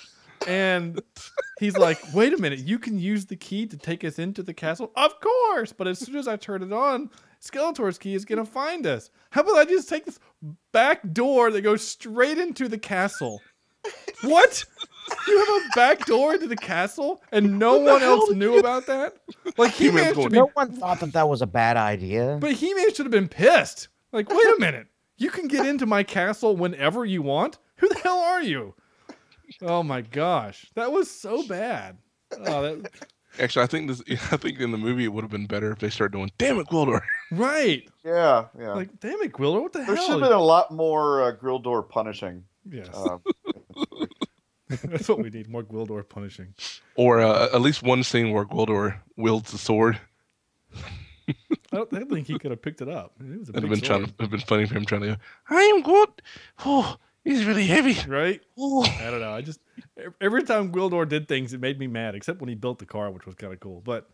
[SPEAKER 5] And he's like, wait a minute, you can use the key to take us into the castle? Of course. But as soon as I turn it on, Skeletor's key is going to find us. How about I just take this back door that goes straight into the castle? What? You have a back door into the castle and no
[SPEAKER 9] What the
[SPEAKER 5] one
[SPEAKER 9] hell
[SPEAKER 5] else
[SPEAKER 9] did
[SPEAKER 5] knew
[SPEAKER 9] you-
[SPEAKER 5] about that? Like he managed to be
[SPEAKER 9] No one thought that that was a bad idea.
[SPEAKER 5] but He Man should have been pissed. Like, wait a minute. You can get into my castle whenever you want? Who the hell are you? Oh my gosh. That was so bad. Oh, that,
[SPEAKER 8] Actually, I think this. I think in the movie it would have been better if they started doing. Damn it, Gwildor.
[SPEAKER 5] right.
[SPEAKER 6] Yeah, yeah.
[SPEAKER 5] Like, damn it, Gwilder. What the
[SPEAKER 6] there
[SPEAKER 5] hell?
[SPEAKER 6] should have been a lot more uh, grill door punishing.
[SPEAKER 5] Yes.
[SPEAKER 6] Uh,
[SPEAKER 5] That's what we need. More Gwildor punishing.
[SPEAKER 8] Or uh, at least one scene where Gwildor wields the sword.
[SPEAKER 5] I don't, I don't think he could have picked it up. It was a
[SPEAKER 8] It'd
[SPEAKER 5] big
[SPEAKER 8] have been trying.
[SPEAKER 5] sword.
[SPEAKER 8] To, it'd been funny for him trying to. go, I am good. Oh, he's really heavy.
[SPEAKER 5] Right?
[SPEAKER 8] Oh.
[SPEAKER 5] I don't know. I just ev- every time Gwildor did things, it made me mad. Except when he built the car, which was kind of cool. But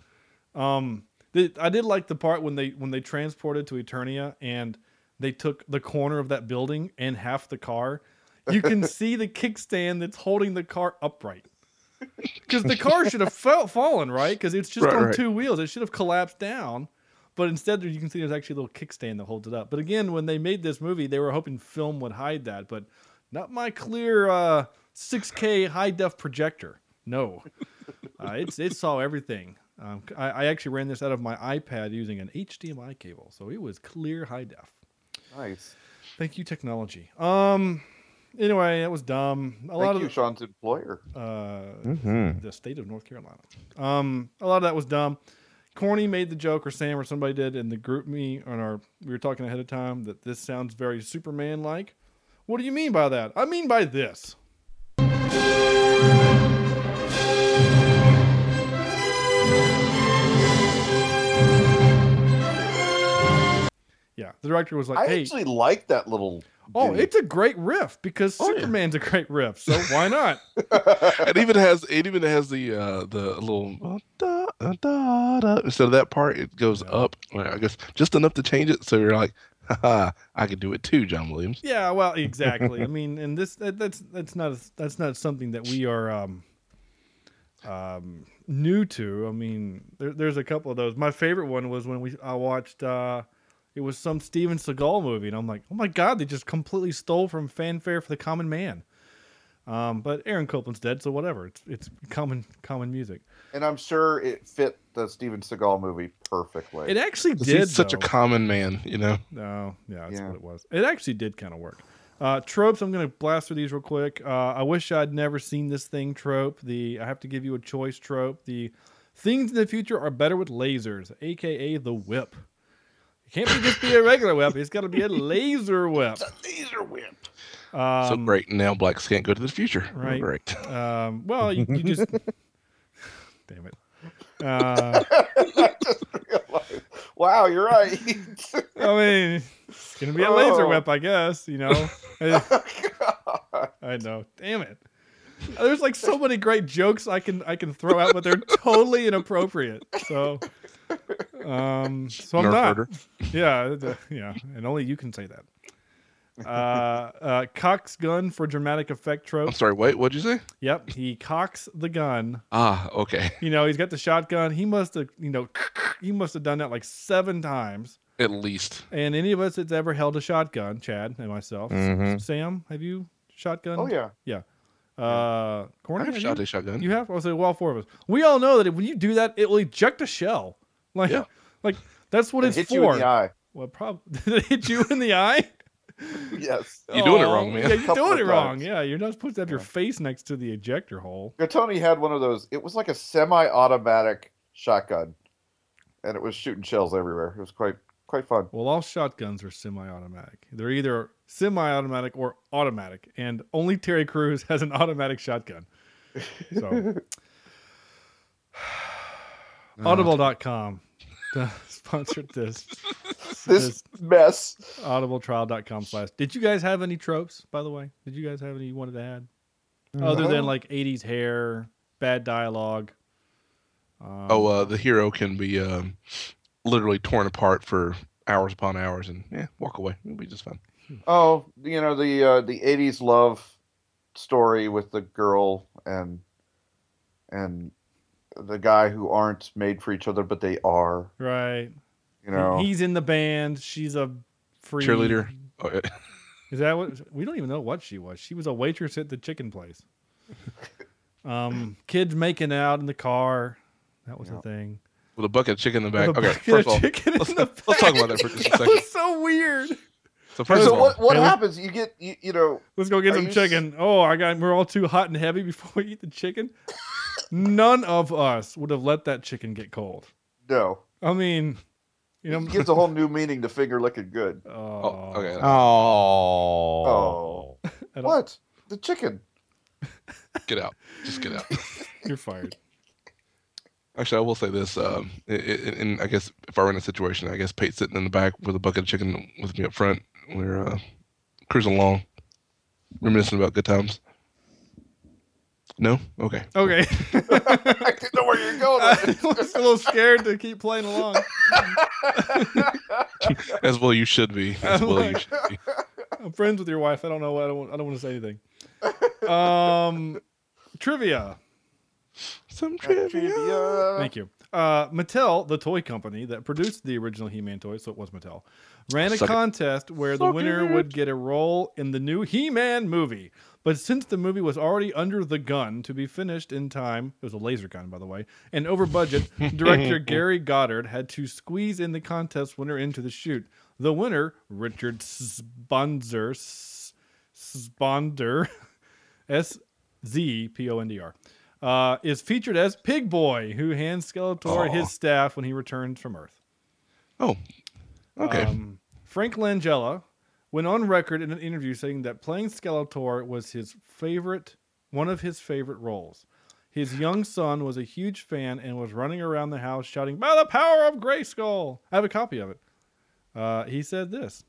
[SPEAKER 5] um, the, I did like the part when they when they transported to Eternia and they took the corner of that building and half the car. You can see the kickstand that's holding the car upright. Because the car should have fell, fallen, right? Because it's just
[SPEAKER 8] Right,
[SPEAKER 5] on
[SPEAKER 8] right.
[SPEAKER 5] two wheels. It should have collapsed down. But instead, you can see there's actually a little kickstand that holds it up. But again, when they made this movie, they were hoping film would hide that. But not my clear uh, 6K high def projector. No, uh, it's it saw everything. Um, c- I, I actually ran this out of my iPad using an HDMI cable, so it was clear high def.
[SPEAKER 6] Nice.
[SPEAKER 5] Thank you, technology. Um. Anyway, that was dumb. A lot
[SPEAKER 6] Thank
[SPEAKER 5] of
[SPEAKER 6] you,
[SPEAKER 5] the-
[SPEAKER 6] Sean's employer.
[SPEAKER 5] Uh,
[SPEAKER 9] Mhm.
[SPEAKER 5] the state of North Carolina. Um, a lot of that was dumb. Corny made the joke, or Sam, or somebody did in the group me on our. We were talking ahead of time that this sounds very Superman like. What do you mean by that? I mean by this. Yeah, the director was like,
[SPEAKER 6] I
[SPEAKER 5] "Hey,
[SPEAKER 6] actually like that little.
[SPEAKER 5] oh,
[SPEAKER 6] dude.
[SPEAKER 5] it's a great riff because
[SPEAKER 8] Oh,
[SPEAKER 5] Superman's a great riff, so why not?"
[SPEAKER 8] it even has it even has the uh the little uh, da, uh, da, da. instead of that part it goes up well, I guess just enough to change it so you're like haha I could do it too John Williams
[SPEAKER 5] Yeah, well, exactly. I mean, and this that, that's that's not a, that's not something that we are um um new to. I mean, there, there's a couple of those. My favorite one was when we I watched uh it was some Steven Seagal movie, and I'm like, oh my god, they just completely stole from Fanfare for the Common Man. Um, but Aaron Copland's dead, so whatever. It's it's common common music.
[SPEAKER 6] And I'm sure it fit the Steven Seagal movie perfectly.
[SPEAKER 5] It actually
[SPEAKER 8] He's
[SPEAKER 5] did.
[SPEAKER 8] such a
[SPEAKER 5] though.
[SPEAKER 8] common man you know
[SPEAKER 5] No, yeah, that's
[SPEAKER 8] Yeah.
[SPEAKER 5] what it was. It actually did kind of work. Uh, tropes. I'm going to blast through these real quick. Uh, I wish I'd never seen this thing. Trope. The I have to give you a choice. Trope. The things in the future are better with lasers, aka the whip. It can't be just be a regular whip. It's got to be a laser whip.
[SPEAKER 6] laser whip.
[SPEAKER 5] Um,
[SPEAKER 8] so great now blacks can't go to the future
[SPEAKER 5] Right.
[SPEAKER 8] great
[SPEAKER 5] Um, well, you, you just. damn it. Uh,
[SPEAKER 6] I just realized. Wow, you're right.
[SPEAKER 5] I mean, it's gonna be a laser
[SPEAKER 6] Oh.
[SPEAKER 5] whip, I guess. You know. I know. Damn it. There's like so many great jokes I can I can throw out, but they're totally inappropriate. So, um, so I'm
[SPEAKER 8] Nerf
[SPEAKER 5] not.
[SPEAKER 8] herder.
[SPEAKER 5] Yeah, the- yeah, and only you can say that. Uh, uh, cocks gun for dramatic effect trope.
[SPEAKER 8] I'm sorry wait what'd you say
[SPEAKER 5] Yep, he cocks the gun.
[SPEAKER 8] ah okay
[SPEAKER 5] You know, he's got the shotgun. He must have, you know, he must have done that like seven times.
[SPEAKER 8] at least
[SPEAKER 5] And any of us that's ever held a shotgun, Chad and myself,
[SPEAKER 8] Mhm.
[SPEAKER 5] Sam, have you shotgun?
[SPEAKER 6] Oh, yeah.
[SPEAKER 5] yeah. Uh, Corny,
[SPEAKER 8] I have
[SPEAKER 5] you?
[SPEAKER 8] shot a shotgun.
[SPEAKER 5] You have? I say, well, four of us. We all know that if, when you do that, it will eject a shell. Like,
[SPEAKER 8] Yeah.
[SPEAKER 5] like that's what
[SPEAKER 6] It
[SPEAKER 5] it's
[SPEAKER 6] hit
[SPEAKER 5] for.
[SPEAKER 6] you in the eye.
[SPEAKER 5] Well, probably did it hit you in the eye?
[SPEAKER 6] Yes.
[SPEAKER 8] You're doing it
[SPEAKER 5] Aw,
[SPEAKER 8] wrong, man.
[SPEAKER 5] Yeah, you're
[SPEAKER 6] Couple
[SPEAKER 5] doing it
[SPEAKER 6] of
[SPEAKER 5] wrong.
[SPEAKER 6] times.
[SPEAKER 5] Yeah, you're not supposed to have your face next to the ejector hole.
[SPEAKER 6] Gattoni had one of those. It was like a semi-automatic shotgun, and it was shooting shells everywhere. It was quite quite fun.
[SPEAKER 5] Well, all shotguns are semi-automatic. They're either semi-automatic or automatic, and only Terry Crews has an automatic shotgun. So, audible.com sponsored this.
[SPEAKER 6] This mess.
[SPEAKER 5] audibletrial.com slash did you guys have any tropes by the way did you guys have any you wanted to add other than
[SPEAKER 8] No.
[SPEAKER 5] like 80s hair bad dialogue um,
[SPEAKER 8] oh uh, the hero can be um, literally torn apart for hours upon hours and yeah walk away it'll be just fine
[SPEAKER 6] Oh, you know the uh, the '80s love story with the girl and and the guy who aren't made for each other, but they are.
[SPEAKER 5] right
[SPEAKER 6] You know,
[SPEAKER 5] he's in the band she's a free
[SPEAKER 8] cheerleader Oh, yeah.
[SPEAKER 5] is that what we don't even know what she was she was a waitress at the chicken place um kids making out in the car that was the thing
[SPEAKER 8] with a bucket of chicken in the back
[SPEAKER 5] With a
[SPEAKER 8] okay
[SPEAKER 5] bucket of
[SPEAKER 8] first of all
[SPEAKER 5] chicken in
[SPEAKER 8] let's,
[SPEAKER 5] the
[SPEAKER 8] let's talk about
[SPEAKER 5] back.
[SPEAKER 8] that for just a
[SPEAKER 5] That
[SPEAKER 8] second
[SPEAKER 5] was so weird
[SPEAKER 8] so first
[SPEAKER 6] so
[SPEAKER 8] of all
[SPEAKER 6] what what
[SPEAKER 5] Can we-
[SPEAKER 6] happens? You get you, you know.
[SPEAKER 5] Let's go get
[SPEAKER 6] Are
[SPEAKER 5] some
[SPEAKER 6] you s-
[SPEAKER 5] chicken. Oh, I got we're all too hot and heavy before we eat the chicken. None of us would have let that chicken get cold.
[SPEAKER 6] No,
[SPEAKER 5] I mean, you know,
[SPEAKER 6] it gives a whole new meaning to finger looking good.
[SPEAKER 5] oh,
[SPEAKER 8] okay
[SPEAKER 9] Oh.
[SPEAKER 5] I don't-
[SPEAKER 6] What the chicken?
[SPEAKER 8] get out just get out
[SPEAKER 5] you're fired.
[SPEAKER 8] Actually, I will say this. Um, i- i- and I guess if I were in a situation, I guess Pate sitting in the back with a bucket of chicken with me up front, we're uh, cruising along, reminiscing about good times. No? Okay.
[SPEAKER 5] Okay,
[SPEAKER 6] I didn't know where you're going.
[SPEAKER 5] I
[SPEAKER 6] with
[SPEAKER 5] was a little scared to keep playing along.
[SPEAKER 8] As well, you should be. As well, you should be.
[SPEAKER 5] I'm friends with your wife. I don't know. I don't. I don't want to say anything. Um, trivia.
[SPEAKER 8] Some
[SPEAKER 6] this.
[SPEAKER 8] trivia.
[SPEAKER 6] Trivia.
[SPEAKER 5] Thank you. Uh, Mattel, the toy company that produced the original He-Man toy, so it was Mattel, ran a
[SPEAKER 8] Suck it.
[SPEAKER 5] contest where the
[SPEAKER 8] Suck
[SPEAKER 5] winner
[SPEAKER 8] it.
[SPEAKER 5] would get a role in the new He-Man movie. But since the movie was already under the gun to be finished in time, it was a laser gun, by the way, and over budget, director Gary Goddard had to squeeze in the contest winner into the shoot. The winner, Richard Sponsor, Sponder, S Z P O N D R, uh, is featured as Pig Boy, who hands Skeletor
[SPEAKER 8] Aw.
[SPEAKER 5] his staff when he returns from Earth.
[SPEAKER 8] Oh, okay.
[SPEAKER 5] Um, Frank Langella went on record in an interview saying that playing Skeletor was his favorite, one of his favorite roles. His young son was a huge fan and was running around the house shouting, "By the power of Grayskull!" I have a copy of it. Uh, he said this.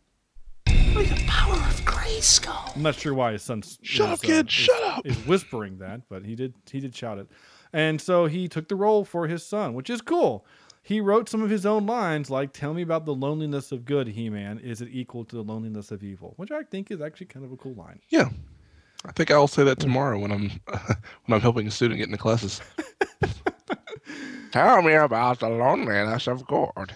[SPEAKER 13] Power of Grayskull.
[SPEAKER 5] I'm not sure why his son. uh,
[SPEAKER 13] Shut up, kid, shut up.
[SPEAKER 5] Is whispering that, but he did. He did shout it, and so he took the role for his son, which is cool. He wrote some of his own lines, like "Tell me about the loneliness of good, He-Man. Is it equal to the loneliness of evil?" Which I think is actually kind of a cool line.
[SPEAKER 8] Yeah, I think I'll say that tomorrow when I'm when I'm helping a student get into classes. Tell me about the loneliness of God.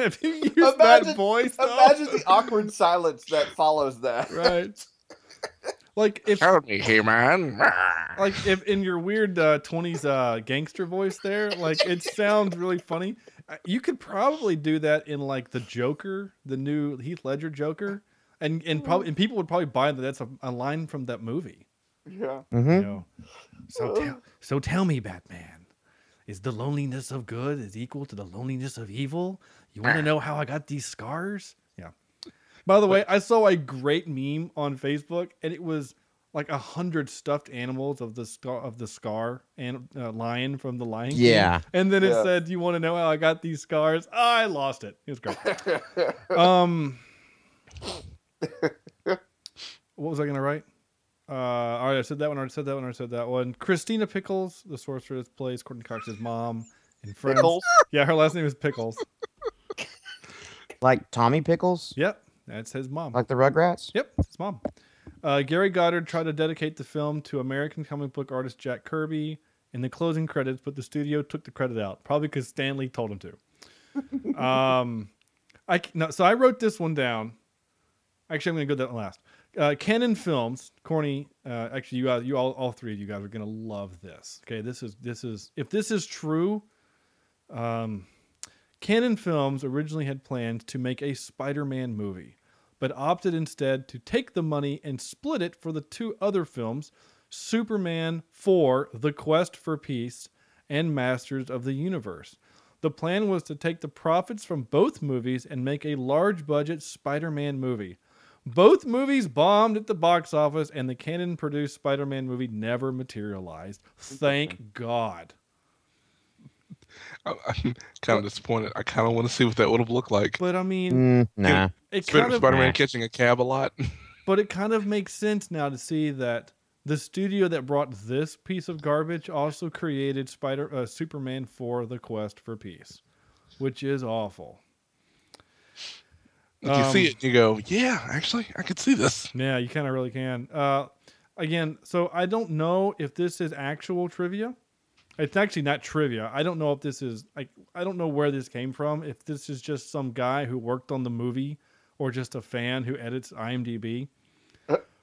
[SPEAKER 5] If you use
[SPEAKER 6] Imagine-
[SPEAKER 5] that voice, though-
[SPEAKER 6] Imagine the awkward silence that follows that.
[SPEAKER 5] right? Like if
[SPEAKER 8] Tell me, He-Man.
[SPEAKER 5] like if in your weird uh, 20s uh, gangster voice there like it sounds really funny Uh, you could probably do that in like the joker the new heath ledger joker and and probably and people would probably buy that that's a, a line from that movie
[SPEAKER 6] Yeah.
[SPEAKER 9] Mm-hmm.
[SPEAKER 5] You
[SPEAKER 9] Hmm?
[SPEAKER 5] know,
[SPEAKER 9] Uh,
[SPEAKER 5] so tell, so tell me batman is the loneliness of good is equal to the loneliness of evil you
[SPEAKER 9] Ah.
[SPEAKER 5] want to know how i got these scars yeah by the way, I saw a great meme on Facebook, and it was like a hundred stuffed animals of the scar of the scar and uh, lion from the Lion King.
[SPEAKER 9] Yeah.
[SPEAKER 5] and then it
[SPEAKER 9] Yeah.
[SPEAKER 5] said, "You want to know how I got these scars? I lost it. It was great." um, what was I gonna write? Uh, all right, I said that one. I said that one. I said that one. Christina Pickles, the sorceress, plays Courtney Cox's mom in Friends.
[SPEAKER 9] Pickles?
[SPEAKER 5] Yeah, her last name is Pickles.
[SPEAKER 9] Like Tommy Pickles?
[SPEAKER 5] Yep. That's his mom.
[SPEAKER 9] Like the Rugrats?
[SPEAKER 5] Yep, it's his mom. Uh, Gary Goddard tried to dedicate the film to American comic book artist Jack Kirby in the closing credits, but the studio took the credit out, probably because Stanley told him to. um, I c- no, so I wrote this one down. Actually, I'm going to go that one last. Uh, Canon Films, Corny. Uh, actually, you guys, you all, all three of you guys are going to love this. Okay, this is this is if this is true. Um, Canon Films originally had plans to make a Spider-Man movie, but opted instead to take the money and split it for the two other films, Superman 4: The Quest for Peace and Masters of the Universe. The plan was to take the profits from both movies and make a large budget Spider-Man movie. Both movies bombed at the box office and the Canon produced Spider-Man movie never materialized. Thank God.
[SPEAKER 8] I'm kind of disappointed. I kind of want to see what that would have looked like.
[SPEAKER 5] But I mean,
[SPEAKER 9] Mm, nah.
[SPEAKER 5] It
[SPEAKER 8] Sp-
[SPEAKER 5] kind of-
[SPEAKER 8] Spider-Man
[SPEAKER 5] Nah.
[SPEAKER 8] catching a cab a lot.
[SPEAKER 5] But it kind of makes sense now to see that the studio that brought this piece of garbage also created Spider uh, Superman for the Quest for Peace, which is awful.
[SPEAKER 8] Like, you see
[SPEAKER 5] Um,
[SPEAKER 8] it, you go, "Yeah, actually, I could see this."
[SPEAKER 5] Yeah, you kind of really can. Uh, again, so I don't know if this is actual trivia. It's actually not trivia. I don't know if this is like I don't know where this came from. If this is just some guy who worked on the movie, or just a fan who edits IMDb.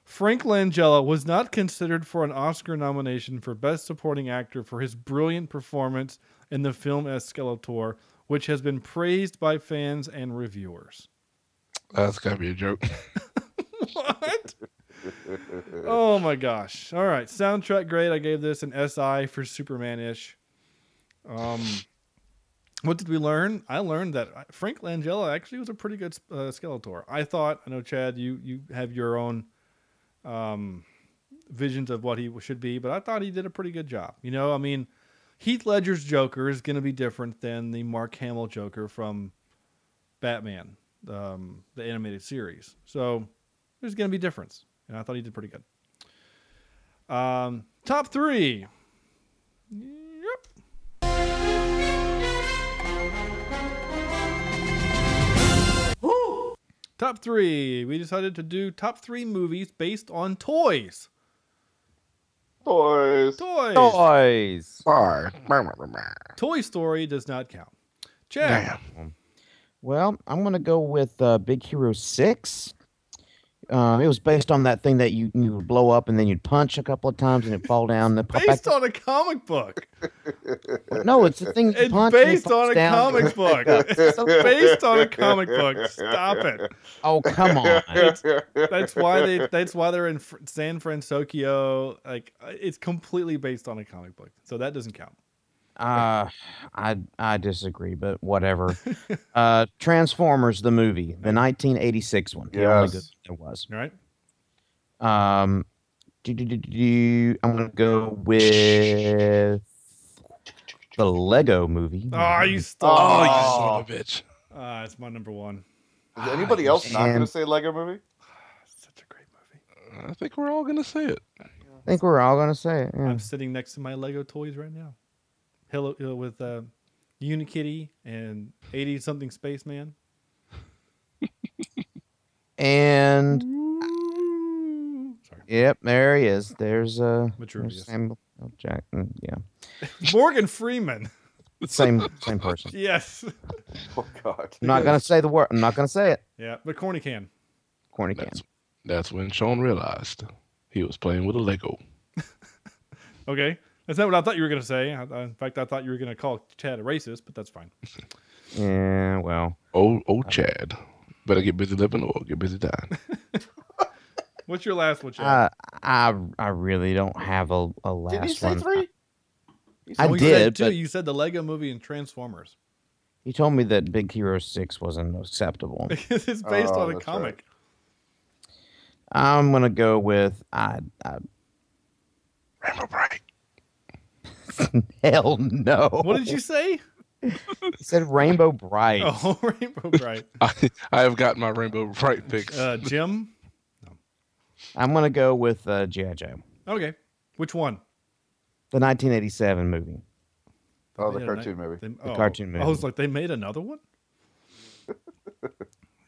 [SPEAKER 5] Frank Langella was not considered for an Oscar nomination for Best Supporting Actor for his brilliant performance in the film as Skeletor, which has been praised by fans and reviewers.
[SPEAKER 8] That's gotta be a joke.
[SPEAKER 5] what? Oh my gosh. All right. Soundtrack grade. I gave this an SI for Superman ish. Um, what did we learn? I learned that Frank Langella actually was a pretty good uh, Skeletor. I thought, I know, Chad, you, you have your own um, visions of what he should be, but I thought he did a pretty good job. You know, I mean, Heath Ledger's Joker is going to be different than the Mark Hamill Joker from Batman, um, the animated series. So there's going to be difference, and I thought he did pretty good. Um, top three. Yep. Top three. We decided to do top three movies based on toys.
[SPEAKER 6] Toys.
[SPEAKER 5] Toys.
[SPEAKER 14] Toys.
[SPEAKER 8] Bar.
[SPEAKER 5] Toy Story does not count. Chad.
[SPEAKER 9] Well, I'm gonna go with uh, Big Hero Six. Um, it was based on that thing that you you would blow up and then you'd punch a couple of times and it'd fall down and then pop back.
[SPEAKER 5] Based on a comic book.
[SPEAKER 9] No, it's the thing you
[SPEAKER 5] It's
[SPEAKER 9] punch. and it
[SPEAKER 5] based on
[SPEAKER 9] falls
[SPEAKER 5] a
[SPEAKER 9] down.
[SPEAKER 5] comic book. It's based on a comic book. Stop it.
[SPEAKER 9] Oh come on!
[SPEAKER 5] It's- that's why they. That's why they're in Fr- San Francisco. Like uh, it's completely based on a comic book, so that doesn't count.
[SPEAKER 9] Uh, I I disagree, but whatever. uh, Transformers the movie, the 1986 one. The only
[SPEAKER 6] Yes.
[SPEAKER 9] good one there was.
[SPEAKER 5] Right.
[SPEAKER 9] Um, do, do, do, do, do. I'm gonna go with the Lego movie.
[SPEAKER 5] Oh, you stole.
[SPEAKER 6] Oh,
[SPEAKER 5] it.
[SPEAKER 6] you son of a bitch.
[SPEAKER 5] Ah, it's my number one.
[SPEAKER 6] Is anybody else not going
[SPEAKER 9] man.
[SPEAKER 6] to say Lego Movie?
[SPEAKER 8] I think we're all gonna say it.
[SPEAKER 9] I think we're all gonna say it. yeah.
[SPEAKER 5] I'm sitting next to my Lego toys right now. Hello uh, with uh, Unikitty and 80 something Spaceman.
[SPEAKER 9] And yep, there he is. There's uh,
[SPEAKER 5] Matruvius.
[SPEAKER 9] there's Samuel L. Jackson. Yeah,
[SPEAKER 5] Morgan Freeman.
[SPEAKER 9] same same person.
[SPEAKER 5] Yes.
[SPEAKER 6] Oh God.
[SPEAKER 9] I'm not gonna say the word. I'm not gonna say it.
[SPEAKER 5] Yeah, but Corny can.
[SPEAKER 9] Corny
[SPEAKER 8] that's, can. That's when Sean realized he was playing with a Lego.
[SPEAKER 5] Okay. That's not what I thought you were going to say. I, I- in fact, I thought you were going to call Chad a racist, but that's fine.
[SPEAKER 9] Yeah, well.
[SPEAKER 8] Old old Chad. Better get busy living or get busy dying.
[SPEAKER 5] What's your last one, Chad?
[SPEAKER 9] Uh, I I really don't have a, a last
[SPEAKER 5] Did you say
[SPEAKER 9] one.
[SPEAKER 5] three?
[SPEAKER 9] I
[SPEAKER 5] Oh, you
[SPEAKER 9] did,
[SPEAKER 5] Said two.
[SPEAKER 9] but-
[SPEAKER 5] You said the Lego movie and Transformers.
[SPEAKER 9] You told me that Big Hero Six wasn't acceptable.
[SPEAKER 5] Because it's based
[SPEAKER 6] Oh,
[SPEAKER 5] on a
[SPEAKER 6] that's
[SPEAKER 5] comic.
[SPEAKER 9] I'm gonna go with I. I
[SPEAKER 8] Rambo Bright.
[SPEAKER 9] Hell no.
[SPEAKER 5] What did you say?
[SPEAKER 9] He said Rainbow Bright.
[SPEAKER 5] Oh, Rainbow Bright.
[SPEAKER 8] I, I have got my Rainbow Bright picks.
[SPEAKER 5] Uh, Jim?
[SPEAKER 9] I'm gonna go with uh, GI Joe,
[SPEAKER 5] Okay. Which one?
[SPEAKER 9] the 1987 movie.
[SPEAKER 6] Oh, the
[SPEAKER 5] They made a
[SPEAKER 6] cartoon
[SPEAKER 5] ni-
[SPEAKER 6] movie.
[SPEAKER 5] they-
[SPEAKER 9] The cartoon
[SPEAKER 5] I was
[SPEAKER 9] movie.
[SPEAKER 5] like, they made another one.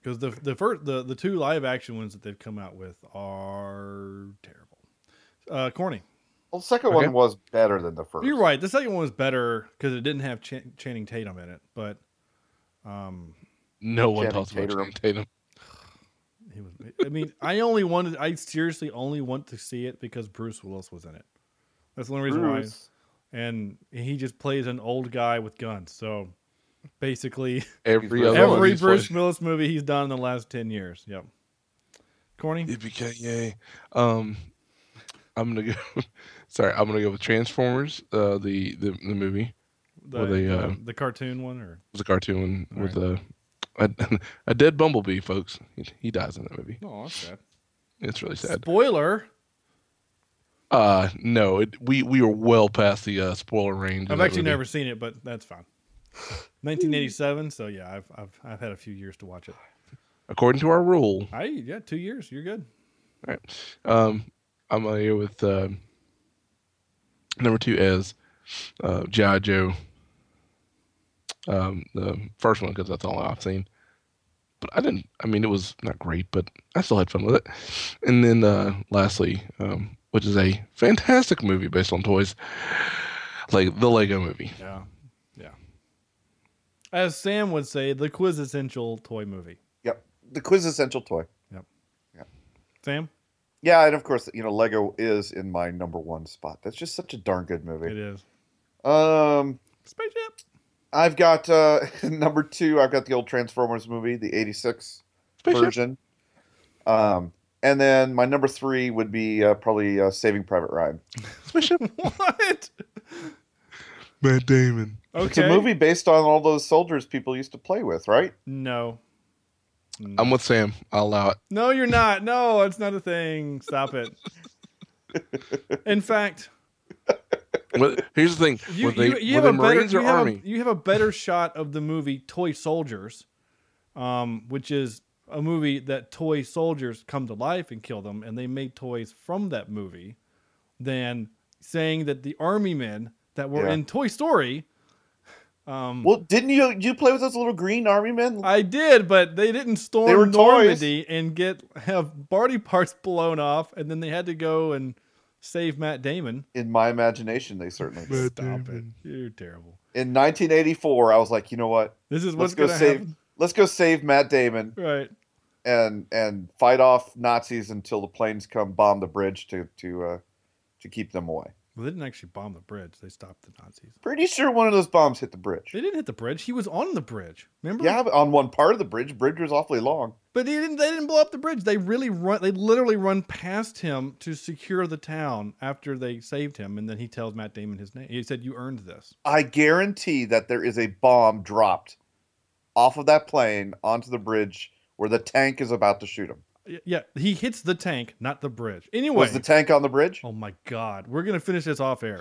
[SPEAKER 5] Because the the first the, the two live action ones that they've come out with are terrible, uh, corny.
[SPEAKER 6] Well, the second
[SPEAKER 5] Okay.
[SPEAKER 6] one was better than the first.
[SPEAKER 5] You're right. The second one was better because it didn't have Chan Channing Tatum in it, but um,
[SPEAKER 8] no one
[SPEAKER 5] Channing
[SPEAKER 8] talks about
[SPEAKER 5] Tatum.
[SPEAKER 8] Channing Tatum.
[SPEAKER 5] he was. I mean, I only wanted. I seriously only want to see it because Bruce Willis was in it. That's the only reason
[SPEAKER 6] Bruce.
[SPEAKER 5] why. And he just plays an old guy with guns. So basically,
[SPEAKER 8] Every other one
[SPEAKER 5] every
[SPEAKER 8] he's
[SPEAKER 5] Bruce
[SPEAKER 8] played.
[SPEAKER 5] Willis movie he's done in the last ten years. Yep. Corny.
[SPEAKER 8] Yippee Um, I'm gonna go. sorry, I'm gonna go with Transformers. Uh, the the, the movie.
[SPEAKER 5] The,
[SPEAKER 8] or the, uh,
[SPEAKER 5] the, the cartoon one, or
[SPEAKER 8] was a cartoon with a, a a dead bumblebee, folks. He, he dies in that movie.
[SPEAKER 5] oh, that's sad.
[SPEAKER 8] It's really sad.
[SPEAKER 5] Spoiler.
[SPEAKER 8] Uh no, it, we we are well past the uh, spoiler range.
[SPEAKER 5] I've actually never seen it, but that's fine. 1987. So yeah, I've I've I've had a few years to watch it.
[SPEAKER 8] According to our rule,
[SPEAKER 5] I yeah, two years. You're good.
[SPEAKER 8] All right. Um, I'm gonna go with uh, number two as uh, GI Joe. Um, the first one because that's all I've seen. But I didn't. I mean, it was not great, but I still had fun with it. And then uh, lastly, um, which is a fantastic movie based on toys, like the Lego Movie.
[SPEAKER 5] Yeah, yeah. As Sam would say, the quintessential toy movie.
[SPEAKER 6] Yep. The quiz essential toy.
[SPEAKER 5] Sam,
[SPEAKER 6] Yeah, and of course, you know, Lego is in my number one spot. That's just such a darn good movie.
[SPEAKER 5] it is.
[SPEAKER 6] Um,
[SPEAKER 5] Spaceship.
[SPEAKER 6] I've got uh, number two. I've got the old Transformers movie, the '86
[SPEAKER 8] Spaceship.
[SPEAKER 6] version. Um, and then my number three would be uh, probably uh, Saving Private Ryan.
[SPEAKER 5] what?
[SPEAKER 8] Matt Damon.
[SPEAKER 5] Okay.
[SPEAKER 6] It's a movie based on all those soldiers people used to play with, right?
[SPEAKER 5] No.
[SPEAKER 8] I'm with Sam. I'll allow it.
[SPEAKER 5] No, you're not. No, it's not a thing. Stop it. In fact,
[SPEAKER 8] Well, here's the thing:
[SPEAKER 5] you,
[SPEAKER 8] were they,
[SPEAKER 5] you, you
[SPEAKER 8] were
[SPEAKER 5] have a
[SPEAKER 8] they
[SPEAKER 5] better
[SPEAKER 8] Marines
[SPEAKER 5] you
[SPEAKER 8] or
[SPEAKER 5] have a-
[SPEAKER 8] Army?
[SPEAKER 5] you have a better shot of the movie Toy Soldiers, um, which is a movie that toy soldiers come to life and kill them, and they made toys from that movie, than saying that the army men that were
[SPEAKER 6] Yeah.
[SPEAKER 5] in Toy Story. Um,
[SPEAKER 6] Well, didn't you you play with those little green army men?
[SPEAKER 5] I did, but they didn't storm
[SPEAKER 6] They were toys.
[SPEAKER 5] Normandy and get have body parts blown off, and then they had to go and save Matt Damon.
[SPEAKER 6] In my imagination, they certainly did.
[SPEAKER 5] Stop it. You're terrible.
[SPEAKER 6] In 1984, I was like, you know what?
[SPEAKER 5] This is what's
[SPEAKER 6] let's
[SPEAKER 5] gonna
[SPEAKER 6] save.
[SPEAKER 5] happen.
[SPEAKER 6] Let's go save Matt Damon
[SPEAKER 5] Right.
[SPEAKER 6] and and fight off Nazis until the planes come bomb the bridge to to uh, to keep them away.
[SPEAKER 5] Well, they didn't actually bomb the bridge. They stopped the Nazis.
[SPEAKER 6] Pretty sure one of those bombs hit the bridge.
[SPEAKER 5] They didn't hit the bridge. He was on the bridge. Remember?
[SPEAKER 6] Yeah, but on one part of the bridge. Bridge was awfully long.
[SPEAKER 5] But they didn't. They didn't blow up the bridge. They really run. They literally run past him to secure the town after they saved him, and then he tells Matt Damon his name. He said, "You earned this."
[SPEAKER 6] I guarantee that there is a bomb dropped off of that plane onto the bridge where the tank is about to shoot him.
[SPEAKER 5] Y- Yeah, he hits the tank, not the bridge. Anyway,
[SPEAKER 6] Was the tank on the bridge?
[SPEAKER 5] Oh my god, we're gonna finish this off air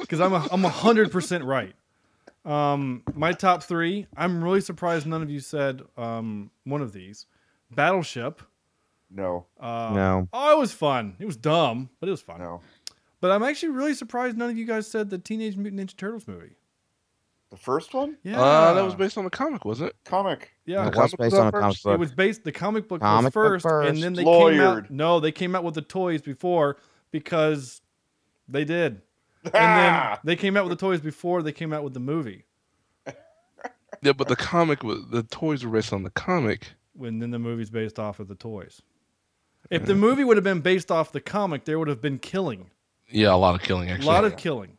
[SPEAKER 5] because I'm a, I'm hundred percent right. Um, my top three. I'm really surprised none of you said um one of these. Battleship.
[SPEAKER 6] No.
[SPEAKER 5] Uh,
[SPEAKER 9] No.
[SPEAKER 5] Oh, it was fun. It was dumb, but it was fun.
[SPEAKER 6] No.
[SPEAKER 5] But I'm actually really surprised none of you guys said the Teenage Mutant Ninja Turtles movie.
[SPEAKER 6] The first one?
[SPEAKER 5] Yeah.
[SPEAKER 8] Uh, that was based on a comic, wasn't it?
[SPEAKER 6] Comic.
[SPEAKER 5] Yeah,
[SPEAKER 9] It was based on a comic book.
[SPEAKER 5] It was based the comic book was
[SPEAKER 9] Comic book
[SPEAKER 5] first, and
[SPEAKER 9] first.
[SPEAKER 5] then they came out.
[SPEAKER 6] Lawyered.
[SPEAKER 5] No, they came out with the toys before because they did, and then they came out with the toys before they came out with the movie.
[SPEAKER 8] Yeah, but the comic was the toys were based on the comic.
[SPEAKER 5] When then the movie's based off of the toys. If the movie would have been based off the comic, there would have been killing,
[SPEAKER 8] Yeah, a lot of killing
[SPEAKER 5] a
[SPEAKER 8] actually.
[SPEAKER 5] lot of killing.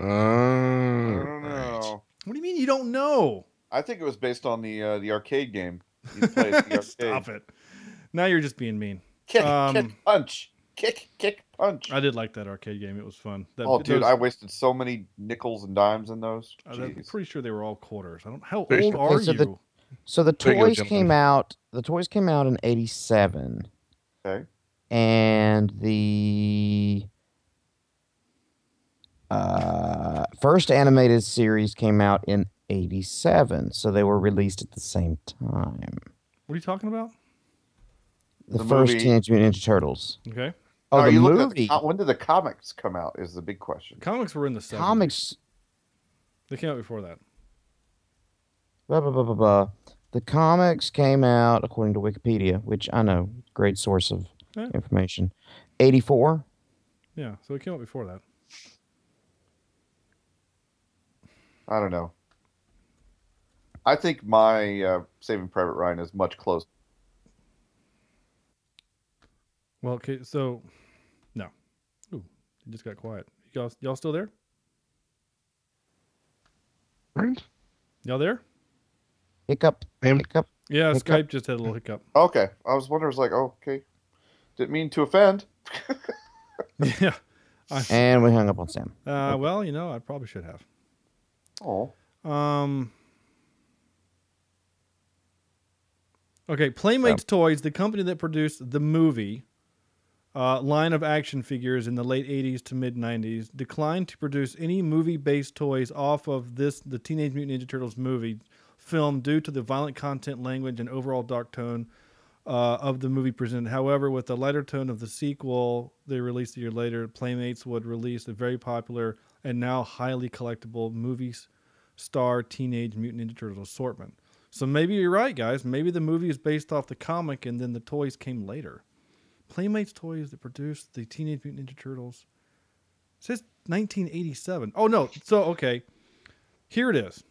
[SPEAKER 8] Uh,
[SPEAKER 6] I don't know.
[SPEAKER 5] What do you mean you don't know?
[SPEAKER 6] I think it was based on the uh, the arcade game. You played at the arcade.
[SPEAKER 5] Stop it! Now you're just being mean.
[SPEAKER 6] Kick, kick,
[SPEAKER 5] Um,
[SPEAKER 6] punch. Kick, kick, punch.
[SPEAKER 5] I did like that arcade game. It was fun. That,
[SPEAKER 6] oh, dude,
[SPEAKER 5] those-
[SPEAKER 6] I wasted so many nickels and dimes in those.
[SPEAKER 5] I- I'm
[SPEAKER 6] Jeez.
[SPEAKER 5] pretty sure they were all quarters. I don't. How
[SPEAKER 8] Very
[SPEAKER 5] old
[SPEAKER 8] sure.
[SPEAKER 5] are
[SPEAKER 9] Okay, so
[SPEAKER 5] you?
[SPEAKER 9] the- So the
[SPEAKER 8] There you go,
[SPEAKER 9] toys
[SPEAKER 8] gentlemen.
[SPEAKER 9] came out. The toys came out in '87,
[SPEAKER 6] Okay.
[SPEAKER 9] and the uh, first animated series came out in '87. So they were released at the same time.
[SPEAKER 5] What are you talking about?
[SPEAKER 9] The,
[SPEAKER 6] The
[SPEAKER 9] first
[SPEAKER 6] movie-
[SPEAKER 9] Teenage Mutant Ninja Turtles.
[SPEAKER 5] Okay.
[SPEAKER 9] Oh,
[SPEAKER 6] Are
[SPEAKER 9] the
[SPEAKER 6] you looking at the
[SPEAKER 9] movie
[SPEAKER 6] co- when did the comics come out? Is the big question.
[SPEAKER 5] Comics were in the 70s.
[SPEAKER 9] comics.
[SPEAKER 5] They came out before that.
[SPEAKER 9] Blah, blah, blah, blah, blah. The comics came out according to Wikipedia, which I know, great source of
[SPEAKER 5] Yeah.
[SPEAKER 9] information. '84.
[SPEAKER 5] Yeah. So it came out before that.
[SPEAKER 6] I don't know. I think my uh, Saving Private Ryan is much closer.
[SPEAKER 5] Well, okay. So, no. Ooh, it just got quiet. Y'all, y'all still there?
[SPEAKER 8] Right?
[SPEAKER 5] Y'all there?
[SPEAKER 9] Hiccup.
[SPEAKER 8] Am-
[SPEAKER 9] Hiccup.
[SPEAKER 5] Yeah.
[SPEAKER 9] Hiccup.
[SPEAKER 5] Skype just had a little hiccup.
[SPEAKER 6] Okay, I was wondering. I was like, oh, okay, didn't mean to offend.
[SPEAKER 5] yeah. I,
[SPEAKER 9] And we hung up on Sam.
[SPEAKER 5] uh, well, you know, I probably should have.
[SPEAKER 6] Oh,
[SPEAKER 5] Um. Okay, Playmates Toys, the company that produced the movie uh, line of action figures in the late 80s to mid 90s, declined to produce any movie based toys off of this, the Teenage Mutant Ninja Turtles movie film, due to the violent content, language, and overall dark tone uh, of the movie presented. However, with the lighter tone of the sequel they released a year later, Playmates would release a very popular and now highly collectible movie s- star Teenage Mutant Ninja Turtles assortment. So maybe you're right, guys. Maybe the movie is based off the comic and then the toys came later. Playmates toys that produced the Teenage Mutant Ninja Turtles. It says 1987. Oh no. So okay. Here it is.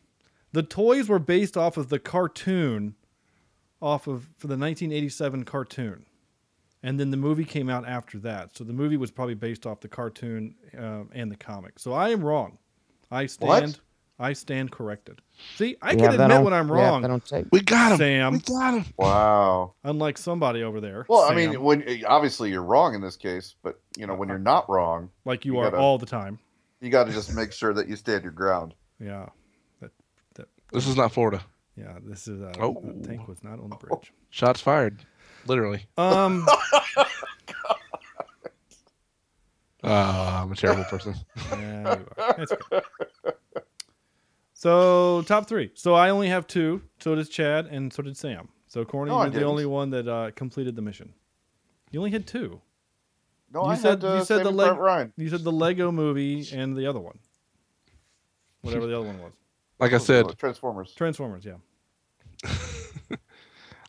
[SPEAKER 5] The toys were based off of the cartoon off of for the 1987 cartoon. And then the movie came out after that. So the movie was probably based off the cartoon um, and the comic. So I am wrong. I stand I stand corrected. See, I
[SPEAKER 9] We
[SPEAKER 5] can
[SPEAKER 9] have that
[SPEAKER 5] admit
[SPEAKER 9] on-
[SPEAKER 5] when I'm
[SPEAKER 9] we have
[SPEAKER 5] wrong.
[SPEAKER 9] that on tape.
[SPEAKER 8] We got him.
[SPEAKER 5] Sam.
[SPEAKER 8] We got him.
[SPEAKER 6] wow.
[SPEAKER 5] Unlike somebody over there.
[SPEAKER 6] Well, I
[SPEAKER 5] Sam,
[SPEAKER 6] mean, when obviously you're wrong in this case, but you know when you're not wrong,
[SPEAKER 5] like you,
[SPEAKER 6] you
[SPEAKER 5] are
[SPEAKER 6] gotta-
[SPEAKER 5] all the time.
[SPEAKER 6] you got to just make sure that you stand your ground.
[SPEAKER 5] Yeah.
[SPEAKER 8] This is not Florida.
[SPEAKER 5] Yeah, this is uh,
[SPEAKER 8] Oh.
[SPEAKER 5] the tank was not on the bridge.
[SPEAKER 8] Shots fired. Literally.
[SPEAKER 5] Um,
[SPEAKER 8] Uh, I'm a terrible person.
[SPEAKER 5] yeah, you are. That's okay. So top three. So I only have two. So does Chad, and so did Sam. So Corny,
[SPEAKER 6] No, I
[SPEAKER 5] you're the
[SPEAKER 6] didn't.
[SPEAKER 5] only one that uh, completed the mission. You only had two.
[SPEAKER 6] No,
[SPEAKER 5] You
[SPEAKER 6] I
[SPEAKER 5] said-
[SPEAKER 6] had uh,
[SPEAKER 5] you said the
[SPEAKER 6] Saving
[SPEAKER 5] leg-
[SPEAKER 6] Private Ryan.
[SPEAKER 5] You said the Lego Movie and the other one, whatever the other one was.
[SPEAKER 8] Like I said,
[SPEAKER 6] Transformers.
[SPEAKER 5] Transformers. Yeah.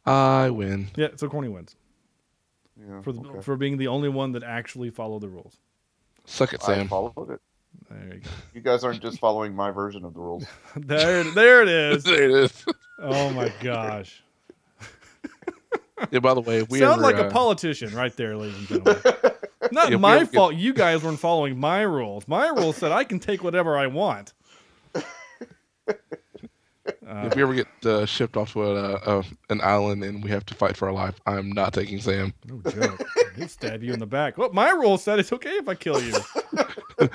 [SPEAKER 8] I win.
[SPEAKER 5] Yeah. So Corny wins.
[SPEAKER 6] Yeah,
[SPEAKER 5] for the,
[SPEAKER 6] okay.
[SPEAKER 5] for being the only one that actually followed the rules.
[SPEAKER 8] Suck it,
[SPEAKER 6] I
[SPEAKER 8] Sam.
[SPEAKER 6] followed it.
[SPEAKER 5] There you go.
[SPEAKER 6] You guys aren't just following my version of the rules.
[SPEAKER 5] There, there it is.
[SPEAKER 8] There it is.
[SPEAKER 5] Oh my gosh!
[SPEAKER 8] Yeah, by the way, if we
[SPEAKER 5] Sound
[SPEAKER 8] ever,
[SPEAKER 5] like a
[SPEAKER 8] uh,
[SPEAKER 5] politician right there, ladies and gentlemen. Not
[SPEAKER 8] If we
[SPEAKER 5] my
[SPEAKER 8] ever get-
[SPEAKER 5] fault. You guys weren't following my rules. My rules said I can take whatever I want. Uh,
[SPEAKER 8] if we ever get uh, shipped off to a, uh, an island and we have to fight for our life, I'm not taking Sam.
[SPEAKER 5] no joke. He'll stab you in the back. Well, my rule said it's okay if I kill you. I don't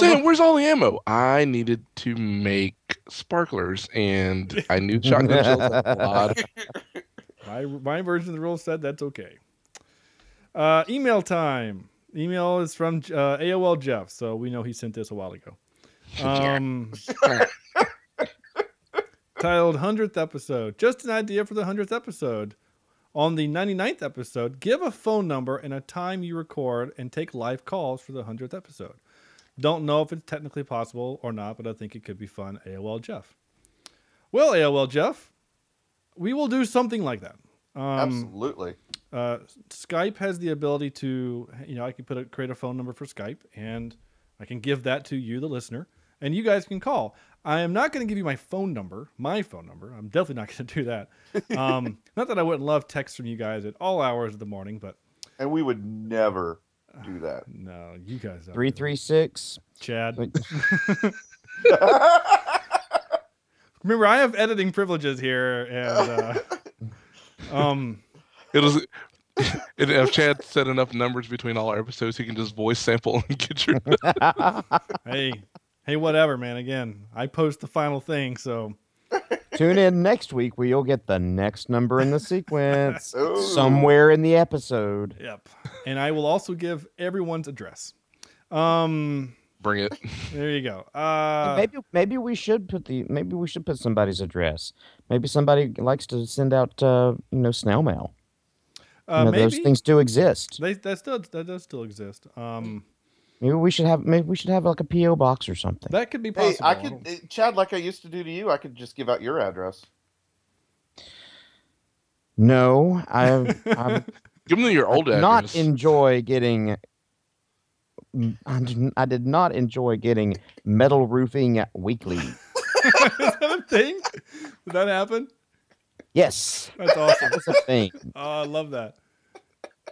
[SPEAKER 8] Sam,
[SPEAKER 5] know.
[SPEAKER 8] where's all the ammo? I needed to make sparklers, and I knew shotgun shells had a lot. of-
[SPEAKER 5] My my version of the rule said that's okay. Uh, email time. Email is from uh, AOL Jeff, so we know he sent this a while ago.
[SPEAKER 8] Yeah.
[SPEAKER 5] Um, titled 100th episode. Just an idea for the 100th episode. On the 99th episode, give a phone number and a time you record and take live calls for the 100th episode. Don't know if it's technically possible or not, but I think it could be fun. AOL Jeff. Well, AOL Jeff, we will do something like that. Um,
[SPEAKER 6] Absolutely.
[SPEAKER 5] uh, Skype has the ability to, you know, I can put a create a phone number for Skype, and I can give that to you, the listener, and you guys can call. I am not going to give you my phone number, my phone number. I'm definitely not going to do that. Um, not that I wouldn't love texts from you guys at all hours of the morning, but
[SPEAKER 6] And we would never do that.
[SPEAKER 5] no, you guys don't.
[SPEAKER 9] Three three six.
[SPEAKER 5] Chad. Remember, I have editing privileges here, and uh, um,
[SPEAKER 8] It was. And if Chad said enough numbers between all our episodes, he can just voice sample and get your.
[SPEAKER 5] hey, hey, whatever, man. Again, I post the final thing, so
[SPEAKER 9] Tune in next week where you'll get the next number in the sequence somewhere in the episode.
[SPEAKER 5] Yep. And I will also give everyone's address. Um,
[SPEAKER 8] Bring it.
[SPEAKER 5] there you go. Uh,
[SPEAKER 9] maybe maybe we should put the maybe we should put somebody's address. Maybe somebody likes to send out uh, you know snail mail.
[SPEAKER 5] Uh,
[SPEAKER 9] you know, those
[SPEAKER 5] maybe.
[SPEAKER 9] things do exist.
[SPEAKER 5] They, that still that does still exist. Um,
[SPEAKER 9] Maybe we should have maybe we should have like a PO box or something.
[SPEAKER 5] that could be
[SPEAKER 6] Hey,
[SPEAKER 5] possible.
[SPEAKER 6] I could, eh, Chad, like I used to do to you, I could just give out your address.
[SPEAKER 9] No, I I
[SPEAKER 8] Give them your old
[SPEAKER 9] did
[SPEAKER 8] address.
[SPEAKER 9] not enjoy getting. I did, I did not enjoy getting metal roofing weekly.
[SPEAKER 5] Is that a thing? Did that happen?
[SPEAKER 9] Yes,
[SPEAKER 5] That's awesome.
[SPEAKER 9] that's a thing.
[SPEAKER 5] Oh, I love that.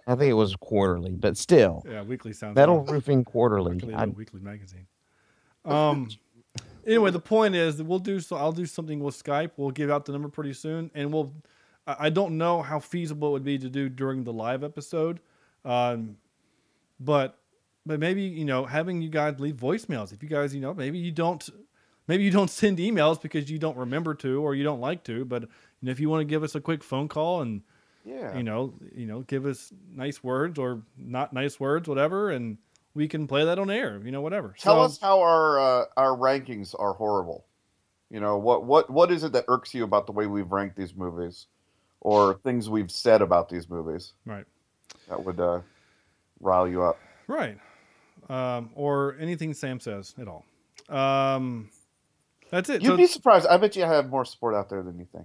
[SPEAKER 9] I think it was quarterly, but still,
[SPEAKER 5] Yeah, weekly sounds.
[SPEAKER 9] metal
[SPEAKER 5] good.
[SPEAKER 9] roofing quarterly.
[SPEAKER 5] Luckily,
[SPEAKER 9] I,
[SPEAKER 5] the weekly magazine. Um. Anyway, the point is that we'll do so. I'll do something with Skype. We'll give out the number pretty soon, and we'll. I I don't know how feasible it would be to do during the live episode, um, but but maybe you know having you guys leave voicemails. If you guys you know maybe you don't maybe you don't send emails because you don't remember to or you don't like to, but you know, if you want to give us a quick phone call and
[SPEAKER 6] Yeah.
[SPEAKER 5] you know, you know, give us nice words or not nice words, whatever, and we can play that on air, you know, whatever.
[SPEAKER 6] Tell
[SPEAKER 5] So,
[SPEAKER 6] us how our uh, our rankings are horrible. You know what what what is it that irks you about the way we've ranked these movies, or things we've said about these movies
[SPEAKER 5] right,
[SPEAKER 6] that would uh, rile you up?
[SPEAKER 5] right, um, or anything Sam says at all. Um, that's it.
[SPEAKER 6] You'd
[SPEAKER 5] So
[SPEAKER 6] be surprised. I bet you have more support out there than you think.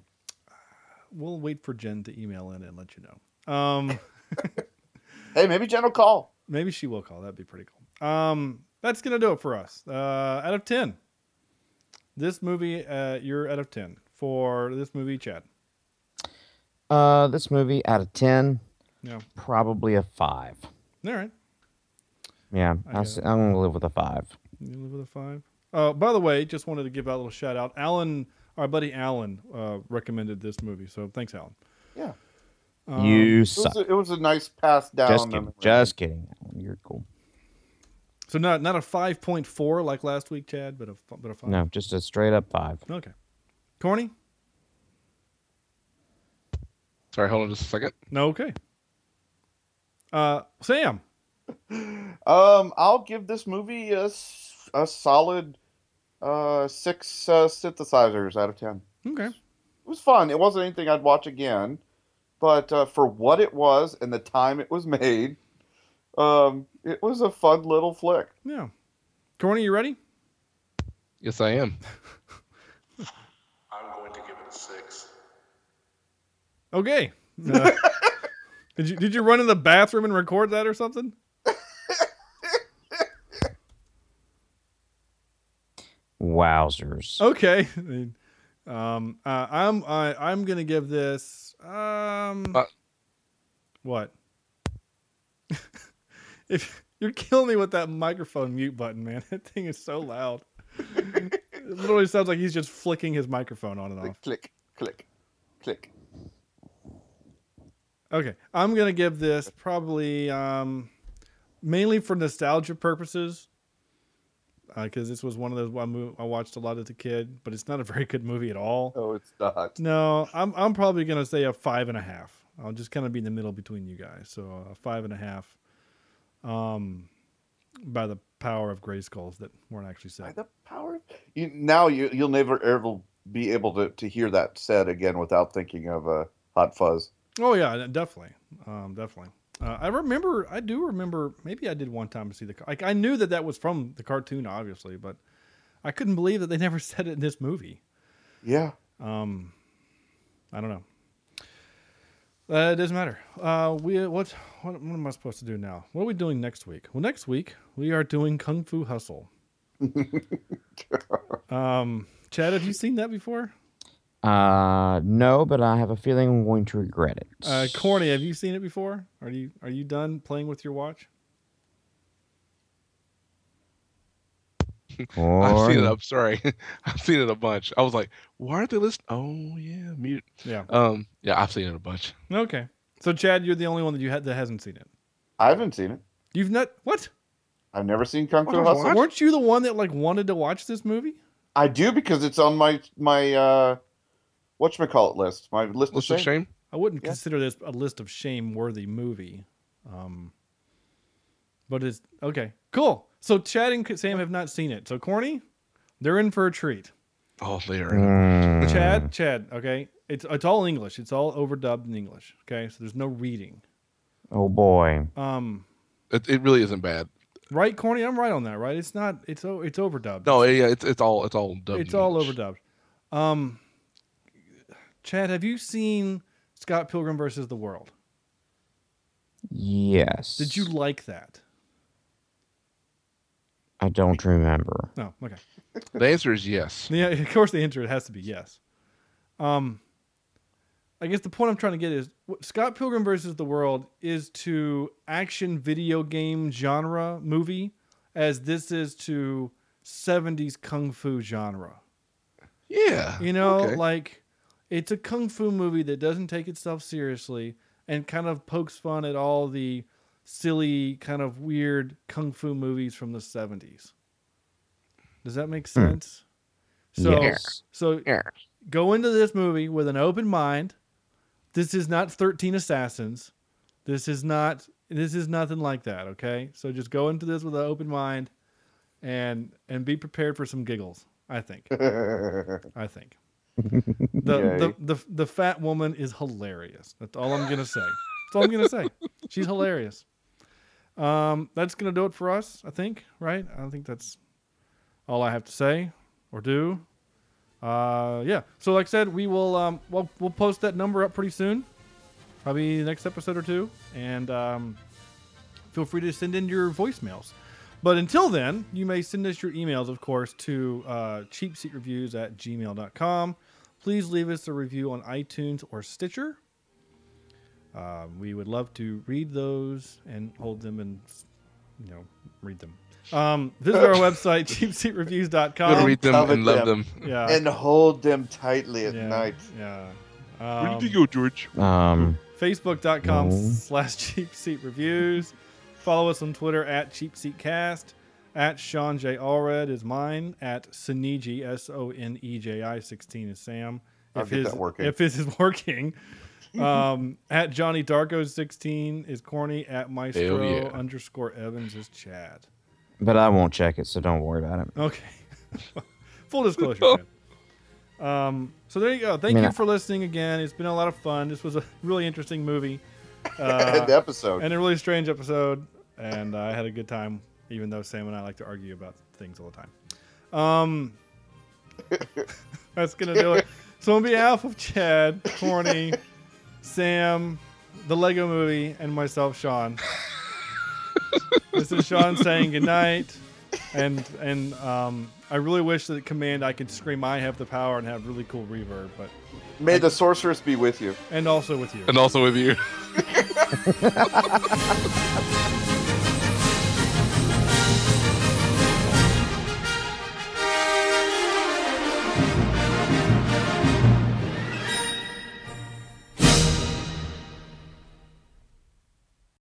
[SPEAKER 5] we'll wait for Jen to email in and let you know. Um,
[SPEAKER 6] Hey, maybe Jen will call.
[SPEAKER 5] maybe she will call. That'd be pretty cool. Um, that's gonna do it for us. Uh, out of ten, this movie, uh, you're out of ten for this movie, Chad.
[SPEAKER 9] uh, this movie out of ten,
[SPEAKER 5] Yeah.
[SPEAKER 9] probably a five.
[SPEAKER 5] All right.
[SPEAKER 9] Yeah,
[SPEAKER 5] I
[SPEAKER 9] I
[SPEAKER 5] get
[SPEAKER 9] s- I'm gonna live with a five.
[SPEAKER 5] You live with a five. Uh, by the way, just wanted to give out a little shout out. Alan, our buddy Alan, uh, recommended this movie, so thanks, Alan.
[SPEAKER 6] Yeah.
[SPEAKER 5] Um,
[SPEAKER 9] you
[SPEAKER 6] It
[SPEAKER 9] suck.
[SPEAKER 6] was, a, it was a nice pass down.
[SPEAKER 9] Just
[SPEAKER 6] memory
[SPEAKER 9] kidding. Just kidding. Alan. You're cool.
[SPEAKER 5] So not not a five point four like last week, Chad, but a f- but a five.
[SPEAKER 9] No, just a straight up five.
[SPEAKER 5] Okay. Corny?
[SPEAKER 8] Sorry, hold on just a second.
[SPEAKER 5] No. Okay. Uh, Sam.
[SPEAKER 6] Um, I'll give this movie a, s- a solid uh, six uh, synthesizers out of ten.
[SPEAKER 5] Okay.
[SPEAKER 6] It was fun. It wasn't anything I'd watch again, but uh, for what it was and the time it was made, um, it was a fun little flick.
[SPEAKER 5] Yeah. Corny, you ready?
[SPEAKER 8] Yes, I am.
[SPEAKER 5] Okay. Uh, Did you did you run in the bathroom and record that or something?
[SPEAKER 9] Wowzers.
[SPEAKER 5] Okay. I mean, um, uh, I'm I, I'm gonna give this um what? if you're killing me with that microphone mute button, man, that thing is so loud. it literally sounds like he's just flicking his microphone on and off.
[SPEAKER 6] Click, click, click.
[SPEAKER 5] Okay, I'm gonna give this probably um, mainly for nostalgia purposes because this was one of those one mo- I watched a lot as a kid, but it's not a very good movie at all.
[SPEAKER 6] Oh, it's not.
[SPEAKER 5] No, I'm I'm probably gonna say a five and a half. I'll just kind of be in the middle between you guys, so a five and a half. Um, by the power of gray skulls that weren't actually said.
[SPEAKER 6] the power. You, now you you'll never ever be able to to hear that said again without thinking of uh, Hot Fuzz.
[SPEAKER 5] Oh yeah, de- definitely, um, definitely. Uh, I remember, I do remember. Maybe I did one time see the. ca- Like I knew that that was from the cartoon, obviously, but I couldn't believe that they never said it in this movie.
[SPEAKER 6] Yeah.
[SPEAKER 5] Um, I don't know. Uh, it doesn't matter. Uh, we what, what what am I supposed to do now? What are we doing next week? Well, next week we are doing Kung Fu Hustle. um, Chad, have you seen that before?
[SPEAKER 9] Uh, no, but I have a feeling I'm going to regret it.
[SPEAKER 5] Uh, Corny, have you seen it before? Are you are you done playing with your watch?
[SPEAKER 8] I've seen it.
[SPEAKER 9] Corny.
[SPEAKER 8] I'm sorry. I've seen it a bunch. I was like, why aren't they listening? Oh yeah, mute.
[SPEAKER 5] Yeah.
[SPEAKER 8] Um. Yeah, I've seen it a bunch.
[SPEAKER 5] Okay. So Chad, you're the only one that you had that hasn't seen it.
[SPEAKER 6] I haven't seen it.
[SPEAKER 5] You've not what?
[SPEAKER 6] I've never seen Kung Fu
[SPEAKER 5] What?
[SPEAKER 6] Hustle.
[SPEAKER 5] Weren't you the one that like wanted to watch this movie?
[SPEAKER 6] I do because it's on my my uh, what call it list. My list,
[SPEAKER 8] List
[SPEAKER 6] of
[SPEAKER 8] of
[SPEAKER 6] shame.
[SPEAKER 8] shame?
[SPEAKER 5] I wouldn't
[SPEAKER 6] Yeah.
[SPEAKER 5] consider this a list of shame worthy movie. Um but it's okay. Cool. So Chad and Sam have not seen it. So Corny, they're in for a treat.
[SPEAKER 8] Oh, they are.
[SPEAKER 9] Mm.
[SPEAKER 5] Chad, Chad, okay? It's it's all English. It's all overdubbed in English, okay? So there's no reading.
[SPEAKER 9] Oh boy.
[SPEAKER 5] Um
[SPEAKER 8] It, it really isn't bad.
[SPEAKER 5] right Corny, I'm right on that, right? It's not it's o- it's overdubbed.
[SPEAKER 8] No, yeah, it's it's all it's all dubbed.
[SPEAKER 5] it's all overdubbed. Um, Chad, have you seen Scott Pilgrim versus the World?
[SPEAKER 9] Yes.
[SPEAKER 5] Did you like that?
[SPEAKER 9] I don't remember.
[SPEAKER 5] No. Okay.
[SPEAKER 8] The answer is yes.
[SPEAKER 5] Yeah. Of course, the answer has to be yes. Um, I guess the point I'm trying to get is what Scott Pilgrim versus the World is to action video game genre movie as this is to 70s kung fu genre.
[SPEAKER 8] Yeah.
[SPEAKER 5] You know,
[SPEAKER 8] okay.
[SPEAKER 5] like it's a kung fu movie that doesn't take itself seriously and kind of pokes fun at all the silly, kind of weird kung fu movies from the 70s. Does that make sense? So,
[SPEAKER 9] Yes.
[SPEAKER 5] so go into this movie with an open mind. This is not 13 Assassins. This is not this is nothing like that, okay? So just go into this with an open mind and and be prepared for some giggles, I think. I think. The, the the the fat woman is hilarious. That's all I'm gonna say. That's all I'm gonna say. She's hilarious. Um, that's gonna do it for us, I think. Right? I think that's all I have to say or do. Uh, yeah. So like I said, we will um, we'll we'll post that number up pretty soon, probably the next episode or two, and um, feel free to send in your voicemails. But until then, you may send us your emails, of course, to uh, cheapseatreviews at gmail.com. Please leave us a review on iTunes or Stitcher. Um, we would love to read those and hold them and, you know, read them. Um, visit our website, cheapseatreviews.com.
[SPEAKER 8] We'll read them
[SPEAKER 6] Covet
[SPEAKER 8] and love them.
[SPEAKER 5] Yeah.
[SPEAKER 6] and hold them tightly at
[SPEAKER 5] Yeah,
[SPEAKER 6] night.
[SPEAKER 5] Yeah.
[SPEAKER 8] Where
[SPEAKER 5] Um,
[SPEAKER 8] did you go, George?
[SPEAKER 9] Um.
[SPEAKER 5] Facebook.com
[SPEAKER 9] No.
[SPEAKER 5] slash cheap seat reviews. Follow us on Twitter at cheap seat cast. At Sean J. Allred is mine. At Soniji, S O N E J I 16 is Sam.
[SPEAKER 6] I'll get
[SPEAKER 5] his,
[SPEAKER 6] that working.
[SPEAKER 5] If his is working. Um, at Johnny Darko 16 is Corny. At Maestro
[SPEAKER 9] yeah.
[SPEAKER 5] underscore Evans is Chad.
[SPEAKER 9] But I won't check it, so don't worry about it.
[SPEAKER 5] Okay. Full disclosure. man. Um, so there you go. Thank
[SPEAKER 9] Man,
[SPEAKER 5] you
[SPEAKER 9] I-
[SPEAKER 5] for listening again. It's been a lot of fun. This was a really interesting movie. Uh,
[SPEAKER 6] And episode.
[SPEAKER 5] And a really strange episode. And I had a good time, even though Sam and I like to argue about things all the time. Um, that's going to do it. So, on behalf of Chad, Corny, Sam, the Lego Movie, and myself, Sean. this is Sean saying goodnight, and and um, I really wish that command I could scream I have the power and have really cool reverb, but
[SPEAKER 6] May the sorceress be with you.
[SPEAKER 5] and also with you.
[SPEAKER 8] And also with you.